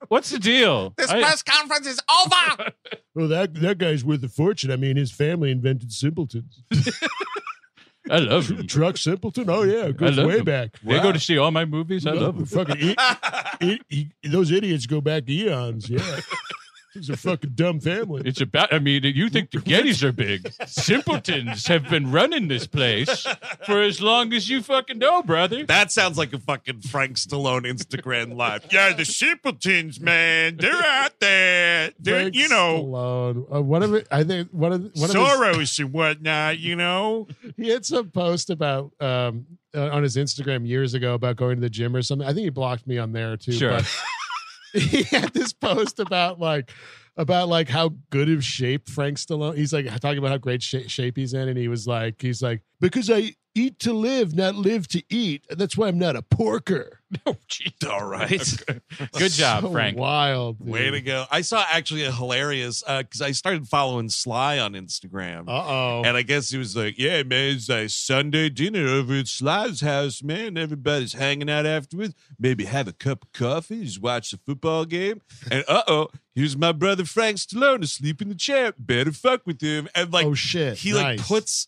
[SPEAKER 3] What's the deal? I-
[SPEAKER 1] conference is over.
[SPEAKER 2] Well, that that guy's worth a fortune. I mean, his family invented simpletons.
[SPEAKER 3] I love you.
[SPEAKER 2] Truck Simpleton. Oh yeah, it
[SPEAKER 3] I
[SPEAKER 2] goes
[SPEAKER 3] love
[SPEAKER 2] way
[SPEAKER 3] them.
[SPEAKER 2] back.
[SPEAKER 3] They go to see all my movies. I love them.
[SPEAKER 2] Fucking e- e- e- those idiots go back eons. [LAUGHS] Yeah, these are fucking dumb family.
[SPEAKER 3] It's about. I mean, you think the Gettys are big? Simpletons have been running this place for as long as you fucking know, brother.
[SPEAKER 1] [LAUGHS] That sounds like a fucking Frank Stallone Instagram live.
[SPEAKER 5] Yeah, the simpletons, man. They're out there. They're,
[SPEAKER 2] Frank
[SPEAKER 5] you know,
[SPEAKER 2] Stallone. Uh, one of it. I think one of one of his-
[SPEAKER 5] Soros and whatnot, you
[SPEAKER 2] [LAUGHS]
[SPEAKER 5] know?
[SPEAKER 2] he had some post about um uh, on his Instagram years ago about going to the gym or something. I think he blocked me on there too.
[SPEAKER 3] Sure.
[SPEAKER 2] But [LAUGHS] he had this post about like about like how good of shape Frank Stallone. He's like talking about how great sh- shape he's in, and he was like he's like because I eat to live, not live to eat. That's why I'm not a porker.
[SPEAKER 1] All right.
[SPEAKER 2] [LAUGHS]
[SPEAKER 3] Good job,
[SPEAKER 2] So
[SPEAKER 3] Frank.
[SPEAKER 2] Wild. dude.
[SPEAKER 1] Way to go. I saw actually a hilarious because I started following Sly on Instagram.
[SPEAKER 2] Uh oh.
[SPEAKER 1] And I guess he was like,
[SPEAKER 5] Yeah, man, it's like Sunday dinner over at Sly's house, man. Everybody's hanging out afterwards. Maybe have a cup of coffee, just watch the football game. And uh oh, here's my brother Frank Stallone asleep in the chair. Better fuck with him. And like,
[SPEAKER 2] oh shit.
[SPEAKER 1] he like
[SPEAKER 2] Nice.
[SPEAKER 1] puts,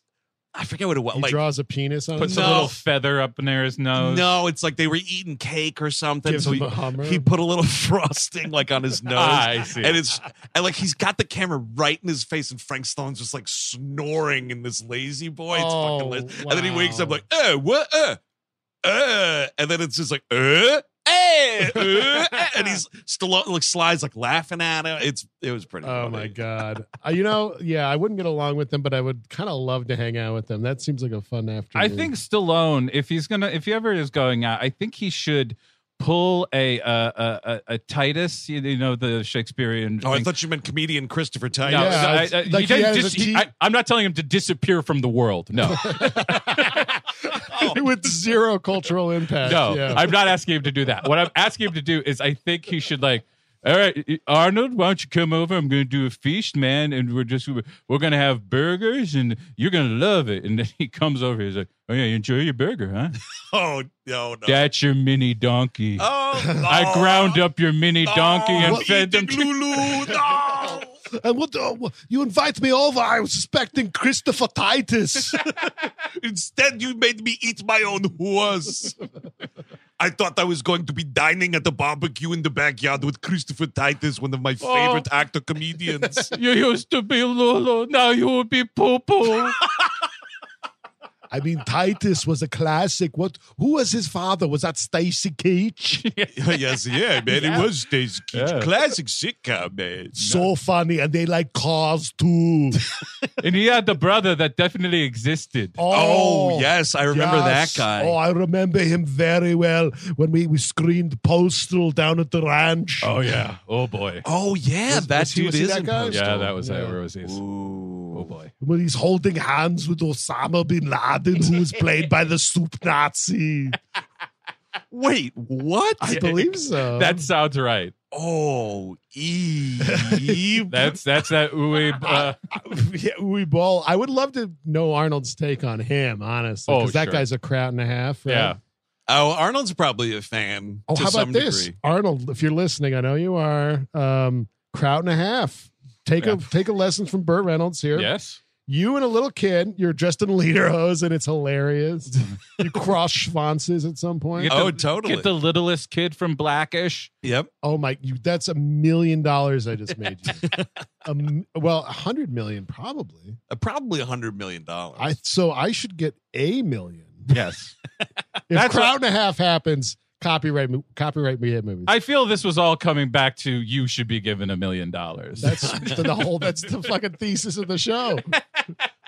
[SPEAKER 1] I forget what it was.
[SPEAKER 2] He
[SPEAKER 1] like,
[SPEAKER 2] draws a penis on
[SPEAKER 3] Puts
[SPEAKER 2] him.
[SPEAKER 3] a little
[SPEAKER 1] No.
[SPEAKER 3] feather up in there his nose.
[SPEAKER 1] no, it's like they were eating cake or something.
[SPEAKER 2] Gives
[SPEAKER 1] So
[SPEAKER 2] him
[SPEAKER 1] he,
[SPEAKER 2] a hummer.
[SPEAKER 1] he put a little [LAUGHS] frosting like on
[SPEAKER 3] [LAUGHS]
[SPEAKER 1] his nose.
[SPEAKER 3] I see.
[SPEAKER 1] And it's and like he's got the camera right in his face, and Frank Stallone's just like snoring in this lazy boy. It's
[SPEAKER 2] Oh,
[SPEAKER 1] fucking lis- And then he wakes up
[SPEAKER 2] wow.
[SPEAKER 1] like, uh, what, uh, uh, and then it's just like, uh, eh, uh,
[SPEAKER 3] [LAUGHS]
[SPEAKER 1] eh," and he's Stallone like slides like laughing at him. It's it was pretty.
[SPEAKER 2] Oh
[SPEAKER 1] funny.
[SPEAKER 2] my god! Uh, you know, yeah, I wouldn't get along with them, but I would kind of love to hang out with them. That seems like a fun
[SPEAKER 3] I
[SPEAKER 2] afternoon. [LAUGHS]
[SPEAKER 3] think Stallone, if he's gonna, if he ever is going out, I think he should pull a uh, a a, a Titus, you, you know, the Shakespearean.
[SPEAKER 1] Oh, I
[SPEAKER 3] thing.
[SPEAKER 1] thought you meant comedian Christopher Titus.
[SPEAKER 3] No,
[SPEAKER 2] Yeah,
[SPEAKER 3] I- I-
[SPEAKER 2] it's
[SPEAKER 3] I-
[SPEAKER 2] like
[SPEAKER 3] he
[SPEAKER 2] he
[SPEAKER 3] didn't
[SPEAKER 2] has
[SPEAKER 3] dis-
[SPEAKER 2] a T-
[SPEAKER 3] he- I, am not telling him to disappear from the world. No,
[SPEAKER 2] with zero cultural impact.
[SPEAKER 3] no,
[SPEAKER 2] yeah.
[SPEAKER 3] I'm not asking him to do that. What I'm asking him to do is, I think he should like. All right, Arnold, why don't you come over? I'm going to do a feast, man, and we're just we're going to have burgers, and you're going to love it. And then he comes over. He's like, "Oh yeah, you enjoy your burger, huh?
[SPEAKER 1] [LAUGHS] Oh no, no.
[SPEAKER 3] That's your mini donkey.
[SPEAKER 1] Oh,
[SPEAKER 3] [LAUGHS] I ground up your mini donkey and
[SPEAKER 1] Oh,
[SPEAKER 3] fed them
[SPEAKER 1] eating
[SPEAKER 3] to
[SPEAKER 1] Lulu. No.
[SPEAKER 2] and what, the- what- you invite me over? I was expecting Christopher [LAUGHS] Titus.
[SPEAKER 1] Instead, you made me eat my own horse. [LAUGHS] I thought I was going to be dining at the barbecue in the backyard with Christopher Titus, one of my favorite actor comedians. [LAUGHS]
[SPEAKER 3] you used to be Lulu, now you will be Poo Poo.
[SPEAKER 1] [LAUGHS]
[SPEAKER 2] I mean, Titus was a classic. What? Who was his father? Was that
[SPEAKER 1] [LAUGHS]
[SPEAKER 2] Stacy Keach?
[SPEAKER 1] yes, yeah, man. It was Stacy Keach.
[SPEAKER 3] Yeah.
[SPEAKER 1] Classic sitcom, man.
[SPEAKER 2] So funny, and they like cars too.
[SPEAKER 3] and he had the brother that definitely existed.
[SPEAKER 1] Oh, yes, I remember
[SPEAKER 2] Yes.
[SPEAKER 1] that guy.
[SPEAKER 2] Oh, I remember him very well when we, we screened Postal down at the ranch.
[SPEAKER 3] yeah. Oh boy.
[SPEAKER 1] Oh, yeah, that
[SPEAKER 2] was he-
[SPEAKER 1] dude
[SPEAKER 2] was he
[SPEAKER 1] is
[SPEAKER 2] that
[SPEAKER 1] in
[SPEAKER 2] guy?
[SPEAKER 1] Post-
[SPEAKER 3] Yeah, that was
[SPEAKER 2] Yeah.
[SPEAKER 3] where was he? Oh boy.
[SPEAKER 2] when he's holding hands with Osama bin Laden, who was played by the soup Nazi.
[SPEAKER 1] Wait, what?
[SPEAKER 2] I believe so.
[SPEAKER 3] That sounds right.
[SPEAKER 1] oh, Eve.
[SPEAKER 3] That's that's that
[SPEAKER 2] [LAUGHS]
[SPEAKER 3] Uwe. Uh,
[SPEAKER 2] yeah, we ball. I would love to know Arnold's take on him, honestly, because
[SPEAKER 3] Oh,
[SPEAKER 2] that
[SPEAKER 3] sure.
[SPEAKER 2] guy's a crowd and a half. Right?
[SPEAKER 3] yeah.
[SPEAKER 1] oh, Arnold's probably a fan.
[SPEAKER 2] Oh,
[SPEAKER 1] to
[SPEAKER 2] how
[SPEAKER 1] some
[SPEAKER 2] about this,
[SPEAKER 1] degree.
[SPEAKER 2] Arnold? If you're listening, I know you are. Um, crowd and a half. Take a take a lesson from Burt Reynolds here.
[SPEAKER 3] Yes.
[SPEAKER 2] You and a little kid, you're dressed in lederhose, and it's hilarious. you cross schwanzes at some point.
[SPEAKER 3] Get
[SPEAKER 1] Oh,
[SPEAKER 3] the-
[SPEAKER 1] totally.
[SPEAKER 3] Get the littlest kid from Blackish.
[SPEAKER 1] Yep.
[SPEAKER 2] Oh my, you, that's a million dollars I just made you.
[SPEAKER 3] [LAUGHS]
[SPEAKER 2] um, well, a hundred million probably.
[SPEAKER 1] Uh, probably a hundred million dollars.
[SPEAKER 2] I so I should get a million.
[SPEAKER 3] [LAUGHS] Yes.
[SPEAKER 2] If
[SPEAKER 3] That's
[SPEAKER 2] crowd and a half happens, copyright mo- copyright me hit [LAUGHS] movies.
[SPEAKER 3] I [LAUGHS] feel this was all coming back to you should be given a million dollars.
[SPEAKER 2] that's the, the whole. That's the fucking thesis of the
[SPEAKER 3] [LAUGHS]
[SPEAKER 2] show.
[SPEAKER 1] [LAUGHS]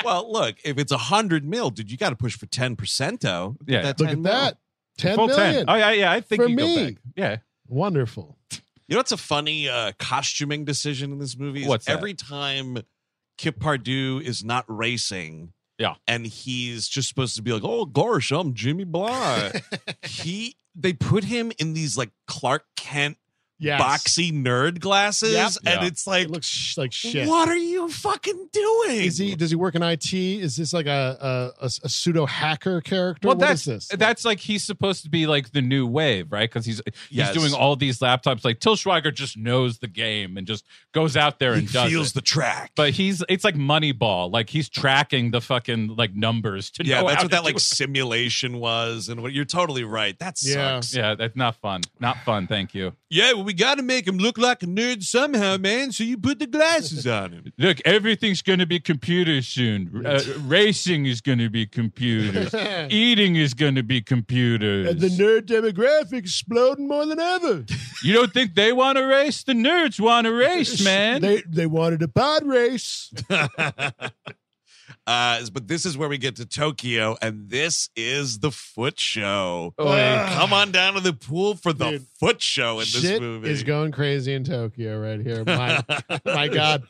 [SPEAKER 1] well, look, if it's a hundred mil, dude, you got to push for ten percent. Oh,
[SPEAKER 3] Yeah.
[SPEAKER 2] Look at that, ten million.
[SPEAKER 3] Oh yeah, yeah. I think
[SPEAKER 2] For
[SPEAKER 3] you go
[SPEAKER 2] me.
[SPEAKER 3] back. Yeah.
[SPEAKER 2] Wonderful.
[SPEAKER 1] You know what's a funny uh, costuming decision in this movie? is
[SPEAKER 3] What's that?
[SPEAKER 1] every time Kip Pardue is not racing,
[SPEAKER 3] Yeah.
[SPEAKER 1] and he's just supposed to be like, "Oh gosh,
[SPEAKER 3] [LAUGHS]
[SPEAKER 1] I'm Jimmy Bly." he they put him in these like Clark Kent
[SPEAKER 2] Yes.
[SPEAKER 1] boxy nerd glasses,
[SPEAKER 2] Yep.
[SPEAKER 1] and
[SPEAKER 3] Yeah.
[SPEAKER 1] it's like,
[SPEAKER 2] It looks sh- like shit.
[SPEAKER 1] what are you fucking doing?
[SPEAKER 2] Is he? Does he work in IT? Is this like a a, a, a pseudo hacker character?
[SPEAKER 3] Well,
[SPEAKER 2] what
[SPEAKER 3] that's
[SPEAKER 2] is this?
[SPEAKER 3] that's like he's supposed to be like the new wave, right? Because he's
[SPEAKER 1] Yes.
[SPEAKER 3] he's doing all these laptops. Like Till Schweiger just knows the game and just goes out there
[SPEAKER 1] he
[SPEAKER 3] and does
[SPEAKER 1] feels
[SPEAKER 3] it.
[SPEAKER 1] the track.
[SPEAKER 3] but he's it's like Moneyball, like he's tracking the fucking like numbers to
[SPEAKER 1] yeah,
[SPEAKER 3] know
[SPEAKER 1] that's
[SPEAKER 3] how
[SPEAKER 1] what
[SPEAKER 3] to
[SPEAKER 1] that
[SPEAKER 3] do
[SPEAKER 1] like
[SPEAKER 3] it.
[SPEAKER 1] simulation was, and what you're totally right. That
[SPEAKER 2] Yeah.
[SPEAKER 1] sucks.
[SPEAKER 3] Yeah, that's not fun. Not fun. Thank you.
[SPEAKER 5] Yeah, well, we got to make him look like a nerd somehow, man. So you put the glasses on
[SPEAKER 2] [LAUGHS]
[SPEAKER 5] him.
[SPEAKER 3] Look, everything's going to be computers soon.
[SPEAKER 1] [LAUGHS]
[SPEAKER 3] Uh, racing is going to be computers. [LAUGHS] Eating is going to be computers.
[SPEAKER 2] [LAUGHS] And the nerd demographic exploding more than ever.
[SPEAKER 3] you don't think they want to race? The nerds want
[SPEAKER 2] [LAUGHS]
[SPEAKER 3] to race, man.
[SPEAKER 2] They they wanted a pod
[SPEAKER 1] [LAUGHS]
[SPEAKER 2] race.
[SPEAKER 1] Uh, but this is where we get to Tokyo, and this is the foot show.
[SPEAKER 3] Oh, yeah.
[SPEAKER 1] Come on down to the pool for the
[SPEAKER 2] Dude,
[SPEAKER 1] foot show Oh, in this
[SPEAKER 2] Shit
[SPEAKER 1] movie.
[SPEAKER 2] is going crazy in Tokyo right here.
[SPEAKER 1] [LAUGHS]
[SPEAKER 2] My, my God,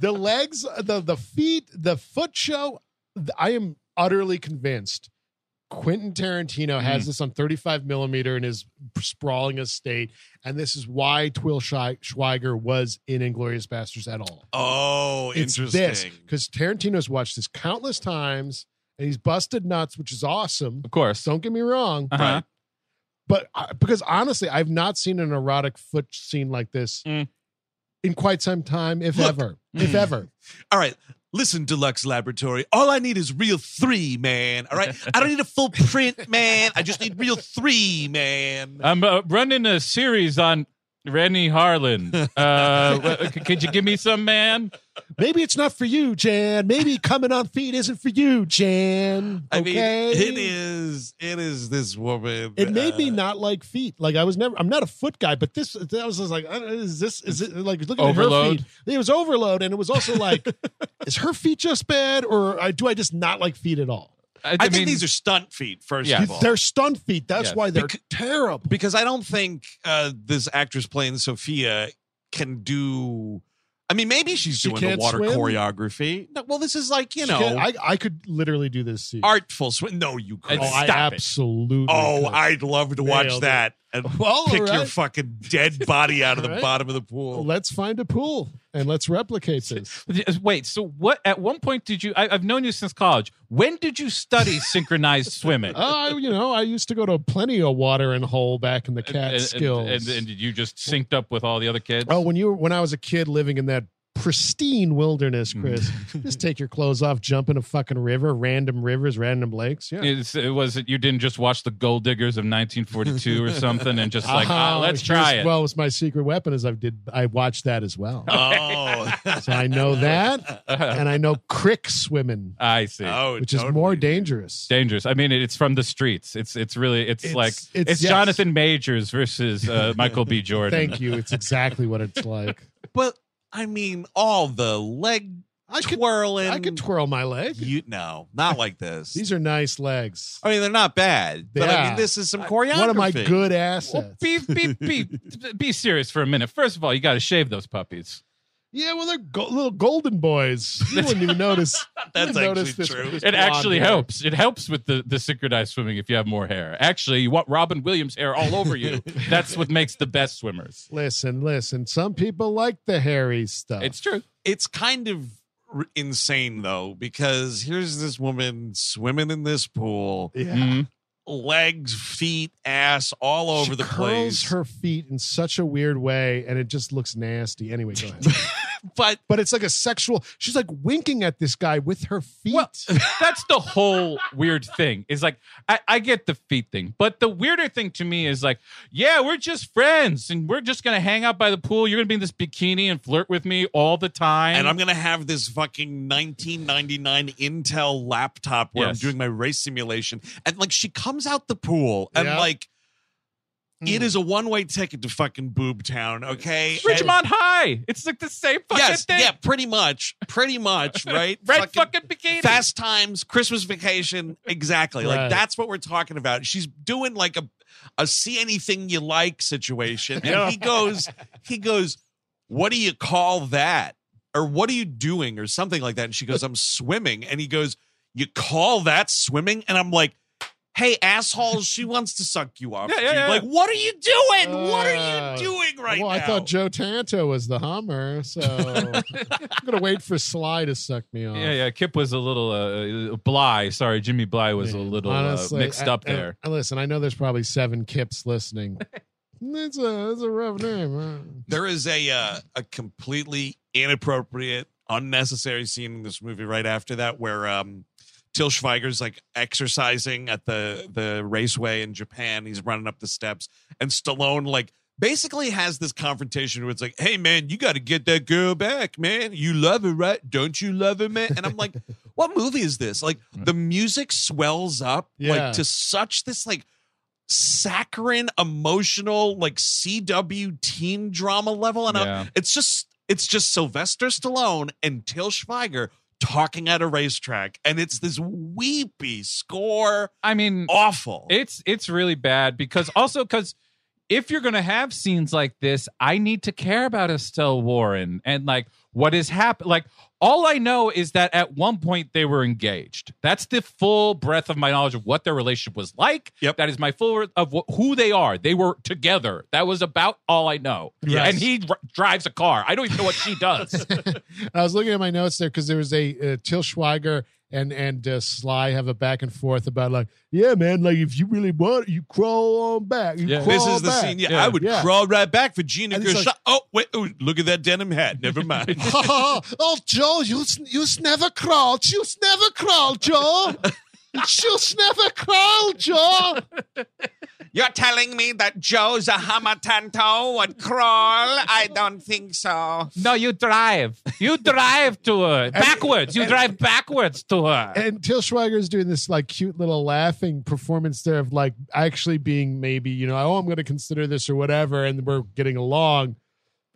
[SPEAKER 2] the legs, the the feet, the foot show. th- I am utterly convinced. Quentin Tarantino
[SPEAKER 3] Mm.
[SPEAKER 2] has this on 35 millimeter in his sprawling estate, and this is why Twill Schei- Schweiger was in Inglorious Bastards at all.
[SPEAKER 1] oh,
[SPEAKER 2] It's this
[SPEAKER 1] interesting.
[SPEAKER 2] because Tarantino's watched this countless times, and he's busted nuts, which is awesome.
[SPEAKER 3] Of course.
[SPEAKER 2] Don't get me wrong,
[SPEAKER 3] Uh-huh.
[SPEAKER 1] Right.
[SPEAKER 2] but I- because honestly, I've not seen an erotic foot scene like this
[SPEAKER 3] Mm.
[SPEAKER 2] in quite some time, if
[SPEAKER 1] Look. Mm.
[SPEAKER 2] ever, if ever.
[SPEAKER 1] All right. Listen, Deluxe Laboratory. All I need is real three, man. All right. I don't need a full print, man. I just need real three, man.
[SPEAKER 3] I'm uh, running a series on Rennie Harlan. Uh, w- c- could you give me some, man?
[SPEAKER 2] Maybe it's not for you, Jan. Maybe coming on feet isn't for you, Jan.
[SPEAKER 1] I
[SPEAKER 2] okay?
[SPEAKER 1] mean, it is. It is this woman.
[SPEAKER 2] It made me
[SPEAKER 1] uh,
[SPEAKER 2] not like feet. Like I was never. I'm not a foot guy, but this that was just like, uh, is this is it like looking
[SPEAKER 3] Overload?
[SPEAKER 2] at her feet? It was overload, and it was
[SPEAKER 1] [LAUGHS]
[SPEAKER 2] also like, is her feet just bad, or uh, do I just not like feet at all?
[SPEAKER 1] I, think these are stunt feet. First
[SPEAKER 3] Yeah.
[SPEAKER 1] of all,
[SPEAKER 2] They're stunt feet. That's
[SPEAKER 3] Yes.
[SPEAKER 2] why they're
[SPEAKER 1] Becau-
[SPEAKER 2] terrible.
[SPEAKER 1] because I don't think uh, this actress playing Sophia can do. I mean, maybe she's
[SPEAKER 2] She
[SPEAKER 1] doing the
[SPEAKER 2] can't
[SPEAKER 1] water
[SPEAKER 2] swim?
[SPEAKER 1] choreography. No, well, this is like you
[SPEAKER 2] She can't-
[SPEAKER 1] know
[SPEAKER 2] I, I could literally do this scene.
[SPEAKER 1] artful swim. No, you
[SPEAKER 3] It's-
[SPEAKER 1] couldn't.
[SPEAKER 2] Oh, I
[SPEAKER 3] Stop it.
[SPEAKER 2] absolutely.
[SPEAKER 1] oh,
[SPEAKER 2] could.
[SPEAKER 1] I'd love to watch
[SPEAKER 2] Nailed it.
[SPEAKER 1] that and
[SPEAKER 2] Well,
[SPEAKER 1] pick
[SPEAKER 2] [LAUGHS] all
[SPEAKER 1] your
[SPEAKER 2] right.
[SPEAKER 1] fucking dead body out of the
[SPEAKER 2] All right.
[SPEAKER 1] bottom of the pool.
[SPEAKER 2] let's find a pool and let's
[SPEAKER 3] [LAUGHS]
[SPEAKER 2] replicate this.
[SPEAKER 3] uh, Wait, so what? At one point, did you? I, I've known you since college. When did you study synchronized swimming?
[SPEAKER 2] Oh, you know, I used to go to plenty of water and hole back in the
[SPEAKER 3] And- and-
[SPEAKER 2] Catskills.
[SPEAKER 3] And, and, did you just synced up with all the other kids?
[SPEAKER 2] oh, when you were when I was a kid living in that pristine wilderness,
[SPEAKER 3] Mm. [LAUGHS]
[SPEAKER 2] Chris, just take your clothes off, jump in a fucking river, random rivers, random lakes. Yeah.
[SPEAKER 3] It's, it was you didn't just watch the Gold Diggers of 1942 or something and just like
[SPEAKER 2] [LAUGHS]
[SPEAKER 3] ah,
[SPEAKER 2] Oh,
[SPEAKER 3] let's try
[SPEAKER 2] here's-
[SPEAKER 3] it.
[SPEAKER 2] Well, it's my secret weapon is I did I watched that as
[SPEAKER 3] [LAUGHS]
[SPEAKER 2] well. [LAUGHS]
[SPEAKER 1] Oh, [LAUGHS]
[SPEAKER 2] So I know that and I know crick swimming,
[SPEAKER 3] I see.
[SPEAKER 1] oh,
[SPEAKER 2] which
[SPEAKER 1] totally.
[SPEAKER 2] is more dangerous.
[SPEAKER 3] Dangerous. I mean, it- it's from the streets. It's it's really it's,
[SPEAKER 2] It's-
[SPEAKER 3] like it's,
[SPEAKER 2] it's- yes.
[SPEAKER 3] Jonathan Majors versus uh, Michael B. Jordan.
[SPEAKER 2] Thank you. It's exactly what it's like.
[SPEAKER 1] But I mean, all the leg
[SPEAKER 2] [LAUGHS] I could
[SPEAKER 1] twirling.
[SPEAKER 2] I could twirl my leg.
[SPEAKER 1] You no, not like this.
[SPEAKER 2] These are nice legs.
[SPEAKER 1] I mean, they're not bad, but I mean,
[SPEAKER 2] Yeah.
[SPEAKER 1] this is some choreography.
[SPEAKER 2] One of my good
[SPEAKER 3] Well,
[SPEAKER 2] assets.
[SPEAKER 3] be, be, be, be serious for a minute. First of all, you got to shave those puppies.
[SPEAKER 2] Yeah, well, they're go- little golden boys. [LAUGHS] You wouldn't even notice. You
[SPEAKER 1] [LAUGHS] That's
[SPEAKER 2] wouldn't [LAUGHS] notice
[SPEAKER 1] actually true.
[SPEAKER 2] this
[SPEAKER 3] It
[SPEAKER 2] blonde
[SPEAKER 3] actually
[SPEAKER 2] hair.
[SPEAKER 3] helps. It helps with the, the synchronized swimming if you have more hair. Actually, you want Robin Williams hair all over you. That's what makes the best swimmers.
[SPEAKER 2] Listen, listen. Some people like the hairy stuff.
[SPEAKER 3] It's true.
[SPEAKER 1] It's kind of r- insane though, because here's this woman swimming in this pool,
[SPEAKER 2] yeah.
[SPEAKER 3] Mhm.
[SPEAKER 1] legs, feet, ass, all over
[SPEAKER 2] She
[SPEAKER 1] the
[SPEAKER 2] curls
[SPEAKER 1] place.
[SPEAKER 2] her feet in such a weird way, and it just looks nasty. Anyway, go ahead.
[SPEAKER 1] [LAUGHS] but
[SPEAKER 2] but it's like a sexual. She's like winking at this guy with her feet.
[SPEAKER 3] Well, that's the whole weird thing. Is like I, I get the feet thing, but the weirder thing to me is like, yeah, we're just friends, and we're just gonna hang out by the pool. You're gonna be in this bikini and flirt with me all the time.
[SPEAKER 1] and I'm gonna have this fucking 1999 Intel laptop where
[SPEAKER 3] Yes.
[SPEAKER 1] I'm doing my race simulation, and like she comes out the pool and
[SPEAKER 2] Yeah.
[SPEAKER 1] like. It
[SPEAKER 2] Mm.
[SPEAKER 1] is a one-way ticket to fucking Boob Town, okay? And-
[SPEAKER 3] Richmond High. It's like the same fucking
[SPEAKER 1] yes,
[SPEAKER 3] thing.
[SPEAKER 1] yeah, pretty much, pretty
[SPEAKER 3] [LAUGHS]
[SPEAKER 1] much, right?
[SPEAKER 3] Red fucking, bikini.
[SPEAKER 1] Fast Times, Christmas Vacation, exactly.
[SPEAKER 2] Right.
[SPEAKER 1] Like that's what we're talking about. She's doing like a a see anything you like situation, and he goes, he goes, what do you call that? Or what are you doing? Or something like that. And she goes, I'm swimming, and he goes, you call that swimming? And I'm like. hey assholes, she wants to suck you off.
[SPEAKER 3] Yeah, yeah,
[SPEAKER 1] dude."
[SPEAKER 3] yeah.
[SPEAKER 1] Like, what are you doing? what are
[SPEAKER 2] Uh,
[SPEAKER 1] you doing right
[SPEAKER 2] well,
[SPEAKER 1] now?
[SPEAKER 2] I thought Joe Tanto was the
[SPEAKER 1] [LAUGHS]
[SPEAKER 2] Hummer, so I'm gonna wait for Sly to suck me off.
[SPEAKER 3] Yeah, yeah. Kip was a little uh, Bly. Sorry, Jimmy Bly was a
[SPEAKER 2] Man,
[SPEAKER 3] little uh, mixed
[SPEAKER 2] I-
[SPEAKER 3] up
[SPEAKER 2] I-
[SPEAKER 3] there.
[SPEAKER 2] I- listen, I know there's probably seven
[SPEAKER 1] [LAUGHS]
[SPEAKER 2] Kips listening. That's a that's a rough name. huh?
[SPEAKER 1] there is a uh, a completely inappropriate, unnecessary scene in this movie right after that where um Till Schweiger's like exercising at the the raceway in Japan. He's running up the steps, and Stallone like basically has this confrontation where it's like, "Hey man, you got to get that girl back, man. You love her, right? Don't you love her, man?" And I'm like, "What movie is this?" Like the music swells up
[SPEAKER 2] Yeah.
[SPEAKER 1] like to such this like saccharine, emotional, like CW teen drama level, and I'm-
[SPEAKER 3] Yeah.
[SPEAKER 1] it's just it's just Sylvester Stallone and Till Schweiger talking at a racetrack, and it's this weepy score,
[SPEAKER 3] I mean,
[SPEAKER 1] awful.
[SPEAKER 3] it's it's really bad because also because if you're gonna have scenes like this, I need to care about Estelle Warren and like what has happened. Like all I know is that at one point they were engaged. That's the full breadth of my knowledge of what their relationship was like.
[SPEAKER 1] Yep.
[SPEAKER 3] That is my full of wh- who they are. They were together. That was about all I know.
[SPEAKER 1] Yes.
[SPEAKER 3] And he dr- drives a car. I don't even know what she
[SPEAKER 1] [LAUGHS]
[SPEAKER 3] does.
[SPEAKER 2] I was looking at my notes there because there was a uh, Till Schweiger and and uh, Sly have a back and forth about like, yeah, man, like if you really want, you crawl on back. You
[SPEAKER 3] Yeah.
[SPEAKER 2] crawl
[SPEAKER 1] this is the
[SPEAKER 2] back.
[SPEAKER 1] scene. Yeah,
[SPEAKER 3] Yeah.
[SPEAKER 1] I would
[SPEAKER 2] Yeah.
[SPEAKER 1] crawl right back for Gina
[SPEAKER 2] And it's
[SPEAKER 1] Gershon.
[SPEAKER 2] like-
[SPEAKER 1] oh wait, oh, look at that denim hat. Never mind. [LAUGHS]
[SPEAKER 2] [LAUGHS] oh, Joe, you you never crawl. You never crawl, Joe. You never crawl, Joe.
[SPEAKER 1] You're telling me that Joe's a hamatanto would crawl? I don't think so.
[SPEAKER 3] no, you drive. You drive to her backwards. You drive backwards to her.
[SPEAKER 2] And Till Schweiger's doing this like cute little laughing performance there of like actually being maybe you know oh I'm going to consider this or whatever, and we're getting along.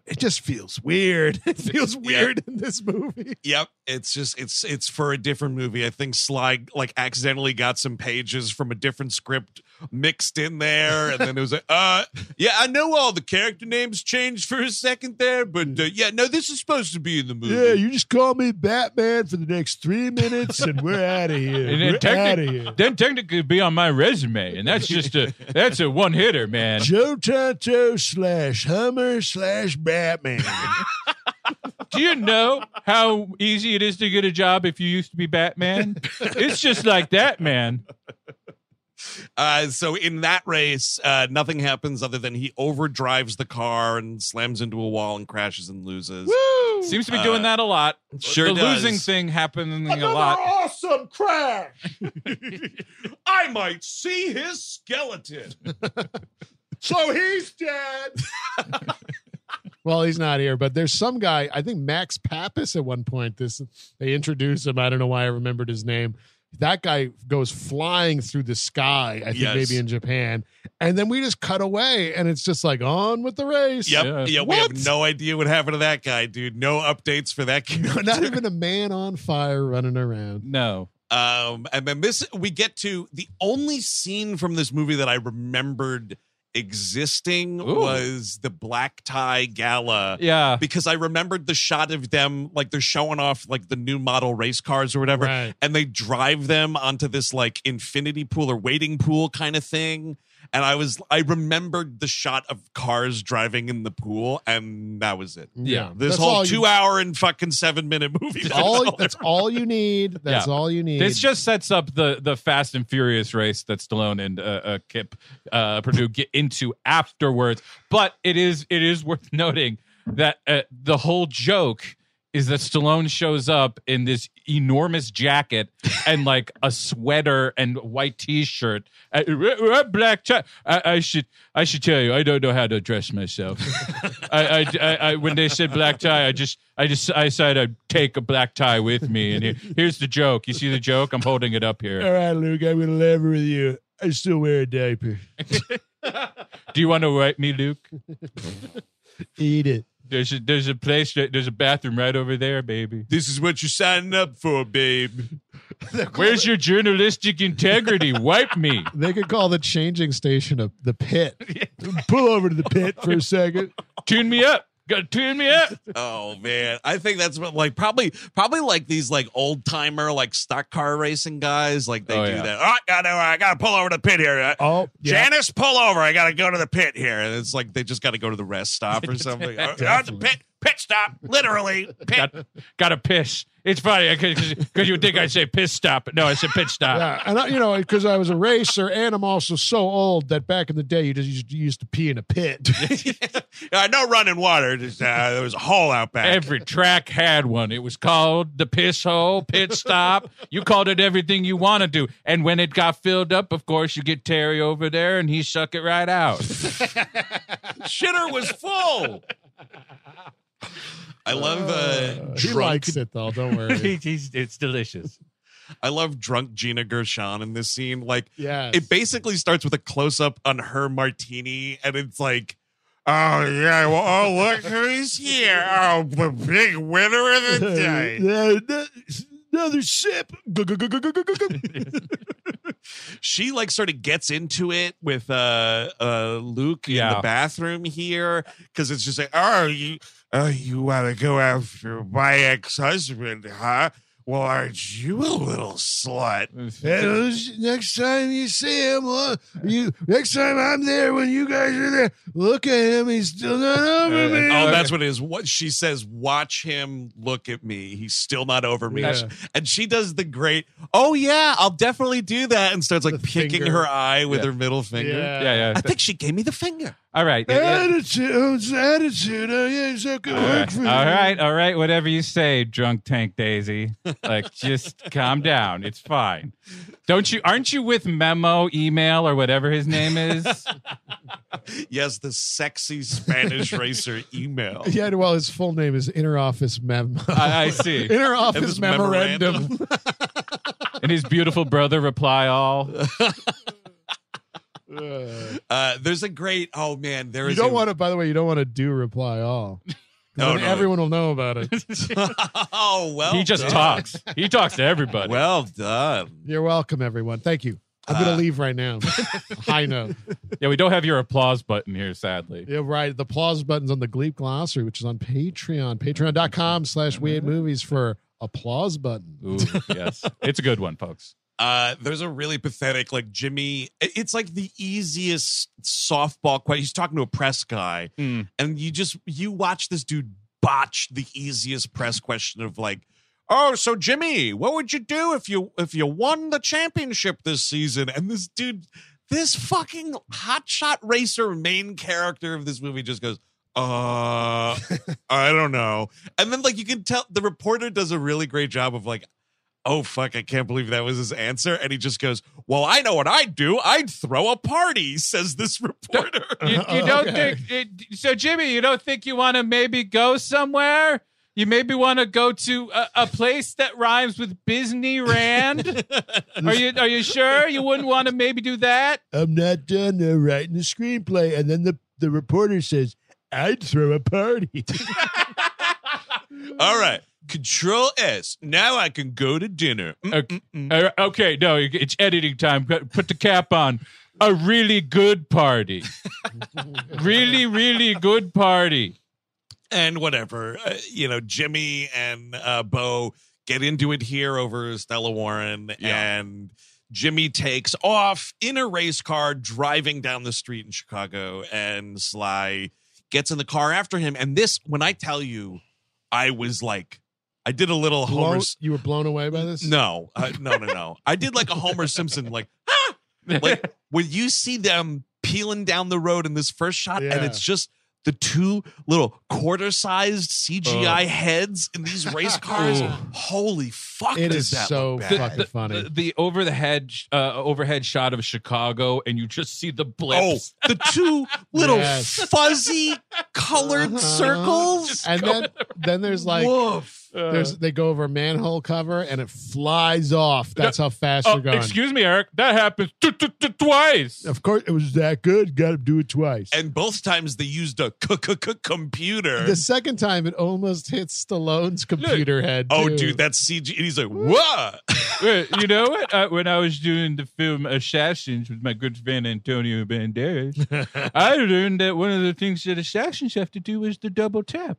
[SPEAKER 2] It just feels weird. [LAUGHS] It feels weird in this movie.
[SPEAKER 1] Yep, it's just it's it's for a different movie. I think Sly like accidentally got some pages from a different script mixed in there, and then it was like, uh, yeah, I know all the character names changed for a second there, but uh, yeah, no, this is supposed to be in the movie.
[SPEAKER 2] Mm. Yeah, you just call me Batman for the next three minutes, and we're out of [LAUGHS] here.
[SPEAKER 3] And
[SPEAKER 2] we're
[SPEAKER 3] then,
[SPEAKER 2] out
[SPEAKER 3] technic-
[SPEAKER 2] of here.
[SPEAKER 3] then technically it'd be on my resume, and that's just a that's a one hitter, man.
[SPEAKER 2] Joe Tonto slash Hummer slash Batman.
[SPEAKER 3] Do you know how easy it is to get a job if you used to be Batman? It's just like that, man.
[SPEAKER 1] Uh, so in that race, uh, nothing happens other than he overdrives the car and slams into a wall and crashes and loses.
[SPEAKER 3] Seems to be doing
[SPEAKER 1] Uh,
[SPEAKER 3] that a lot.
[SPEAKER 1] sure
[SPEAKER 3] the
[SPEAKER 1] does.
[SPEAKER 3] losing thing happening a lot.
[SPEAKER 4] awesome crash.
[SPEAKER 1] [LAUGHS] I might see his
[SPEAKER 2] [LAUGHS]
[SPEAKER 1] skeleton.
[SPEAKER 4] So he's dead.
[SPEAKER 2] well, he's not here, but there's some guy. I think Max Pappas at one point. This they introduced him. I don't know why I remembered his name. That guy goes flying through the sky. I think
[SPEAKER 1] Yes.
[SPEAKER 2] maybe in Japan, and then we just cut away, and it's just like on with the race.
[SPEAKER 1] Yep.
[SPEAKER 3] Yeah.
[SPEAKER 1] Yeah, we have
[SPEAKER 2] What?
[SPEAKER 1] no idea what happened to that guy, dude. No updates for
[SPEAKER 2] [LAUGHS]
[SPEAKER 1] that character.
[SPEAKER 2] [LAUGHS] Not even a man on fire running around.
[SPEAKER 3] No,
[SPEAKER 1] Um, and then this we get to the only scene from this movie that I remembered existing
[SPEAKER 3] Ooh.
[SPEAKER 1] was the black tie gala.
[SPEAKER 3] yeah,
[SPEAKER 1] Because I remembered the shot of them, like they're showing off like the new model race cars or whatever,
[SPEAKER 2] Right.
[SPEAKER 1] and they drive them onto this like infinity pool or waiting pool kind of thing. And I was, I remembered the shot of cars driving in the pool, and that was it.
[SPEAKER 3] Yeah.
[SPEAKER 1] This
[SPEAKER 2] That's
[SPEAKER 1] whole
[SPEAKER 2] all
[SPEAKER 1] two
[SPEAKER 2] you-
[SPEAKER 1] hour and fucking seven minute movie. [LAUGHS] was
[SPEAKER 2] [LAUGHS] all
[SPEAKER 1] all-
[SPEAKER 2] that's all you need. That's
[SPEAKER 3] Yeah.
[SPEAKER 2] all you need.
[SPEAKER 3] this just sets up the the Fast and Furious race that Stallone and uh, uh, Kip uh, Purdue get into afterwards. But it is it is worth [LAUGHS] noting that uh, the whole joke is that Stallone shows up in this enormous jacket and like a sweater and white T-shirt, uh, r- r- black. T- I, I should I should tell you I don't know how to dress myself. [LAUGHS] I, I, I, I when they said black tie, I just I just I said I'd take a black tie with me. And here, here's the joke. You see the joke? I'm holding it up
[SPEAKER 2] all
[SPEAKER 3] here.
[SPEAKER 2] right, Luke. I'm gonna lever with you. I still wear a diaper.
[SPEAKER 3] Do you want to write me, Luke?
[SPEAKER 2] Eat it.
[SPEAKER 3] There's a, there's a place that, there's a bathroom right over there, baby.
[SPEAKER 1] this is what you're signing up for, babe. [LAUGHS]
[SPEAKER 3] Where's your journalistic integrity? Wipe me.
[SPEAKER 2] They could call the [LAUGHS] changing station a, the pit. Pull over to the pit for a second.
[SPEAKER 3] Tune me up. Gotta tune me up.
[SPEAKER 1] Oh man, I think that's what like probably probably like these like old timer like stock car racing guys like they
[SPEAKER 3] Oh,
[SPEAKER 1] do
[SPEAKER 3] yeah.
[SPEAKER 1] that. All right, gotta I gotta pull over to the pit here. Uh,
[SPEAKER 2] Oh, yeah.
[SPEAKER 1] Janice, pull over. I gotta go to the pit here, and it's like they just gotta go to the [LAUGHS] rest stop or something. All right, all right, the
[SPEAKER 2] Definitely.
[SPEAKER 1] pit pit stop, literally pit.
[SPEAKER 3] Got, gotta piss. It's funny because you would think I'd say piss stop. No, I said pit stop.
[SPEAKER 2] Yeah, and I, you know, because I was a racer, and I'm also so old that back in the day, you just used, you used to pee in
[SPEAKER 1] [LAUGHS]
[SPEAKER 2] a pit.
[SPEAKER 1] Uh, no running water. Just, uh, there was a hole out back.
[SPEAKER 3] Every track had one. It was called the piss hole, pit stop. You called it everything you wanted to. And when it got filled up, of course, you get Terry over there and he suck it right out.
[SPEAKER 1] shitter was full. I love uh,
[SPEAKER 2] he
[SPEAKER 1] drunk.
[SPEAKER 2] likes it though. Don't worry.
[SPEAKER 3] it's delicious.
[SPEAKER 1] I love drunk Gina Gershon in this scene. Like
[SPEAKER 2] Yeah,
[SPEAKER 1] it basically starts with a close up on her martini, and it's like, oh yeah, well, oh look who's here! Oh, the big winner of the day.
[SPEAKER 2] Uh, another ship. [LAUGHS]
[SPEAKER 1] She like sort of gets into it with uh uh Luke in
[SPEAKER 3] Yeah.
[SPEAKER 1] the bathroom here because it's just like, oh you oh you want to go after my ex husband, huh? Well, aren't you a little slut?
[SPEAKER 2] next time you see him, uh, you next time I'm there when you guys are there, look at him. He's still not over me.
[SPEAKER 1] Oh, that's what it is. What she says, watch him look at me. He's still not over me.
[SPEAKER 2] Yeah.
[SPEAKER 1] She- And she does the great, oh yeah, I'll definitely do that. And starts like
[SPEAKER 2] The
[SPEAKER 1] picking
[SPEAKER 2] finger.
[SPEAKER 1] her eye with
[SPEAKER 3] Yeah.
[SPEAKER 1] her middle finger.
[SPEAKER 2] Yeah.
[SPEAKER 3] Yeah, yeah.
[SPEAKER 1] I think she gave me the finger.
[SPEAKER 3] All right. Yeah, yeah.
[SPEAKER 2] Attitude, attitude. Oh yeah, he's not gonna
[SPEAKER 3] All
[SPEAKER 2] work
[SPEAKER 3] right.
[SPEAKER 2] for
[SPEAKER 3] all
[SPEAKER 2] me.
[SPEAKER 3] right, all right, whatever you say, drunk tank Daisy. Like, just calm down. It's fine. Don't you? Aren't you with Memo, email, or whatever his
[SPEAKER 2] [LAUGHS]
[SPEAKER 3] name is?
[SPEAKER 1] Yes, the sexy Spanish racer email.
[SPEAKER 2] [LAUGHS] Yeah, well, his full name is Inner Office Memo.
[SPEAKER 3] I, I see.
[SPEAKER 2] [LAUGHS] Inner
[SPEAKER 1] And this
[SPEAKER 2] Office Memorandum.
[SPEAKER 3] And his beautiful brother reply all.
[SPEAKER 2] Uh,
[SPEAKER 1] Uh, there's a great, oh man, there
[SPEAKER 2] you
[SPEAKER 1] is
[SPEAKER 2] don't
[SPEAKER 1] a-
[SPEAKER 2] want to. By the way, you don't want to do reply all. 'Cause
[SPEAKER 1] No,
[SPEAKER 2] then
[SPEAKER 1] no.
[SPEAKER 2] everyone will know about it.
[SPEAKER 1] [LAUGHS] oh, well.
[SPEAKER 3] He just
[SPEAKER 1] done.
[SPEAKER 3] talks. He talks to everybody.
[SPEAKER 1] Well done.
[SPEAKER 2] You're welcome, everyone. Thank you. I'm
[SPEAKER 1] Uh,
[SPEAKER 2] gonna leave right now. I know.
[SPEAKER 3] Yeah, we don't have your applause button here, sadly.
[SPEAKER 2] Yeah, right. The applause button's on the Gleep Glossary, which is on Patreon. Patreon.com slash weird movies for applause button.
[SPEAKER 3] Ooh, yes. It's a good one, folks.
[SPEAKER 1] Uh, there's a really pathetic, like Jimmy. it- It's like the easiest softball question. He's talking to a press guy,
[SPEAKER 3] Mm.
[SPEAKER 1] and you just you watch this dude botch the easiest press question of like, oh, so Jimmy, what would you do if you if you won the championship this season? And this dude, this fucking hotshot racer main character of this movie just goes. Uh, I don't know. And then, like, you can tell the reporter does a really great job of, like, oh fuck i can't believe that was his answer and he just goes well i know what i'd do i'd throw a party says this reporter
[SPEAKER 3] [LAUGHS] You, you
[SPEAKER 2] Uh,
[SPEAKER 3] don't
[SPEAKER 2] okay.
[SPEAKER 3] think it, so, Jimmy? You don't think you want to maybe go somewhere? You maybe want to go to a, a place that rhymes with
[SPEAKER 1] [LAUGHS]
[SPEAKER 3] Disney Rand. are you Are you sure you wouldn't want to maybe do that?
[SPEAKER 2] I'm not done uh, writing the screenplay. And then the, the reporter says, I'd throw a party.
[SPEAKER 1] all right control s now i can go to dinner Mm,
[SPEAKER 3] Okay, Uh, okay, no, it's editing time. Put put the cap on. A really good
[SPEAKER 1] [LAUGHS]
[SPEAKER 3] party. really, really good party.
[SPEAKER 1] and whatever uh, you know jimmy and uh bo get into it here over stella warren and jimmy takes off in a race car driving down the street in chicago and sly gets in the car after him and this when i tell you i was like i did a little homer
[SPEAKER 2] Blown,
[SPEAKER 1] S-
[SPEAKER 2] you were blown away by this?
[SPEAKER 1] No, uh, no, no, no. I did like a Homer Simpson, like, ah!
[SPEAKER 2] [LAUGHS]
[SPEAKER 1] like when you see them peeling down the road in this first shot, and
[SPEAKER 2] Yeah.
[SPEAKER 1] it's just the two little quarter-sized CGI heads in these race
[SPEAKER 2] [LAUGHS]
[SPEAKER 1] cars.
[SPEAKER 3] Ooh.
[SPEAKER 1] Holy fuck!
[SPEAKER 2] It
[SPEAKER 1] does
[SPEAKER 2] is
[SPEAKER 1] that
[SPEAKER 2] so
[SPEAKER 1] look bad.
[SPEAKER 2] fucking funny.
[SPEAKER 3] The, the over the head sh- uh, overhead shot of Chicago, and you just see the
[SPEAKER 1] Oh,
[SPEAKER 3] blips.
[SPEAKER 1] the two
[SPEAKER 2] [LAUGHS]
[SPEAKER 1] little
[SPEAKER 2] Yes.
[SPEAKER 1] fuzzy colored
[SPEAKER 2] Uh-huh.
[SPEAKER 1] circles.
[SPEAKER 2] and then, then there's like,
[SPEAKER 1] Woof.
[SPEAKER 3] Uh,
[SPEAKER 2] There's, they go over a manhole cover and it flies off. That's how fast
[SPEAKER 3] Oh,
[SPEAKER 2] you're going.
[SPEAKER 3] excuse me, Eric. That happens t- t- t- twice.
[SPEAKER 2] of course, it was that good. Got to do it twice.
[SPEAKER 1] And both times they used a c- c- c- computer.
[SPEAKER 2] the second time, it almost hits Stallone's computer head.
[SPEAKER 1] oh,
[SPEAKER 2] too.
[SPEAKER 1] dude, that's CG. And he's like, what?
[SPEAKER 3] Uh, you know what? I, when I was doing the film Assassins with my good friend Antonio
[SPEAKER 1] [LAUGHS]
[SPEAKER 3] Banderas, I learned that one of the things that assassins have to do is the double tap,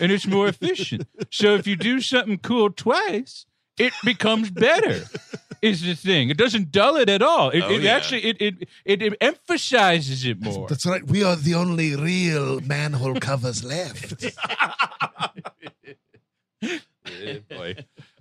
[SPEAKER 3] and it's more efficient. so if you do something cool twice, it becomes better. Is the thing? It doesn't dull it at all. It,
[SPEAKER 1] Oh,
[SPEAKER 3] it
[SPEAKER 1] yeah.
[SPEAKER 3] actually it, it it it emphasizes it more.
[SPEAKER 7] That's right. We are the only real manhole covers left.
[SPEAKER 3] [LAUGHS]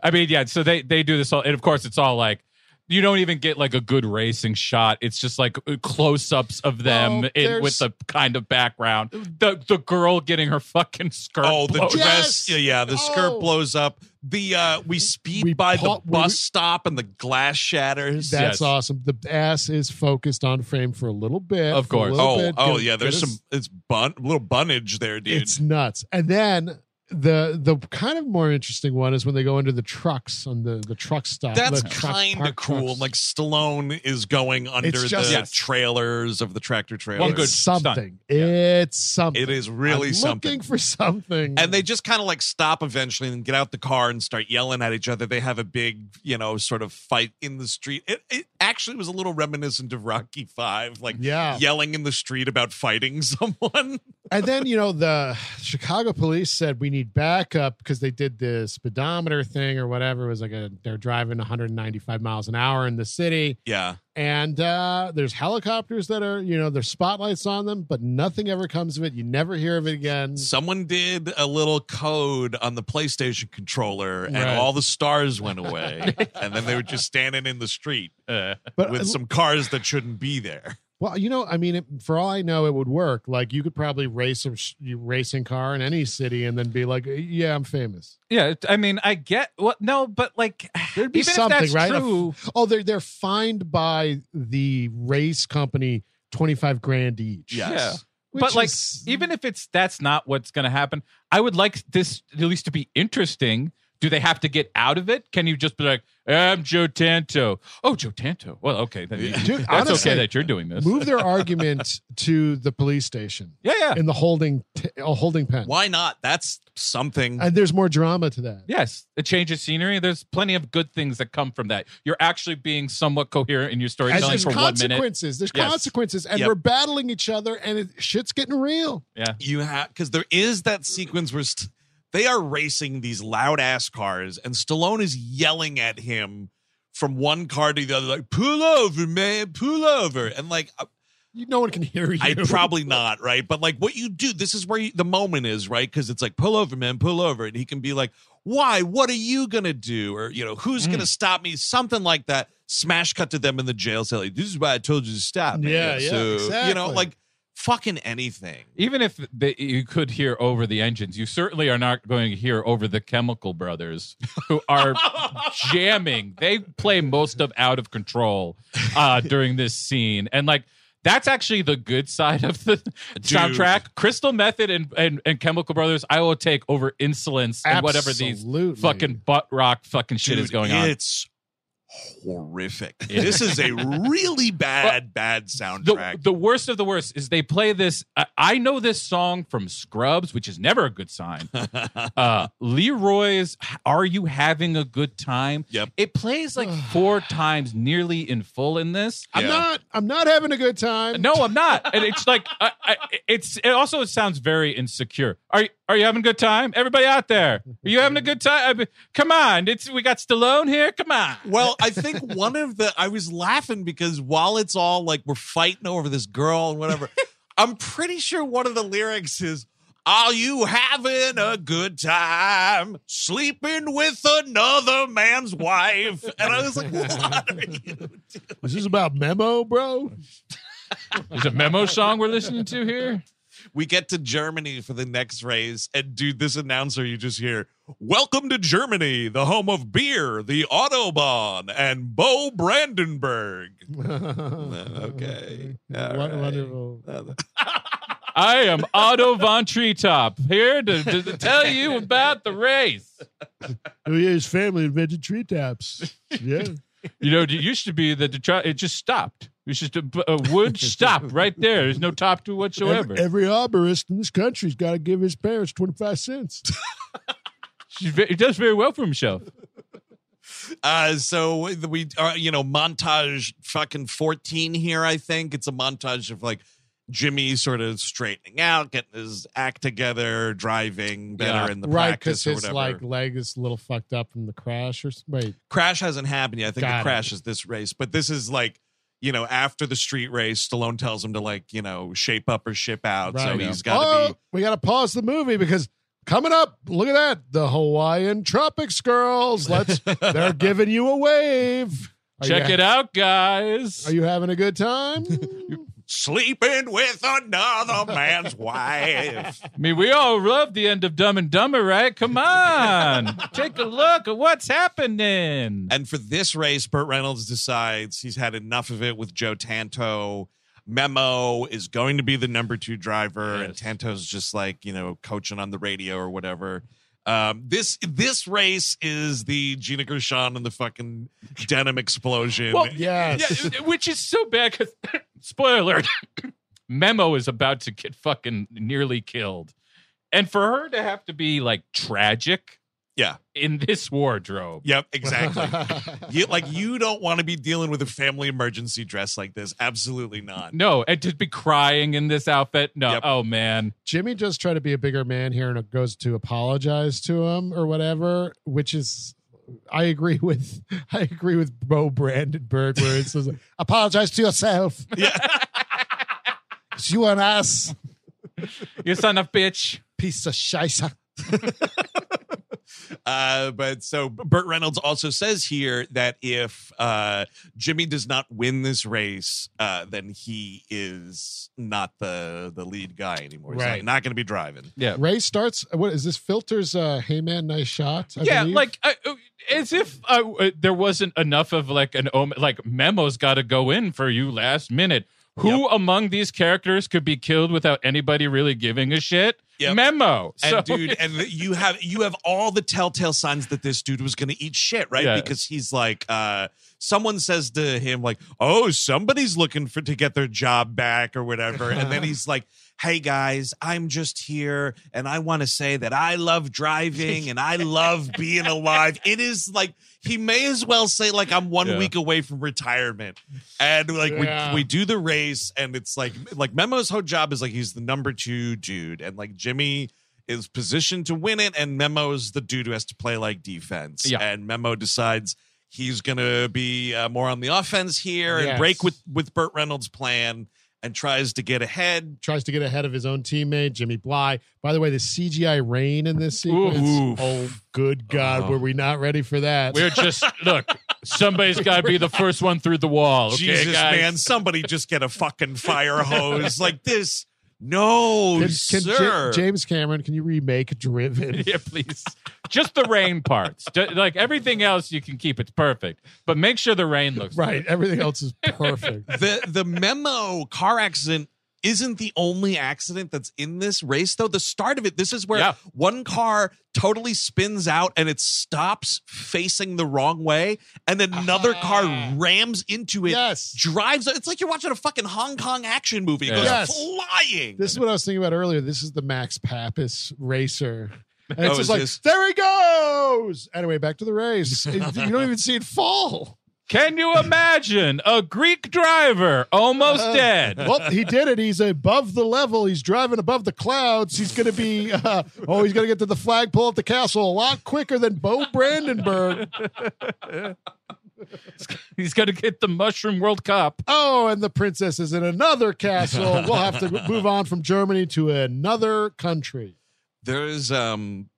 [SPEAKER 3] I mean, yeah. So they they do this all, and of course, it's all like you don't even get like a good racing shot. It's just like close ups of them
[SPEAKER 2] Well,
[SPEAKER 3] in,
[SPEAKER 2] there's-
[SPEAKER 3] with the kind of background. The the girl getting her fucking skirt.
[SPEAKER 1] Oh, the
[SPEAKER 3] blown.
[SPEAKER 2] Yes.
[SPEAKER 1] dress. Yeah, yeah, the
[SPEAKER 2] Oh.
[SPEAKER 1] skirt blows up. The uh we speed
[SPEAKER 2] We
[SPEAKER 1] by
[SPEAKER 2] pa-
[SPEAKER 1] the
[SPEAKER 2] we-
[SPEAKER 1] bus stop and the glass shatters.
[SPEAKER 2] That's
[SPEAKER 3] Yes.
[SPEAKER 2] awesome. The ass is focused on frame for a little bit.
[SPEAKER 3] Of
[SPEAKER 2] for a
[SPEAKER 3] course.
[SPEAKER 2] little
[SPEAKER 1] oh,
[SPEAKER 2] bit,
[SPEAKER 1] oh
[SPEAKER 2] get-
[SPEAKER 1] yeah, there's
[SPEAKER 2] get us-
[SPEAKER 1] some it's bun little bunnage there, dude.
[SPEAKER 2] It's nuts. And then the the kind of more interesting one is when they go into the trucks on the the truck stop.
[SPEAKER 1] that's
[SPEAKER 2] the truck
[SPEAKER 1] kind of
[SPEAKER 2] park
[SPEAKER 1] cool.
[SPEAKER 2] trucks.
[SPEAKER 1] Like Stallone is going under
[SPEAKER 2] It's
[SPEAKER 1] the
[SPEAKER 2] just- Yes.
[SPEAKER 1] trailers of the tractor trailer.
[SPEAKER 3] One
[SPEAKER 2] it's
[SPEAKER 3] good stunt.
[SPEAKER 2] something.
[SPEAKER 3] Yeah.
[SPEAKER 2] It's something.
[SPEAKER 1] It is really
[SPEAKER 2] I'm
[SPEAKER 1] something.
[SPEAKER 2] Looking for something.
[SPEAKER 1] and they just kind of like stop eventually and get out the car and start yelling at each other. They have a big, you know, sort of fight in the street. It, it actually was a little reminiscent of Rocky Five, like
[SPEAKER 2] Yeah.
[SPEAKER 1] yelling in the street about fighting [LAUGHS] someone.
[SPEAKER 2] [LAUGHS] and then you know the Chicago police said we need backup because they did the speedometer thing or whatever. It was like a they're driving 195 miles an hour in the city,
[SPEAKER 1] Yeah,
[SPEAKER 2] and uh, there's helicopters that are you know there's spotlights on them, but nothing ever comes of it. You never hear of
[SPEAKER 1] [LAUGHS]
[SPEAKER 2] it again.
[SPEAKER 1] someone did a little code on the PlayStation controller, and
[SPEAKER 2] Right.
[SPEAKER 1] all the stars went
[SPEAKER 2] [LAUGHS]
[SPEAKER 1] away, and then they were just standing in the street uh,
[SPEAKER 2] But uh,
[SPEAKER 1] with some cars that shouldn't be there.
[SPEAKER 2] Well, you know, I mean, it, for all I know, it would work. Like you could probably race a sh- you- racing car in any city and then be like, "Uh, "Yeah, I'm famous."
[SPEAKER 3] Yeah, it- I mean, I get what no, but like
[SPEAKER 2] There'd be
[SPEAKER 3] even
[SPEAKER 2] something,
[SPEAKER 3] if that's
[SPEAKER 2] right? A f-
[SPEAKER 3] true,
[SPEAKER 2] Oh, they're they're fined by the race company twenty five grand each.
[SPEAKER 3] Yeah.
[SPEAKER 1] Yes.
[SPEAKER 2] Which
[SPEAKER 3] but like
[SPEAKER 2] is-
[SPEAKER 3] even if it's that's not what's going to happen i would like this at least to be interesting do they have to get out of it can you just be like i'm joe tanto oh joe tanto well okay then you- [LAUGHS]
[SPEAKER 2] Dude,
[SPEAKER 3] that's
[SPEAKER 2] honestly,
[SPEAKER 3] okay that you're doing this
[SPEAKER 2] move their argument to the police station
[SPEAKER 3] yeah yeah
[SPEAKER 2] in the holding t- uh, holding pen,
[SPEAKER 1] Why not? That's something.
[SPEAKER 2] and there's more drama to that.
[SPEAKER 3] yes a change of scenery there's plenty of good things that come from that you're actually being somewhat coherent in your
[SPEAKER 2] And
[SPEAKER 3] storytelling
[SPEAKER 2] there's
[SPEAKER 3] for one minute
[SPEAKER 2] consequences. There's
[SPEAKER 3] Yes.
[SPEAKER 2] consequences, and
[SPEAKER 1] Yep.
[SPEAKER 2] we're battling each other, and it, shit's getting real.
[SPEAKER 1] you have because there is that sequence where st- they are racing these loud ass cars and Stallone is yelling at him from one car to the other like pull over man pull over and like I-
[SPEAKER 2] You, no one can hear you.
[SPEAKER 1] [LAUGHS] I probably not right but like what you do this is where you, the moment is right because it's like pull over man pull over and he can be like why what are you gonna do or you know who's
[SPEAKER 3] Mm.
[SPEAKER 1] gonna stop me something like that smash cut to them in the jail cell like, this is why I told you to stop man.
[SPEAKER 2] Yeah, yeah,
[SPEAKER 1] you know
[SPEAKER 2] exactly.
[SPEAKER 1] like fucking anything
[SPEAKER 3] even if they, you could hear over the engines, you certainly are not going to hear over the Chemical Brothers, who are
[SPEAKER 1] [LAUGHS]
[SPEAKER 3] jamming. They play most of Out of Control uh, during this scene, and like that's actually the good side of the soundtrack. Crystal Method and, and and Chemical Brothers, I will take over Insolence [LAUGHS] and whatever these
[SPEAKER 2] Absolutely.
[SPEAKER 3] fucking butt rock fucking shit is
[SPEAKER 1] Dude,
[SPEAKER 3] going on.
[SPEAKER 1] It's horrific. This is a
[SPEAKER 3] [LAUGHS]
[SPEAKER 1] really bad, bad
[SPEAKER 3] the,
[SPEAKER 1] soundtrack.
[SPEAKER 3] the worst of the worst is they play this. I, I know this song from Scrubs, which is never a good sign. uh, Leroy's "Are You Having a Good Time?"
[SPEAKER 1] Yep.
[SPEAKER 3] It plays like four times nearly in full in this.
[SPEAKER 2] I'm
[SPEAKER 1] Yeah.
[SPEAKER 2] not. I'm not having a good time.
[SPEAKER 3] No, I'm not. And it's like I, I, it's. It also sounds very insecure. Are you Are you having a good time? Everybody out there, are you having a good time? I mean, come on, it's we got Stallone here. Come on.
[SPEAKER 1] well, I think one of the I was laughing because while it's all like we're fighting over this girl and [LAUGHS] whatever, I'm pretty sure one of the lyrics is are you having a good time sleeping with another man's wife? And I was like, [LAUGHS] what are you doing?
[SPEAKER 2] [LAUGHS] Is this about memo, bro?
[SPEAKER 3] There's a memo song we're listening to here.
[SPEAKER 1] we get to Germany for the next race, and dude, this announcer you just hear, "Welcome to Germany, the home of beer, the autobahn, and Bo Brandenburg." okay, all
[SPEAKER 2] Won-
[SPEAKER 1] right.
[SPEAKER 2] Wonderful.
[SPEAKER 3] I am Otto von Treetop here to, to, to tell you about the race.
[SPEAKER 2] Oh, yeah, his family invented tree taps. Yeah.
[SPEAKER 3] You know, it used to be that the tri- it just stopped. It's just a, a wood stop right there. There's no top to whatsoever.
[SPEAKER 2] Every, every arborist in this country's got to give his parents 25 cents.
[SPEAKER 3] She's ve- he does very well for himself.
[SPEAKER 1] Uh, so we are, you know, montage fucking 14 here, I think. It's a montage of like Jimmy sort of straightening out, getting his act together, driving better
[SPEAKER 3] Yeah,
[SPEAKER 1] in the
[SPEAKER 2] right, because
[SPEAKER 1] practice or
[SPEAKER 2] his
[SPEAKER 1] whatever.
[SPEAKER 2] like leg is a little fucked up from the crash or s- wait.
[SPEAKER 1] crash hasn't happened yet. I think
[SPEAKER 2] Got
[SPEAKER 1] the
[SPEAKER 2] it.
[SPEAKER 1] crash is this race, but this is like, you know, after the street race, Stallone tells him to like, you know, shape up or ship out. so
[SPEAKER 2] Right.
[SPEAKER 1] he's got to
[SPEAKER 2] oh, We got to pause the movie because coming up, look at that, the Hawaiian tropics girls. Let's. they're giving you a wave. Are
[SPEAKER 3] Check
[SPEAKER 2] you,
[SPEAKER 3] it out, guys.
[SPEAKER 2] Are you having a good time?
[SPEAKER 1] be sleeping with another man's wife.
[SPEAKER 3] I mean, we all love the end of Dumb and Dumber, right?
[SPEAKER 2] [LAUGHS]
[SPEAKER 3] Come on, take a look at what's happening.
[SPEAKER 1] And for this race, Burt Reynolds decides he's had enough of it with Joe Tanto. Memo is going to be the number two driver, and
[SPEAKER 3] Yes.
[SPEAKER 1] Tanto's just like you know coaching on the radio or whatever. Um, this this race is the Gina Gershon and the fucking denim explosion.
[SPEAKER 3] Well,
[SPEAKER 2] yes.
[SPEAKER 3] Yeah, which is so bad because, [LAUGHS] spoiler alert, [COUGHS] Memo is about to get fucking nearly killed. And for her to have to be like tragic
[SPEAKER 1] Yeah.
[SPEAKER 3] in this wardrobe.
[SPEAKER 1] Yep, exactly. [LAUGHS] you, like you don't want to be dealing with a family emergency dress like this. Absolutely not.
[SPEAKER 3] No, and to be crying in this outfit. No,
[SPEAKER 1] Yep.
[SPEAKER 3] oh man.
[SPEAKER 2] [LAUGHS] Jimmy does try to be a bigger man here and goes to apologize to him or whatever, which is I agree with I agree with Bo Brandenburg where it says apologize to yourself.
[SPEAKER 1] Yeah.
[SPEAKER 2] It's you and us.
[SPEAKER 3] You son of bitch.
[SPEAKER 2] Piece of shisa.
[SPEAKER 1] Uh, but so Burt Reynolds also says here that if uh, Jimmy does not win this race, uh, then he is not the the lead guy anymore. He's
[SPEAKER 2] Right.
[SPEAKER 1] not, not going to be driving.
[SPEAKER 3] Yeah.
[SPEAKER 2] Ray starts what is this filters uh hey man nice shot? I
[SPEAKER 3] yeah,
[SPEAKER 2] believe?
[SPEAKER 3] like I, uh, as if uh, uh, there wasn't enough of like an omen. Like Memo's got to go in for you last minute. Who among these characters could be killed without anybody really giving a shit?
[SPEAKER 1] Yep.
[SPEAKER 3] Memo.
[SPEAKER 1] And
[SPEAKER 3] [LAUGHS] So-
[SPEAKER 1] dude, and you have you have all the telltale signs that this dude was going to eat shit, right?
[SPEAKER 3] Yeah.
[SPEAKER 1] Because he's like, uh, someone says to him like, "Oh, somebody's looking for to get their job back or whatever," and
[SPEAKER 3] [LAUGHS]
[SPEAKER 1] then he's like. Hey guys, I'm just here and I want to say that I love driving and I love being alive. It is like he may as well say like I'm 1
[SPEAKER 3] Yeah.
[SPEAKER 1] week away from retirement. And like
[SPEAKER 2] Yeah.
[SPEAKER 1] we we do the race and it's like like Memo's whole job is like he's the number 2 dude and like Jimmy is positioned to win it, and Memo's the dude who has to play like defense.
[SPEAKER 3] Yeah.
[SPEAKER 1] And Memo decides he's gonna be uh, more on the offense here and
[SPEAKER 2] Yes.
[SPEAKER 1] break with with Burt Reynolds' plan and tries to get ahead.
[SPEAKER 2] tries to get ahead of his own teammate Jimmy Bly. By the way, the CGI rain in this sequence.
[SPEAKER 3] Oof. Uh-huh.
[SPEAKER 2] Oh, good God, were we not ready for that?
[SPEAKER 3] We're just look. Somebody's got to be the first one through the wall. Okay,
[SPEAKER 1] Jesus,
[SPEAKER 3] guys?
[SPEAKER 1] man, somebody just get a fucking fire
[SPEAKER 2] [LAUGHS]
[SPEAKER 1] hose like this. No,
[SPEAKER 2] Can- can Ja-
[SPEAKER 1] sir.
[SPEAKER 2] James Cameron, can you remake
[SPEAKER 3] [LAUGHS]
[SPEAKER 2] Driven?
[SPEAKER 3] [LAUGHS] Yeah, please. Just the rain parts. Ju- Like everything else, you can keep. It's perfect, but make sure the rain looks
[SPEAKER 2] Right, everything else is
[SPEAKER 3] [LAUGHS]
[SPEAKER 2] perfect.
[SPEAKER 1] the the memo car accident isn't the only accident that's in this race though the start of it this is where
[SPEAKER 3] Yeah.
[SPEAKER 1] one car totally spins out and it stops facing the wrong way and another car rams into it
[SPEAKER 2] Yes.
[SPEAKER 1] drives it's like you're watching a fucking hong kong action movie it goes
[SPEAKER 2] Yes.
[SPEAKER 1] flying
[SPEAKER 2] This is what I was thinking about earlier. This is the Max Pappas racer. And it's
[SPEAKER 1] Oh, is
[SPEAKER 2] just like,
[SPEAKER 1] this-
[SPEAKER 2] there he goes. Anyway, back to the
[SPEAKER 3] [LAUGHS]
[SPEAKER 2] race. It- you don't even see it fall.
[SPEAKER 3] Can you imagine a Greek driver almost
[SPEAKER 2] Uh.
[SPEAKER 3] dead?
[SPEAKER 2] Well, he did it. He's above the level. He's driving above the clouds. He's going to be, uh, oh, he's going to get to the flagpole at the castle a lot quicker than Bo Brandenburg.
[SPEAKER 3] He's got to get the Mushroom World Cup.
[SPEAKER 2] Oh, and the princess is in another castle. We'll have to move on from Germany to another country.
[SPEAKER 1] there's um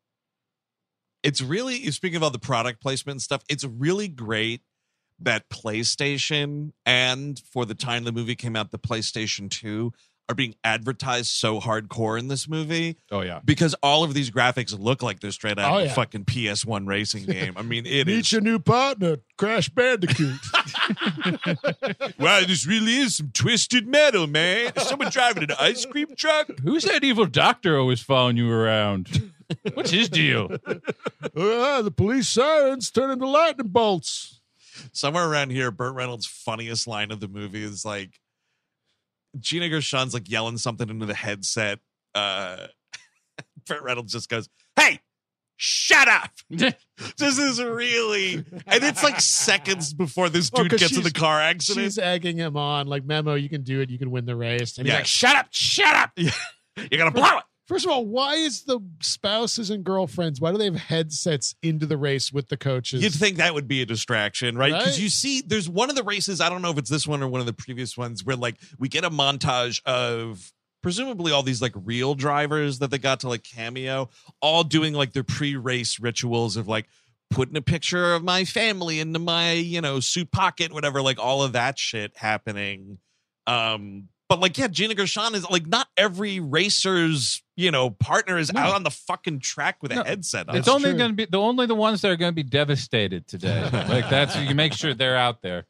[SPEAKER 1] it's really speaking of all the product placement and stuff it's really great that playstation and for the time the movie came out the playstation 2 are being advertised so hardcore in this movie
[SPEAKER 3] Oh yeah.
[SPEAKER 1] because all of these graphics look like they're straight out
[SPEAKER 2] Oh,
[SPEAKER 1] of a
[SPEAKER 2] yeah.
[SPEAKER 1] fucking PS1
[SPEAKER 2] [LAUGHS]
[SPEAKER 1] racing game. I mean, it
[SPEAKER 2] Meet
[SPEAKER 1] is.
[SPEAKER 2] your new partner,
[SPEAKER 1] [LAUGHS]
[SPEAKER 2] Crash Bandicoot.
[SPEAKER 5] Wow, this really is some twisted metal, man. Is someone driving an ice cream truck?
[SPEAKER 3] Who's that evil doctor always following you around? What's his deal?
[SPEAKER 2] Ah, the police sirens turn into lightning bolts.
[SPEAKER 1] Somewhere around here, Burt Reynolds' funniest line of the movie is like Gina Gershon's like yelling something into the headset. Uh, [LAUGHS] Burt Reynolds just goes, Hey, shut
[SPEAKER 2] [LAUGHS]
[SPEAKER 1] up. This is really. And it's like seconds before this
[SPEAKER 2] Oh,
[SPEAKER 1] dude
[SPEAKER 2] 'cause
[SPEAKER 1] gets in the
[SPEAKER 2] she's-
[SPEAKER 1] car accident.
[SPEAKER 2] She's egging him on, like, Memo, you can do it. You can win the race. And
[SPEAKER 1] Yeah.
[SPEAKER 2] he's like, shut up, shut up.
[SPEAKER 1] [LAUGHS] You're gonna blow it.
[SPEAKER 2] First of all, why is the spouses and girlfriends, why do they have headsets into the race with the coaches?
[SPEAKER 1] You'd think that would be a distraction, right? Because
[SPEAKER 2] Right.
[SPEAKER 1] you see, there's one of the races. I don't know if it's this one or one of the previous ones where like we get a montage of presumably all these like real drivers that they got to like cameo, all doing like their pre-race rituals of like putting a picture of my family into my you know suit pocket, whatever. Like all of that shit happening. Um, but like yeah, Gina Gershon is like not every racer's you know partner is out on the fucking track with a
[SPEAKER 3] No.
[SPEAKER 1] headset. on.
[SPEAKER 3] it's only
[SPEAKER 2] true.
[SPEAKER 3] going to be the only the ones that are going to be devastated today. like that's you make sure they're out there.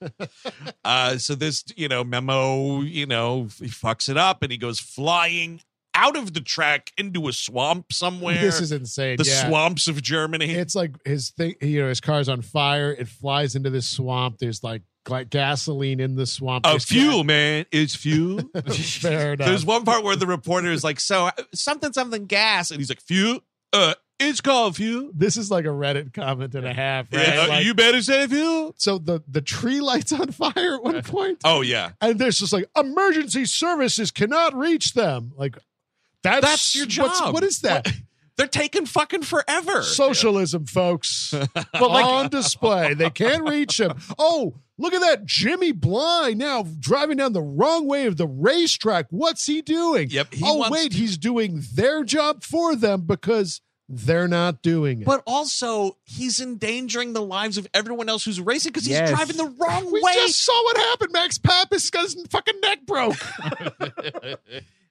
[SPEAKER 1] Uh, so this, you know, memo, you know, he fucks it up and he goes flying out of the track into a swamp somewhere.
[SPEAKER 2] this is insane.
[SPEAKER 1] the
[SPEAKER 2] yeah.
[SPEAKER 1] swamps of Germany.
[SPEAKER 2] It's like his thing, you know, his car's on fire. It flies into this swamp. There's like gla- gasoline in the swamp.
[SPEAKER 1] Uh,
[SPEAKER 2] There's
[SPEAKER 1] fuel, man. It's fuel.
[SPEAKER 2] [LAUGHS]
[SPEAKER 1] [LAUGHS]
[SPEAKER 2] gas- [LAUGHS] Fair enough.
[SPEAKER 1] There's one part where the reporter is like, so uh, something, something gas. And he's like, fuel? Uh, it's called fuel.
[SPEAKER 2] this is like a Reddit comment and a half, right?
[SPEAKER 1] Yeah, uh,
[SPEAKER 2] Like-
[SPEAKER 1] you better say fuel.
[SPEAKER 2] so the, the tree lights on fire at one point,
[SPEAKER 1] Oh, yeah.
[SPEAKER 2] and there's just like emergency services cannot reach them. Like that's,
[SPEAKER 1] That's your
[SPEAKER 2] what's-
[SPEAKER 1] job.
[SPEAKER 2] What is that?
[SPEAKER 1] They're taking fucking forever.
[SPEAKER 2] Socialism, [LAUGHS] folks. on display. They can't reach him. Oh, look at that. Jimmy Blind now driving down the wrong way of the racetrack. What's he doing?
[SPEAKER 1] Yep, he
[SPEAKER 2] oh,
[SPEAKER 1] wants
[SPEAKER 2] wait.
[SPEAKER 1] to-
[SPEAKER 2] He's doing their job for them because they're not doing it.
[SPEAKER 1] But also, he's endangering the lives of everyone else who's racing because he's
[SPEAKER 6] Yes.
[SPEAKER 1] driving the wrong
[SPEAKER 2] we
[SPEAKER 1] way.
[SPEAKER 2] just saw what happened. Max Pappas got his fucking neck broke.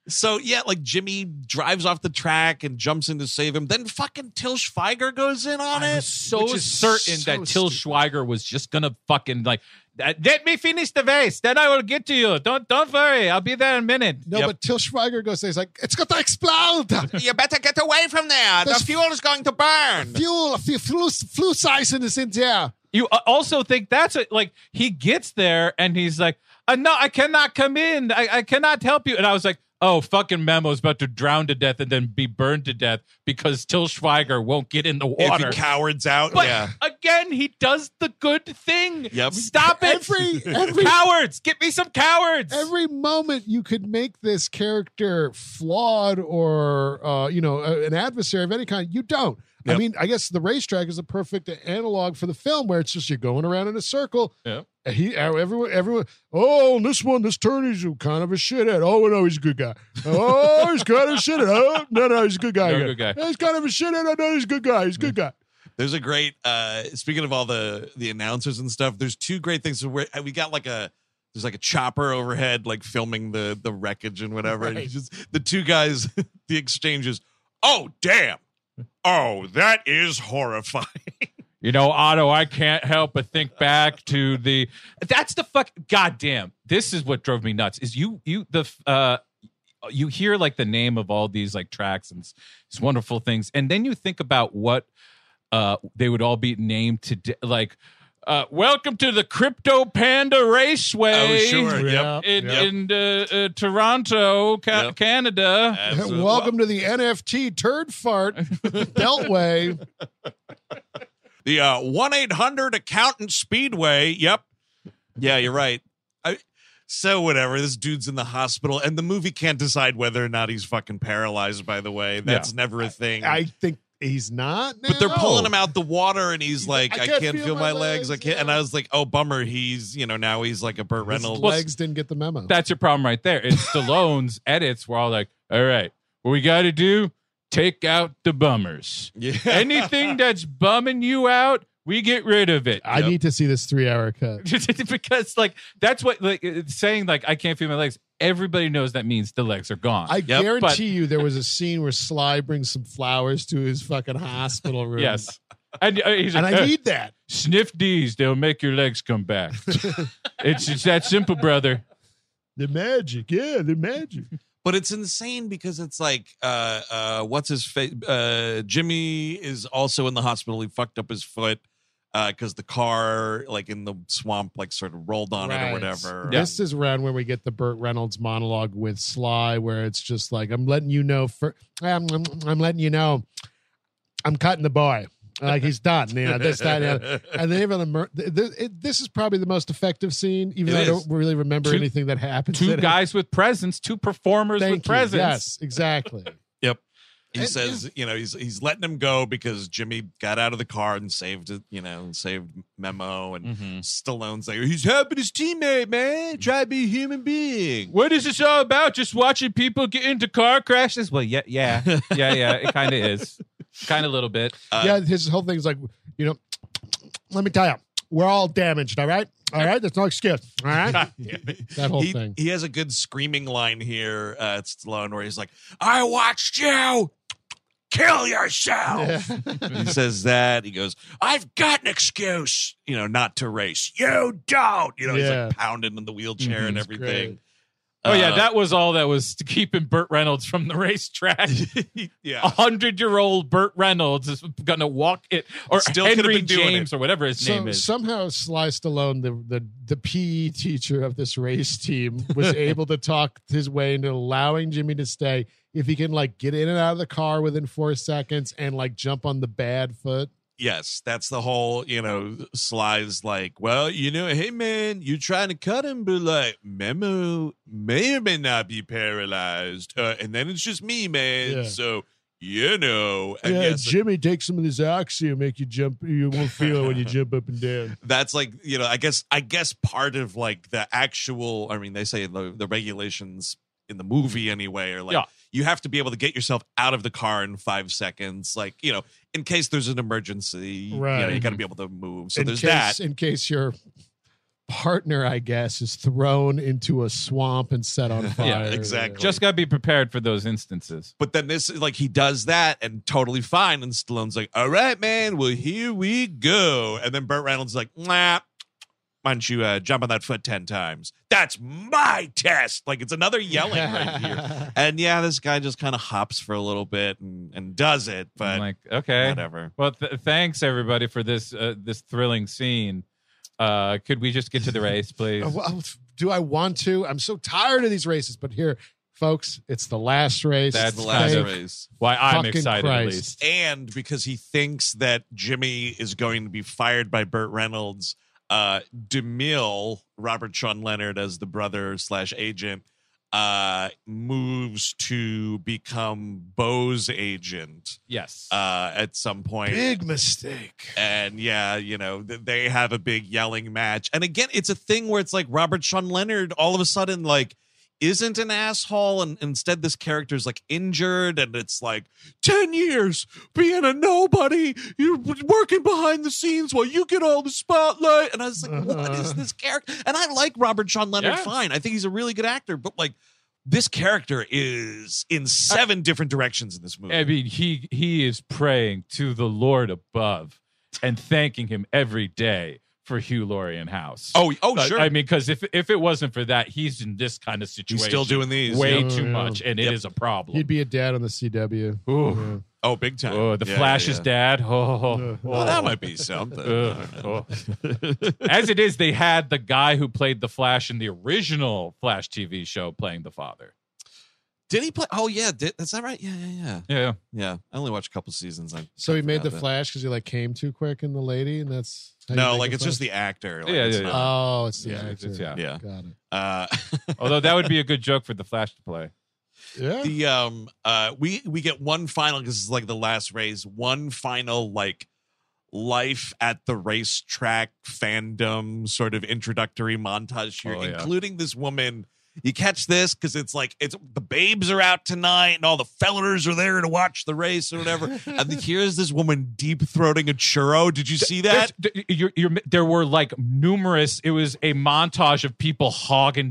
[SPEAKER 1] So yeah, like Jimmy drives off the track and jumps in to save him. Then fucking Tilsch Feiger goes in on
[SPEAKER 3] I'm
[SPEAKER 1] it.
[SPEAKER 3] so
[SPEAKER 2] Which is
[SPEAKER 3] certain
[SPEAKER 2] so
[SPEAKER 3] that Till
[SPEAKER 2] stupid.
[SPEAKER 3] Schweiger was just going to fucking like "That- let me finish the race, then I will get to you. Don't don't worry, I'll be there in a minute.
[SPEAKER 2] No,
[SPEAKER 3] Yep.
[SPEAKER 2] but Till Schweiger goes, he's like, it's got to
[SPEAKER 1] [LAUGHS]
[SPEAKER 2] explode.
[SPEAKER 1] You better get away from there.
[SPEAKER 2] This-
[SPEAKER 1] fuel is going to burn.
[SPEAKER 2] Fuel, fuel, flu, flu season is in there.
[SPEAKER 3] you a- also think that's a, like he gets there and he's like, uh, no, I cannot come in, I, I cannot help you. And I was like, oh, fucking Memo's about to drown to death and then be burned to death because Till Schweiger won't get in the
[SPEAKER 1] If
[SPEAKER 3] water.
[SPEAKER 1] he cowards out,
[SPEAKER 3] But
[SPEAKER 1] yeah.
[SPEAKER 3] again, he does the good thing.
[SPEAKER 1] Yep.
[SPEAKER 3] Stop it.
[SPEAKER 2] Every- every-
[SPEAKER 3] cowards. Get me some cowards.
[SPEAKER 2] every moment you could make this character flawed or uh, you know a- an adversary of any kind you don't i
[SPEAKER 1] Yep.
[SPEAKER 2] mean i guess the racetrack is a perfect analog for the film where it's just you're going around in a circle
[SPEAKER 3] Yep.
[SPEAKER 2] And he uh, everyone everyone oh this one this turn is kind of a shithead oh no he's a good guy oh he's kind of a shithead oh no no he's a good guy,
[SPEAKER 3] No, good guy.
[SPEAKER 2] "Yeah, he's kind of a shithead oh no he's a good guy he's a good guy
[SPEAKER 1] There's a great uh speaking of all the the announcers and stuff, there's two great things where we got like a there's like a chopper overhead, like filming the the wreckage and whatever. And it's just the two guys, [LAUGHS] the exchanges, oh damn. Oh, that is horrifying.
[SPEAKER 3] You know, Otto, I can't help but think back to the. That's the fuck. Goddamn, this is what drove me nuts. Is you you the uh you hear like the name of all these like tracks and s- these wonderful things, and then you think about what uh they would all be named today. Like, uh, welcome to the Crypto Panda Raceway.
[SPEAKER 2] Yeah,
[SPEAKER 3] In,
[SPEAKER 2] yeah.
[SPEAKER 3] in uh, uh, Toronto, ca-
[SPEAKER 1] Yep.
[SPEAKER 3] Canada.
[SPEAKER 1] Absolutely.
[SPEAKER 2] welcome to the nft
[SPEAKER 1] [LAUGHS]
[SPEAKER 2] turd fart beltway
[SPEAKER 1] The uh one eight hundred accountant Speedway. Yep. Yeah, you're right. I, so whatever. This dude's in the hospital, and the movie can't decide whether or not he's fucking paralyzed. By the way, that's never a thing.
[SPEAKER 2] i think he's not
[SPEAKER 1] but they're
[SPEAKER 2] now.
[SPEAKER 1] pulling him out the water, and he's like, "I, can't, feel, my legs. I can't."
[SPEAKER 2] yeah.
[SPEAKER 1] And I was like, "Oh, bummer." He's you know now he's like a Burt Reynolds.
[SPEAKER 2] His legs didn't get the memo.
[SPEAKER 3] that's your problem right there. It's Stallone's [LAUGHS] edits were all like, all right, what we got to do, take out
[SPEAKER 2] [LAUGHS]
[SPEAKER 3] the bummers.
[SPEAKER 1] yeah.
[SPEAKER 3] Anything that's bumming you out, we get rid of it.
[SPEAKER 1] [LAUGHS]
[SPEAKER 3] [LAUGHS]
[SPEAKER 2] I need to see this three hour cut.
[SPEAKER 3] because uh, like that's what like it's saying like I can't feel my legs. Everybody knows that means the legs are gone.
[SPEAKER 2] I
[SPEAKER 1] Yep,
[SPEAKER 2] guarantee you there was a scene where Sly brings some flowers to his fucking hospital room.
[SPEAKER 3] yes. And uh, he's
[SPEAKER 2] And
[SPEAKER 3] like,
[SPEAKER 2] I
[SPEAKER 1] [LAUGHS]
[SPEAKER 3] "Uh,
[SPEAKER 2] need that.
[SPEAKER 3] sniff these; they'll make your legs
[SPEAKER 2] [LAUGHS]
[SPEAKER 3] come back. it's it's that simple, brother.
[SPEAKER 2] The magic. Yeah, the magic.
[SPEAKER 1] but it's insane because it's like uh uh what's his face uh jimmy is also in the hospital he fucked up his foot uh because the car like in the swamp like sort of rolled on it or
[SPEAKER 2] Right.
[SPEAKER 1] whatever
[SPEAKER 2] This is around where we get the Burt Reynolds monologue with Sly, where it's just like, I'm letting you know for I'm, I'm, I'm letting you know I'm cutting the boy. Like he's done, you know, this, that, and the other. and they even emer- th- th- it- this is probably the most effective scene,
[SPEAKER 1] It
[SPEAKER 2] even though I
[SPEAKER 1] is.
[SPEAKER 2] don't really remember
[SPEAKER 3] Two-
[SPEAKER 2] anything that happens.
[SPEAKER 3] Two
[SPEAKER 2] in it.
[SPEAKER 3] guys with presents, two performers
[SPEAKER 2] Thank
[SPEAKER 3] with
[SPEAKER 2] you. Yes,
[SPEAKER 3] presents.
[SPEAKER 2] exactly.
[SPEAKER 1] [LAUGHS] he
[SPEAKER 2] And-
[SPEAKER 1] says you know he's he's letting him go because jimmy got out of the car and saved it you know and saved memo and
[SPEAKER 2] Mm-hmm.
[SPEAKER 1] stallone's like he's helping his teammate man try to be a human being
[SPEAKER 3] What is this all about? Just watching people get into car crashes? Well, yeah, yeah, yeah, yeah. [LAUGHS] It kind of is, kind of little bit.
[SPEAKER 1] [LAUGHS] Uh,
[SPEAKER 2] yeah, his whole thing's like, you know, let me tell you, we're all damaged. All right, all right. There's no excuse. All
[SPEAKER 1] Uh,
[SPEAKER 2] [LAUGHS]
[SPEAKER 1] [LAUGHS]
[SPEAKER 2] right. That whole
[SPEAKER 1] he,
[SPEAKER 2] thing.
[SPEAKER 1] [LAUGHS] He has a good screaming line here uh, at Stallone where he's like, I watched you kill yourself. [LAUGHS] he says that. He goes, I've got an excuse, you know, not to race. You don't. You know, he's
[SPEAKER 2] Yeah. Mm-hmm.
[SPEAKER 1] like pounding in the wheelchair and
[SPEAKER 2] It's
[SPEAKER 1] everything.
[SPEAKER 2] great.
[SPEAKER 3] Oh yeah,
[SPEAKER 1] Uh,
[SPEAKER 3] that was all that was to keeping Burt Reynolds from the [LAUGHS] racetrack. A
[SPEAKER 2] [LAUGHS]
[SPEAKER 1] yeah.
[SPEAKER 3] hundred-year-old Burt Reynolds is going to walk it, or
[SPEAKER 1] Still could've
[SPEAKER 3] Henry
[SPEAKER 1] been doing
[SPEAKER 3] James, or whatever
[SPEAKER 2] [LAUGHS]
[SPEAKER 3] his
[SPEAKER 2] So
[SPEAKER 3] name is.
[SPEAKER 2] somehow Sly Stallone, the, the the PE teacher of this race team,
[SPEAKER 1] [LAUGHS]
[SPEAKER 2] was able to talk his way into allowing Jimmy to stay if he can like get in and out of the car within four seconds and like jump on the bad foot.
[SPEAKER 1] Yes, that's the whole, you know, Sly's like, well, you know, hey, man, you trying to cut him, but like, Memo may or may not be paralyzed. Uh, and then it's just me, man.
[SPEAKER 2] Yeah.
[SPEAKER 1] So, you know, and
[SPEAKER 2] Yeah,
[SPEAKER 1] yes,
[SPEAKER 2] Jimmy, take some of this oxy and make you jump. You won't feel it when
[SPEAKER 1] [LAUGHS]
[SPEAKER 2] you jump up and down.
[SPEAKER 1] that's like, you know, I guess, I guess part of like the actual, I mean, they say the, the regulations in the movie anyway are like,
[SPEAKER 3] Yeah.
[SPEAKER 1] you have to be able to get yourself out of the car in five seconds. Like, you know, in case there's an emergency, you know,
[SPEAKER 2] Right.
[SPEAKER 1] you got to be able to move. So
[SPEAKER 2] in
[SPEAKER 1] there's
[SPEAKER 2] case,
[SPEAKER 1] that.
[SPEAKER 2] In case your partner, I guess, is thrown into a swamp and
[SPEAKER 1] [LAUGHS]
[SPEAKER 2] set on fire.
[SPEAKER 1] exactly.
[SPEAKER 3] Just got to be prepared for those instances.
[SPEAKER 1] But then this, like, he does that and totally fine. And Stallone's like, all right, man, well, here we go. And then Burt Reynolds is like, nah, why don't you uh, jump on that foot 10 times? That's my test. Like, it's another yelling right
[SPEAKER 3] [LAUGHS]
[SPEAKER 1] here. And yeah, this guy just kind of hops for a little bit and, and does it, but
[SPEAKER 3] I'm like, eh, okay,
[SPEAKER 1] whatever.
[SPEAKER 3] Well, th- thanks everybody for this uh, this thrilling scene. Uh, could we just get to
[SPEAKER 2] [LAUGHS]
[SPEAKER 3] the race, please?
[SPEAKER 2] Uh, [LAUGHS] well, Do I want to? I'm so tired of these races. But here, folks, it's the last race.
[SPEAKER 3] That's
[SPEAKER 1] It's the last
[SPEAKER 3] kind of-
[SPEAKER 1] race.
[SPEAKER 3] Why I'm
[SPEAKER 2] fucking
[SPEAKER 3] excited at
[SPEAKER 2] Christ.
[SPEAKER 3] least.
[SPEAKER 1] And because he thinks that Jimmy is going to be fired by Burt Reynolds, uh, DeMille, Robert Sean Leonard as the brother slash agent, uh, moves to become Bo's agent
[SPEAKER 3] Yes.
[SPEAKER 1] uh, at some point.
[SPEAKER 2] Big mistake.
[SPEAKER 1] And yeah, you know, th- they have a big yelling match. And again, it's a thing where it's like Robert Sean Leonard all of a sudden, like, isn't an asshole. And instead, this character's like injured. And it's like 10 years being a nobody. You're w- working behind the scenes while you get all the spotlight. And I was like, what is this character? And I like Robert Sean Leonard
[SPEAKER 3] Uh-huh. Yeah.
[SPEAKER 1] fine. I think he's a really good actor. But like, this character is in seven different directions in this movie.
[SPEAKER 3] I mean, he he is praying to the Lord above and thanking him every day for Hugh Laurie and House.
[SPEAKER 1] Oh, oh,
[SPEAKER 3] Uh,
[SPEAKER 1] sure.
[SPEAKER 3] I mean, because if if it wasn't for that, he's in this kind of
[SPEAKER 1] He's
[SPEAKER 3] situation.
[SPEAKER 1] still doing these.
[SPEAKER 3] way
[SPEAKER 2] Yeah.
[SPEAKER 3] too
[SPEAKER 2] Yeah.
[SPEAKER 3] much, and
[SPEAKER 1] Yep.
[SPEAKER 3] it is a problem.
[SPEAKER 2] He'd be a dad on the CW.
[SPEAKER 3] Ooh.
[SPEAKER 1] Oh, big time.
[SPEAKER 3] Oh, the
[SPEAKER 1] Yeah,
[SPEAKER 3] Flash's
[SPEAKER 1] yeah.
[SPEAKER 3] dad.
[SPEAKER 2] Uh,
[SPEAKER 3] Oh,
[SPEAKER 1] Well, that might be something.
[SPEAKER 3] Ugh. Oh. As it is, they had the guy who played the Flash in the original Flash TV show playing the father.
[SPEAKER 1] Did he play? Oh yeah, did, is that right? Yeah, yeah, yeah,
[SPEAKER 3] Yeah,
[SPEAKER 1] yeah. I only watched a couple seasons. I
[SPEAKER 2] So he
[SPEAKER 1] I
[SPEAKER 2] made
[SPEAKER 1] forgot
[SPEAKER 2] the
[SPEAKER 1] that.
[SPEAKER 2] flash because he like came too quick in the lady, and that's how you
[SPEAKER 1] No,
[SPEAKER 2] make
[SPEAKER 1] like
[SPEAKER 2] a
[SPEAKER 1] it's just
[SPEAKER 2] Flash?
[SPEAKER 1] the actor. Like,
[SPEAKER 3] Yeah,
[SPEAKER 1] it's
[SPEAKER 3] yeah, yeah.
[SPEAKER 1] not-
[SPEAKER 2] Oh, it's the
[SPEAKER 3] Yeah,
[SPEAKER 2] actor.
[SPEAKER 3] it's- it's-
[SPEAKER 1] Yeah.
[SPEAKER 3] yeah.
[SPEAKER 2] Got it.
[SPEAKER 1] Uh, [LAUGHS]
[SPEAKER 3] Although that would be a good joke for the Flash to play.
[SPEAKER 2] Yeah.
[SPEAKER 1] the um uh we we get one final because it's like the last race. One final like life at the racetrack fandom sort of introductory montage here,
[SPEAKER 3] Oh, yeah.
[SPEAKER 1] including this woman You catch this because it's like it's the babes are out tonight and all the fellers are there to watch the race or whatever. and
[SPEAKER 3] [LAUGHS]
[SPEAKER 1] here's this woman deep throating a churro. Did you see that?
[SPEAKER 3] There's- th- you're- you're- there were like numerous. It was a montage of people hogging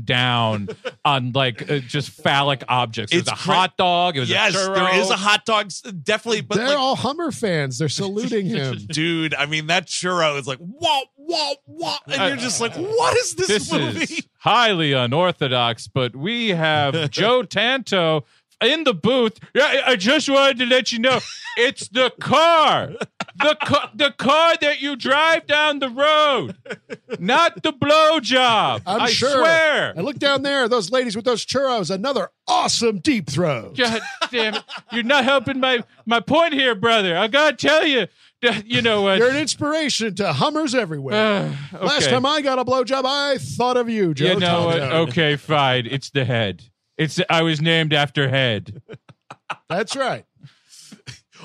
[SPEAKER 1] [LAUGHS]
[SPEAKER 3] down on like uh, just phallic objects. It was
[SPEAKER 1] It's
[SPEAKER 3] a
[SPEAKER 1] cra-
[SPEAKER 3] hot dog. It was
[SPEAKER 1] Yes,
[SPEAKER 3] a churro.
[SPEAKER 1] there is a hot dog, s- definitely. But
[SPEAKER 2] They're
[SPEAKER 1] like,
[SPEAKER 2] all Hummer fans.
[SPEAKER 1] [LAUGHS]
[SPEAKER 2] They're saluting him.
[SPEAKER 1] dude, I mean that churro is like whoa, whoa, whoa, and you're just like, what is this,
[SPEAKER 3] this
[SPEAKER 1] movie?
[SPEAKER 3] is highly unorthodox, but
[SPEAKER 1] [LAUGHS]
[SPEAKER 3] we have Joe Tanto in the booth. Yeah, I- I just wanted to let you
[SPEAKER 1] [LAUGHS]
[SPEAKER 3] know it's the car. The car, the car that you drive down the road, not the blowjob.
[SPEAKER 2] I'm
[SPEAKER 3] I
[SPEAKER 2] sure.
[SPEAKER 3] swear.
[SPEAKER 2] And look down there, those ladies with those churros. Another awesome deep throw.
[SPEAKER 3] God damn it! You're not helping my my point here, brother. I gotta tell you, that- you know what? [SIGHS]
[SPEAKER 2] You're an inspiration to Hummers everywhere.
[SPEAKER 3] Uh,
[SPEAKER 2] Last
[SPEAKER 3] okay.
[SPEAKER 2] time I got a blowjob, I thought of you, Joe.
[SPEAKER 3] you know what?
[SPEAKER 2] Tonto.
[SPEAKER 3] Okay, fine. It's the head. It's I was named after head.
[SPEAKER 2] That's right.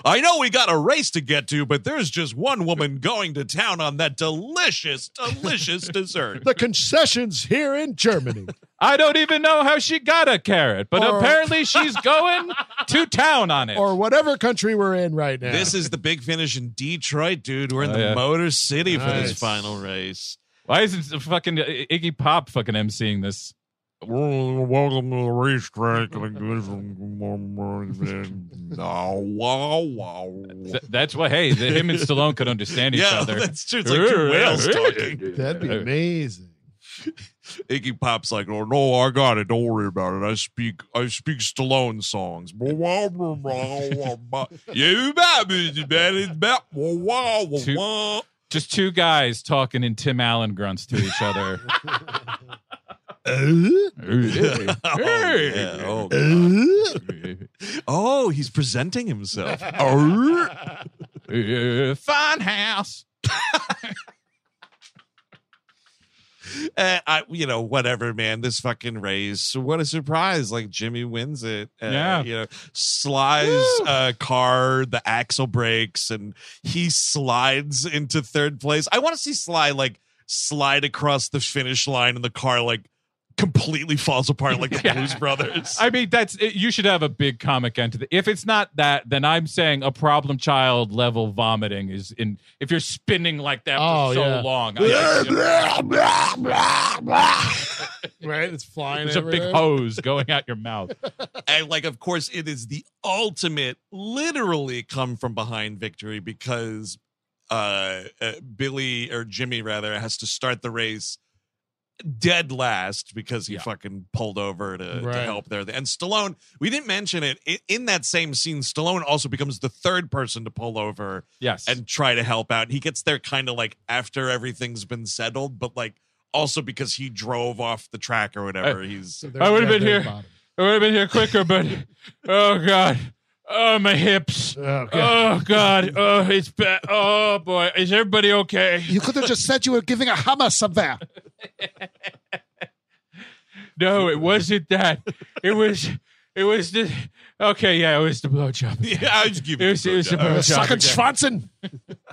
[SPEAKER 1] I know we got a race to get to, but there's just one woman going to town on that delicious, [LAUGHS] delicious dessert.
[SPEAKER 2] The concessions here in
[SPEAKER 3] [LAUGHS]
[SPEAKER 2] Germany.
[SPEAKER 3] I don't even know how she got a carrot, but
[SPEAKER 2] Or-
[SPEAKER 3] apparently she's going to town on it.
[SPEAKER 2] or whatever country we're in right now.
[SPEAKER 1] This is the big finish in Detroit, dude. We're in
[SPEAKER 3] Oh,
[SPEAKER 1] the
[SPEAKER 3] yeah.
[SPEAKER 1] Motor City for
[SPEAKER 2] Nice.
[SPEAKER 1] this final race.
[SPEAKER 3] Why isn't the fucking Iggy Pop fucking emceeing this?
[SPEAKER 5] Welcome to the racetrack. Wow, wow, wow.
[SPEAKER 3] Th- That's why. Hey, the, him and Stallone could understand each
[SPEAKER 1] yeah,
[SPEAKER 3] other.
[SPEAKER 1] that's true. It's like two whales talking.
[SPEAKER 2] that'd
[SPEAKER 3] Uh,
[SPEAKER 2] be amazing.
[SPEAKER 1] Iggy Pop's like,
[SPEAKER 5] Oh no, I got it. Don't worry about it. I speak I speak Stallone songs. You bet, Mr. Betty. Bet. Wow, wow,
[SPEAKER 3] Two-
[SPEAKER 5] wow.
[SPEAKER 3] Just two guys talking in Tim Allen grunts to each other.
[SPEAKER 2] [LAUGHS]
[SPEAKER 5] [LAUGHS]
[SPEAKER 2] Uh,
[SPEAKER 3] [LAUGHS]
[SPEAKER 1] oh, yeah, oh,
[SPEAKER 2] uh.
[SPEAKER 1] oh, he's presenting himself.
[SPEAKER 3] Uh, fun house.
[SPEAKER 1] Uh, I, you know, whatever, man. This fucking race. What a surprise! Like Jimmy wins it. Uh,
[SPEAKER 3] Yeah.
[SPEAKER 1] You know, Sly's uh, car, the axle breaks, and he slides into third place. I want to see Sly like slide across the finish line, and the car like completely falls apart, like
[SPEAKER 3] [LAUGHS]
[SPEAKER 1] the Blues Brothers.
[SPEAKER 3] I mean, that's it, you should have a big comic entity. If it's not that, then I'm saying a problem child level vomiting is in. If you're spinning like that
[SPEAKER 2] Oh,
[SPEAKER 3] for so
[SPEAKER 2] yeah.
[SPEAKER 3] long, I-
[SPEAKER 2] Right? It's flying.
[SPEAKER 3] there's a big
[SPEAKER 2] everywhere.
[SPEAKER 3] hose going out your mouth.
[SPEAKER 1] and like of course it is the ultimate literally come from behind victory because uh, uh billy or jimmy rather has to start the race dead last because he
[SPEAKER 3] Yeah.
[SPEAKER 1] fucking pulled over to, to
[SPEAKER 2] Right.
[SPEAKER 1] help there and stallone we didn't mention it i- in that same scene stallone also becomes the third person to pull over
[SPEAKER 3] Yes,
[SPEAKER 1] and try to help out he gets there kind of like after everything's been settled but like also because he drove off the track or whatever he's [LAUGHS]
[SPEAKER 2] So they're
[SPEAKER 3] I would've
[SPEAKER 2] dead at
[SPEAKER 3] been here.
[SPEAKER 2] the bottom.
[SPEAKER 3] I would have been here quicker, but oh god, oh my hips.
[SPEAKER 2] Oh, God.
[SPEAKER 3] Oh god! Oh, it's bad. Oh boy, is everybody okay?
[SPEAKER 2] You could have just said you were giving a hammer somewhere.
[SPEAKER 3] No, it wasn't that. It was. It was the. Okay, yeah, it was the blowjob.
[SPEAKER 1] yeah, I was giving
[SPEAKER 3] It was. It
[SPEAKER 1] you a
[SPEAKER 3] was the
[SPEAKER 1] blowjob.
[SPEAKER 2] Uh,
[SPEAKER 3] blowjob.
[SPEAKER 2] Sucking
[SPEAKER 3] again.
[SPEAKER 2] Schwanzen. [LAUGHS]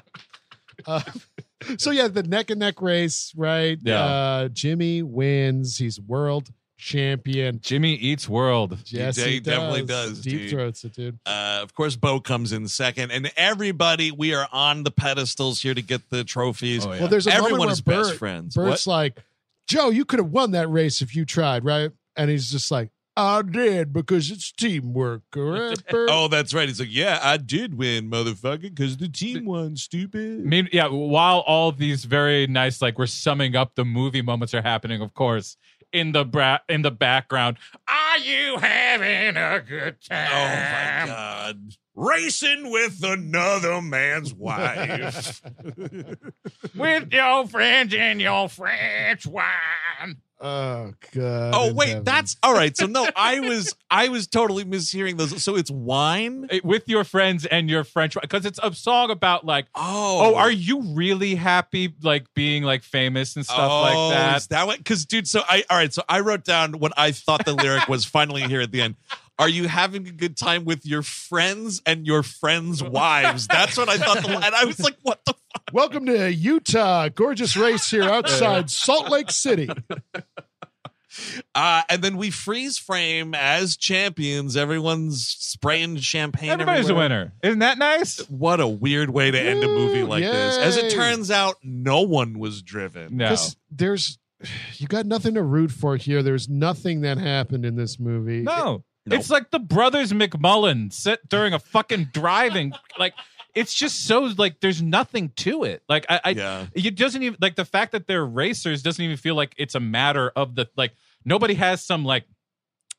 [SPEAKER 2] Uh, so, yeah, the neck and neck race, right?
[SPEAKER 3] Yeah.
[SPEAKER 2] Uh, Jimmy wins. He's world champion.
[SPEAKER 3] Jimmy eats world.
[SPEAKER 2] Yes,
[SPEAKER 1] de-
[SPEAKER 2] he,
[SPEAKER 1] definitely does,
[SPEAKER 2] Deep
[SPEAKER 1] dude.
[SPEAKER 2] throats it, dude.
[SPEAKER 1] Uh, of course, Bo comes in second, and everybody we are on the pedestals here to get the trophies.
[SPEAKER 3] Oh, yeah.
[SPEAKER 2] Well, there's a
[SPEAKER 1] Everyone
[SPEAKER 2] moment
[SPEAKER 1] is
[SPEAKER 2] where
[SPEAKER 1] best
[SPEAKER 2] Bert-
[SPEAKER 1] friends.
[SPEAKER 2] Bert's like, Joe, you could have won that race if you tried, right? And he's just like, I did because it's teamwork, correct,
[SPEAKER 1] [LAUGHS]
[SPEAKER 2] Bert?
[SPEAKER 1] Oh, that's right. He's like, yeah, I did win, motherfucker, because the team won.
[SPEAKER 3] I
[SPEAKER 1] Stupid.
[SPEAKER 3] mean, yeah. While all these very nice, like we're summing up the movie moments are happening, of course, in the bra- in the background. Are you having a good
[SPEAKER 1] Oh
[SPEAKER 3] time?
[SPEAKER 1] my god. Racing with another
[SPEAKER 2] [LAUGHS]
[SPEAKER 1] man's wife.
[SPEAKER 3] With your friends and your French wine.
[SPEAKER 2] Oh, God.
[SPEAKER 1] oh
[SPEAKER 2] in
[SPEAKER 1] wait,
[SPEAKER 2] heaven.
[SPEAKER 1] that's all right. So no, I was I was totally mishearing those. So it's
[SPEAKER 2] [LAUGHS]
[SPEAKER 1] wine.
[SPEAKER 3] It- Eh, with your friends and your French because it's a song about like
[SPEAKER 1] Oh,
[SPEAKER 3] oh are you really happy like being like famous and stuff like that
[SPEAKER 1] Oh, Is that what? Because, dude, so I, all right, so I wrote down what I thought the lyric was finally here at the end. Are you having a good time with your friends and your friends' wives? That's what I thought. The, and I was like, what the fuck? [LAUGHS]
[SPEAKER 2] Welcome to Utah. Gorgeous race here outside Salt Lake City.
[SPEAKER 1] Uh, and then we freeze frame as champions. Everyone's spraying champagne.
[SPEAKER 3] Everybody's a
[SPEAKER 1] everywhere.
[SPEAKER 3] winner. Isn't that nice?
[SPEAKER 1] What a weird way to end a movie
[SPEAKER 2] Woo,
[SPEAKER 1] like this. As
[SPEAKER 2] yay.
[SPEAKER 1] it turns out, no one was driven.
[SPEAKER 3] No.
[SPEAKER 2] This- there's you got nothing to root for here. There's nothing that happened in this movie.
[SPEAKER 3] No.
[SPEAKER 1] No.
[SPEAKER 3] It's like the brothers McMullen sit during a fucking driving. like it's just so like there's nothing to it. Like I, I
[SPEAKER 1] yeah.
[SPEAKER 3] it doesn't even like the fact that they're racers doesn't even feel like it's a matter of the like nobody has some like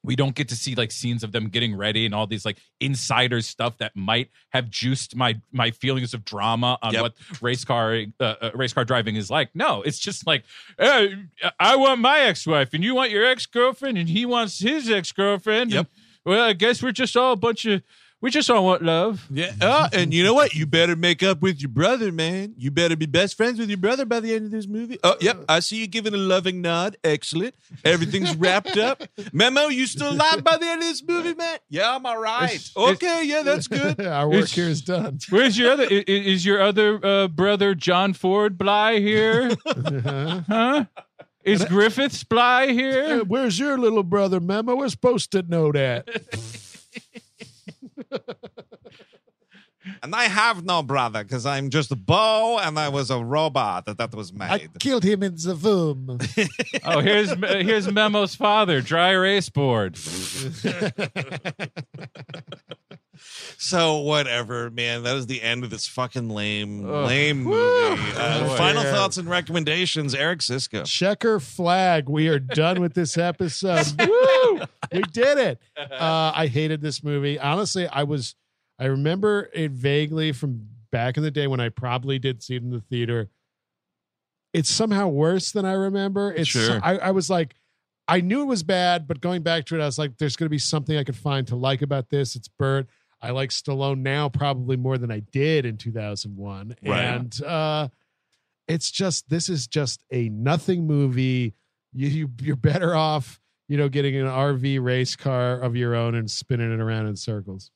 [SPEAKER 3] we don't get to see like scenes of them getting ready and all these like insider stuff that might have juiced my my feelings of drama on
[SPEAKER 1] Yep.
[SPEAKER 3] what race car uh, uh, race car driving is like. No, it's just like "Hey, I want my ex wife and you want your ex girlfriend and he wants his ex girlfriend.
[SPEAKER 1] Yep.
[SPEAKER 3] Well, I guess we're just all a bunch of we just all want love.
[SPEAKER 5] Yeah. Uh, and you know what? You better make up with your brother, man. You better be best friends with your brother by the end of this movie. Oh, yep. I see you giving a loving nod. Excellent. Everything's wrapped
[SPEAKER 3] [LAUGHS]
[SPEAKER 5] up. Memo, you still alive by the end of this movie, man? Yeah, I'm all right.
[SPEAKER 3] It's-
[SPEAKER 5] okay. Yeah, that's
[SPEAKER 3] [LAUGHS]
[SPEAKER 5] good.
[SPEAKER 2] Our work
[SPEAKER 3] It's-
[SPEAKER 2] here is done. [LAUGHS]
[SPEAKER 3] Where's your other? i- i- is your other uh, brother John Ford Bly here?
[SPEAKER 2] Uh-huh.
[SPEAKER 3] Huh? Is Griffiths Bly
[SPEAKER 2] Hey,
[SPEAKER 3] here?
[SPEAKER 2] where's your little brother, Memo? We're supposed to know that.
[SPEAKER 1] And I have no brother because I'm just a bow and I was a robot that that was
[SPEAKER 2] [LAUGHS] I killed him in the room.
[SPEAKER 3] Oh, here's here's Memo's father, dry erase board.
[SPEAKER 1] So whatever, man. That is the end of this fucking lame,
[SPEAKER 3] Ugh. Oh,
[SPEAKER 1] lame movie. Uh,
[SPEAKER 3] Boy.
[SPEAKER 1] final thoughts and recommendations, Eric Sisko.
[SPEAKER 2] [LAUGHS] Checker flag. We are done with this episode. [LAUGHS]
[SPEAKER 3] Woo!
[SPEAKER 2] we did it. Uh, I hated this movie. Honestly, I was, I remember it vaguely from back in the day when I probably did see it in the theater. It's somehow worse than I remember. It's,
[SPEAKER 3] Sure.
[SPEAKER 2] I, I was like, I knew it was bad, but going back to it, I was like, there's going to be something I could find to like about this. It's Bert. I like Stallone now probably more than I did in 2001.
[SPEAKER 1] Right.
[SPEAKER 2] And uh, it's just, this is just a nothing movie. You, you, you're better off you know, getting an RV race car of your own and spinning it around in circles.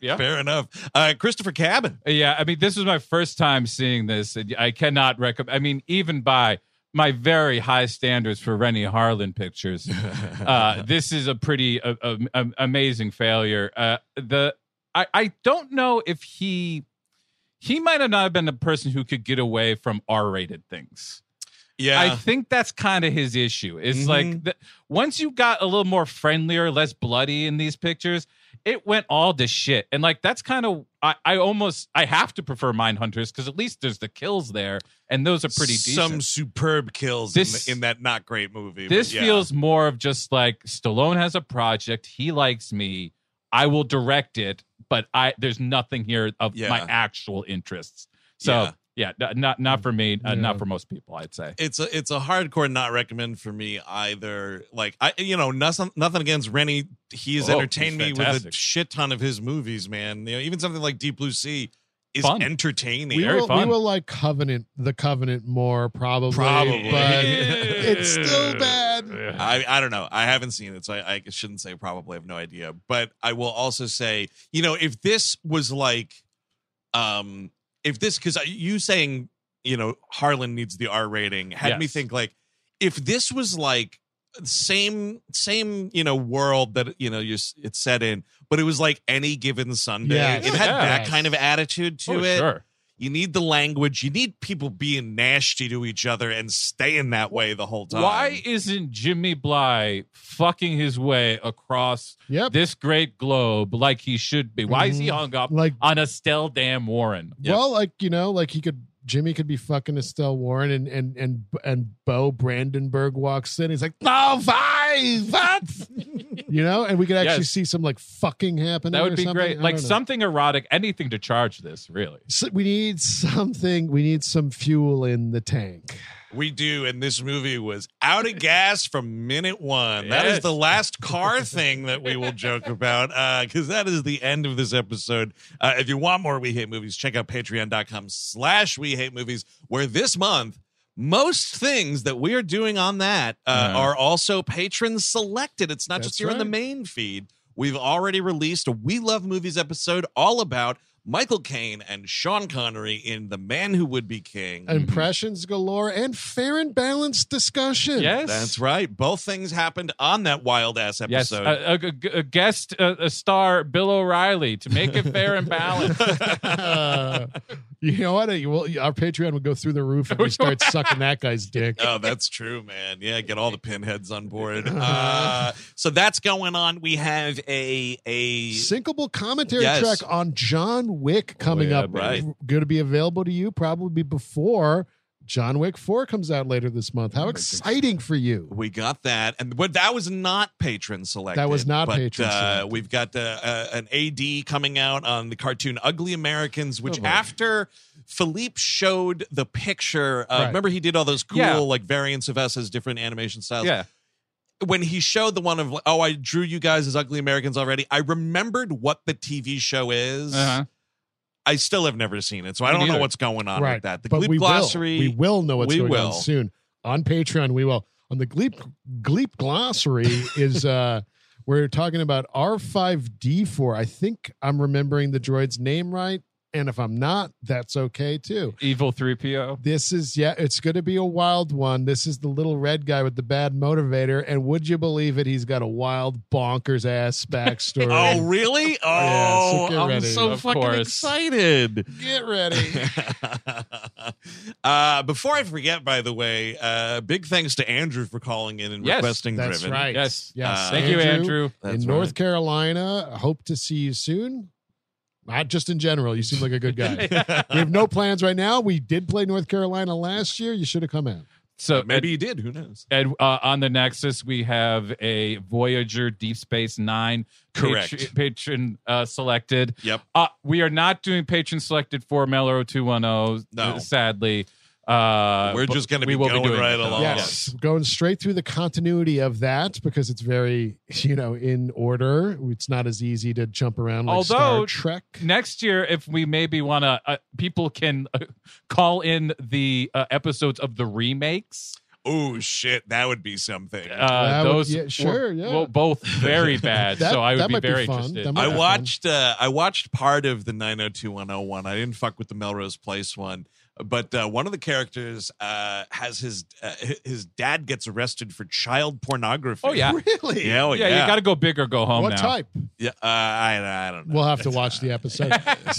[SPEAKER 1] Fair enough. Uh, Christopher Cabin.
[SPEAKER 3] Yeah, I mean, this was my first time seeing this, and I cannot recommend. I mean, even by my very high standards for Rennie Harlan pictures,
[SPEAKER 1] [LAUGHS]
[SPEAKER 3] uh, this is a pretty uh, um, um, amazing failure. Uh, the I, I don't know if he he might have not been the person who could get away from R-rated things.
[SPEAKER 1] Yeah. Mm-hmm.
[SPEAKER 3] I think that's kind of his issue. It's like the, once you got a little more friendlier, less bloody in these pictures, it went all to shit. And like that's kind of I, I almost I have to prefer Mind Hunters because at least there's the kills there, and those are pretty
[SPEAKER 1] Some
[SPEAKER 3] decent.
[SPEAKER 1] superb kills in
[SPEAKER 3] This-
[SPEAKER 1] the- in, that not great movie. but
[SPEAKER 3] This
[SPEAKER 1] yeah.
[SPEAKER 3] feels more of just like Stallone has a project, he likes me, I will direct it, but I there's nothing here of
[SPEAKER 1] Yeah.
[SPEAKER 3] my actual interests. So
[SPEAKER 1] Yeah.
[SPEAKER 3] yeah. n- not not for me, uh,
[SPEAKER 2] Yeah.
[SPEAKER 3] not for most people, I'd say.
[SPEAKER 1] It's a it's a hardcore not recommend for me either. Like I, you know, nothing nothing against Rennie. He has
[SPEAKER 3] Oh,
[SPEAKER 1] entertained
[SPEAKER 3] he's
[SPEAKER 1] me with a
[SPEAKER 3] fantastic.
[SPEAKER 1] shit ton of his movies, man. You know, even something like Deep Blue Sea is
[SPEAKER 3] Fun.
[SPEAKER 1] entertaining.
[SPEAKER 2] We
[SPEAKER 3] Very
[SPEAKER 2] will, we
[SPEAKER 3] fun.
[SPEAKER 2] will like Covenant, the Covenant more probably.
[SPEAKER 1] Probably. [LAUGHS]
[SPEAKER 2] But
[SPEAKER 3] [LAUGHS]
[SPEAKER 1] it's
[SPEAKER 2] still bad.
[SPEAKER 1] I, I don't know. I haven't seen it, so I, I shouldn't say probably. I have no idea. But I will also say, you know, if this was like, um, if this because you saying, you know, Harlan needs the R rating had me
[SPEAKER 3] Yes.
[SPEAKER 1] think like, if this was like same same you know world that you know you're s- it's set in, but it was like any given Sunday,
[SPEAKER 2] Yes.
[SPEAKER 1] it had
[SPEAKER 3] Yeah.
[SPEAKER 1] that kind of attitude to
[SPEAKER 3] Oh,
[SPEAKER 1] it.
[SPEAKER 3] Sure.
[SPEAKER 1] You need the language. You need people being nasty to each other and staying that way the whole time.
[SPEAKER 3] Why isn't Jimmy Bly fucking his way across
[SPEAKER 2] Yep.
[SPEAKER 3] this great globe like he should be? Why is he
[SPEAKER 2] Mhm.
[SPEAKER 3] hung up
[SPEAKER 2] Like,
[SPEAKER 3] on Estelle Dam Warren?
[SPEAKER 2] well, like, you know, like he could, Jimmy could be fucking Estelle Warren and, and, and, and Bo Brandenburg walks in. He's like, no, why? What?
[SPEAKER 3] [LAUGHS]
[SPEAKER 2] you know, and we could actually
[SPEAKER 3] Yes.
[SPEAKER 2] see some like fucking happening.
[SPEAKER 3] That
[SPEAKER 2] or
[SPEAKER 3] would be
[SPEAKER 2] something.
[SPEAKER 3] great.
[SPEAKER 2] I
[SPEAKER 3] Like
[SPEAKER 2] don't know.
[SPEAKER 3] something erotic, anything to charge this, really.
[SPEAKER 2] So we need something. We need some fuel in the tank.
[SPEAKER 1] We do, and this movie was out of gas from minute one. That is
[SPEAKER 3] Yes.
[SPEAKER 1] the last car thing that we will joke about because that is the end of this episode. Uh, if you want more We Hate Movies, check out patreon.com slash We Hate Movies, where this month, most things that we are doing on that uh,
[SPEAKER 3] Yeah.
[SPEAKER 1] are also patron selected. It's not
[SPEAKER 2] That's
[SPEAKER 1] just here in the
[SPEAKER 2] right.
[SPEAKER 1] main feed. We've already released a We Love Movies episode all about Michael Caine and Sean Connery in The Man Who Would Be King.
[SPEAKER 3] Mm-hmm.
[SPEAKER 2] Impressions galore and fair and balanced discussion.
[SPEAKER 3] Yes.
[SPEAKER 1] That's right. Both things happened on that wild ass
[SPEAKER 3] Yes,
[SPEAKER 2] uh,
[SPEAKER 1] episode.
[SPEAKER 3] a, a- a- a guest, a, a star, Bill O'Reilly, to make it fair
[SPEAKER 1] [LAUGHS]
[SPEAKER 3] and balanced.
[SPEAKER 2] Uh, you know what? You- well, our Patreon would go through the roof if we start sucking that guy's dick.
[SPEAKER 1] Oh, that's true, man. Yeah, get all the pinheads on board.
[SPEAKER 2] [LAUGHS]
[SPEAKER 1] Uh, so that's going on. We have a a
[SPEAKER 2] Sinkable commentary
[SPEAKER 1] Yes.
[SPEAKER 2] track on John Wick coming
[SPEAKER 3] yeah,
[SPEAKER 2] up.
[SPEAKER 1] right.
[SPEAKER 2] Going to be available to you probably before John Wick 4 comes out later this month. How exciting for you!
[SPEAKER 1] we got that, and but that was not patron selected.
[SPEAKER 2] That was not
[SPEAKER 1] but,
[SPEAKER 2] patron
[SPEAKER 1] Uh,
[SPEAKER 2] selected.
[SPEAKER 1] We've got uh, uh, an AD coming out on the cartoon Ugly Americans, which
[SPEAKER 2] Oh,
[SPEAKER 3] boy.
[SPEAKER 1] after Philippe showed the picture, uh,
[SPEAKER 2] Right.
[SPEAKER 1] remember he did all those cool
[SPEAKER 3] Yeah.
[SPEAKER 1] like variants of us as different animation styles.
[SPEAKER 3] yeah.
[SPEAKER 1] when he showed the one of like, oh I drew you guys as ugly Americans already, I remembered what the TV show is.
[SPEAKER 3] Uh-huh.
[SPEAKER 1] I still have never seen it, so I
[SPEAKER 3] Me
[SPEAKER 1] don't know
[SPEAKER 3] neither.
[SPEAKER 1] what's going on with that. The
[SPEAKER 2] but
[SPEAKER 1] Gleep
[SPEAKER 2] we
[SPEAKER 1] glossary,
[SPEAKER 2] Will. We will know what's
[SPEAKER 1] we
[SPEAKER 2] going
[SPEAKER 1] will.
[SPEAKER 2] on soon. On Patreon, we will. On the Gleep Gleep glossary
[SPEAKER 1] [LAUGHS]
[SPEAKER 2] is uh we're talking about R5D4. I think I'm remembering the droid's name right. And if I'm not, that's okay too.
[SPEAKER 3] Evil 3PO.
[SPEAKER 2] This is yeah, it's going to be a wild one. This is the little red guy with the bad motivator, and would you believe it? He's got a wild,
[SPEAKER 1] [LAUGHS]
[SPEAKER 2] bonkers ass backstory.
[SPEAKER 1] Oh really?
[SPEAKER 2] Yeah, so
[SPEAKER 1] Oh,
[SPEAKER 2] get
[SPEAKER 1] I'm
[SPEAKER 2] ready.
[SPEAKER 1] so
[SPEAKER 3] Of
[SPEAKER 1] fucking
[SPEAKER 3] course.
[SPEAKER 1] excited.
[SPEAKER 2] get
[SPEAKER 1] [LAUGHS]
[SPEAKER 2] ready!
[SPEAKER 1] uh, before I forget, by the way, uh, big thanks to Andrew for calling in and
[SPEAKER 3] Yes,
[SPEAKER 1] requesting
[SPEAKER 2] That's
[SPEAKER 1] Driven.
[SPEAKER 2] right.
[SPEAKER 3] Yes.
[SPEAKER 2] yes.
[SPEAKER 1] Uh,
[SPEAKER 3] Thank you, Andrew.
[SPEAKER 1] That's
[SPEAKER 2] in
[SPEAKER 1] right.
[SPEAKER 2] North Carolina. Hope to see you soon. Not just in general. You seem like a
[SPEAKER 1] [LAUGHS]
[SPEAKER 2] good guy.
[SPEAKER 3] [LAUGHS]
[SPEAKER 2] we have no plans right now. We did play North Carolina last year. You should have come out.
[SPEAKER 3] So
[SPEAKER 1] Maybe he did. Who knows?
[SPEAKER 3] Ed, uh, on the Nexus, we have a Voyager Deep Space Nine
[SPEAKER 1] Correct.
[SPEAKER 3] patr- patron uh, selected.
[SPEAKER 1] Yep.
[SPEAKER 3] Uh, we are not doing patron selected for Mellow 210,
[SPEAKER 1] No.
[SPEAKER 3] uh, sadly. Uh,
[SPEAKER 1] We're
[SPEAKER 3] but
[SPEAKER 1] just gonna be
[SPEAKER 3] we will
[SPEAKER 1] going
[SPEAKER 3] doing
[SPEAKER 1] right
[SPEAKER 3] it, though.
[SPEAKER 1] along. Oh,
[SPEAKER 2] yes. Going straight through the continuity of that because it's very, you know, in order. It's not as easy to jump around like
[SPEAKER 3] Although-
[SPEAKER 2] Star Trek.
[SPEAKER 3] Next year, if we maybe want to, uh, people can uh, call in the uh, episodes of the remakes.
[SPEAKER 1] Oh shit, that would be something.
[SPEAKER 3] Uh,
[SPEAKER 2] That would-
[SPEAKER 3] those
[SPEAKER 2] yeah,
[SPEAKER 3] were-
[SPEAKER 2] sure, yeah.
[SPEAKER 3] well, both
[SPEAKER 1] [LAUGHS]
[SPEAKER 3] very bad.
[SPEAKER 2] That-
[SPEAKER 3] so I would
[SPEAKER 2] that
[SPEAKER 3] be
[SPEAKER 2] might be
[SPEAKER 3] very
[SPEAKER 2] fun.
[SPEAKER 3] interested.
[SPEAKER 2] That might-
[SPEAKER 1] I
[SPEAKER 2] Yeah.
[SPEAKER 1] watched uh, I watched part of the 90210 I didn't fuck with the Melrose Place one, but uh, one of the characters uh, has his uh, hi- his dad gets arrested for child pornography. [LAUGHS]
[SPEAKER 3] Oh, yeah.
[SPEAKER 2] Really?
[SPEAKER 1] Yeah, oh, yeah.
[SPEAKER 3] yeah, you got to go big or go home
[SPEAKER 2] What
[SPEAKER 3] now.
[SPEAKER 2] type?
[SPEAKER 1] Yeah, uh, I, I don't know.
[SPEAKER 2] We'll have to
[SPEAKER 1] [LAUGHS]
[SPEAKER 2] watch the episode.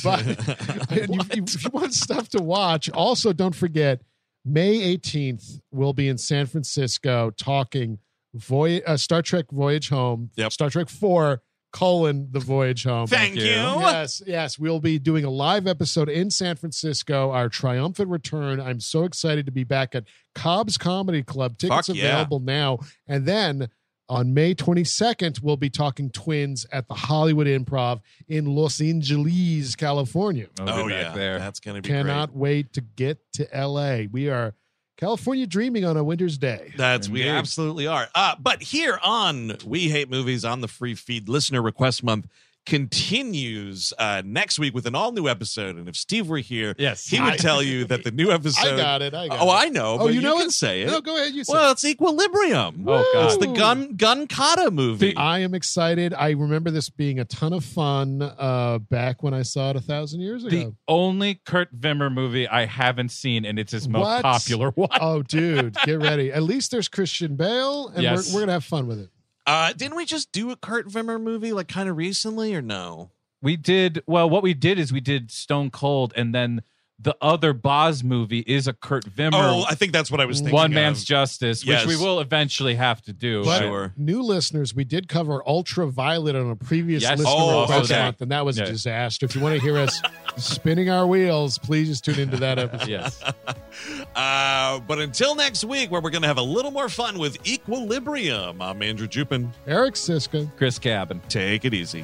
[SPEAKER 2] but [LAUGHS] and you- you- if you want stuff to watch, also don't forget May 18th, we'll be in San Francisco talking Voy- uh, Star Trek Voyage Home, [LAUGHS]
[SPEAKER 1] Yep.
[SPEAKER 2] Star Trek 4 colon the Voyage Home.
[SPEAKER 1] Thank
[SPEAKER 3] you.
[SPEAKER 1] you.
[SPEAKER 2] Yes, yes. We'll be doing a live episode in San Francisco, our triumphant return. I'm so excited to be back at Cobb's Comedy Club. Tickets
[SPEAKER 1] Fuck yeah.
[SPEAKER 2] available now. And then on May 22nd, we'll be talking twins at the Hollywood Improv in Los Angeles, California.
[SPEAKER 3] I'll be
[SPEAKER 1] Oh
[SPEAKER 3] back
[SPEAKER 1] yeah,
[SPEAKER 3] there.
[SPEAKER 1] that's gonna be
[SPEAKER 2] Cannot wait to get to LA. We are California dreaming on a winter's day.
[SPEAKER 1] great. That's we
[SPEAKER 3] Indeed.
[SPEAKER 1] absolutely are. Uh, but here on We Hate Movies on the free feed, listener request month continues uh, next week with an all new episode. And if Steve were here,
[SPEAKER 3] Yes.
[SPEAKER 1] he would tell you that the new episode.
[SPEAKER 2] [LAUGHS] I got it. I got
[SPEAKER 1] oh,
[SPEAKER 2] it.
[SPEAKER 1] I know.
[SPEAKER 2] Oh,
[SPEAKER 1] but
[SPEAKER 2] you know
[SPEAKER 1] can
[SPEAKER 2] it?
[SPEAKER 1] Say it.
[SPEAKER 2] No, go ahead. You say it.
[SPEAKER 1] Well, it's Equilibrium.
[SPEAKER 3] Oh, God.
[SPEAKER 1] It's the
[SPEAKER 2] Woo.
[SPEAKER 1] gun gun kata movie.
[SPEAKER 2] I am excited. I remember this being a ton of fun uh, back when I saw it a thousand years ago.
[SPEAKER 3] the only Kurt Vimmer movie I haven't seen, and it's his most
[SPEAKER 2] What?
[SPEAKER 3] popular [LAUGHS] one.
[SPEAKER 2] oh, dude, get ready. At least there's Christian Bale, and
[SPEAKER 3] Yes.
[SPEAKER 2] we're, we're going to have fun with it.
[SPEAKER 1] uh, didn't we just do a Kurt Vimmer movie like kind of recently or no?
[SPEAKER 3] We did well. What we did is we did Stone Cold, and then the other Boz movie is a Kurt Vimmer
[SPEAKER 1] Oh, I think that's what I was thinking.
[SPEAKER 3] One
[SPEAKER 1] of.
[SPEAKER 3] Man's Justice,
[SPEAKER 1] Yes.
[SPEAKER 3] which we will eventually have to do.
[SPEAKER 2] But
[SPEAKER 1] Sure.
[SPEAKER 2] new listeners, we did cover Ultraviolet on a previous
[SPEAKER 3] Yes.
[SPEAKER 2] listener
[SPEAKER 1] Oh,
[SPEAKER 2] request
[SPEAKER 1] okay.
[SPEAKER 2] month, and that was
[SPEAKER 3] Yeah.
[SPEAKER 2] a disaster. If you want to hear us [LAUGHS] spinning our wheels, please just tune into that episode.
[SPEAKER 3] Yes.
[SPEAKER 1] Uh, but until next week, where we're going to have a little more fun with Equilibrium, I'm Andrew Jupin.
[SPEAKER 2] Eric Siska.
[SPEAKER 3] Chris Cabin.
[SPEAKER 1] Take it easy.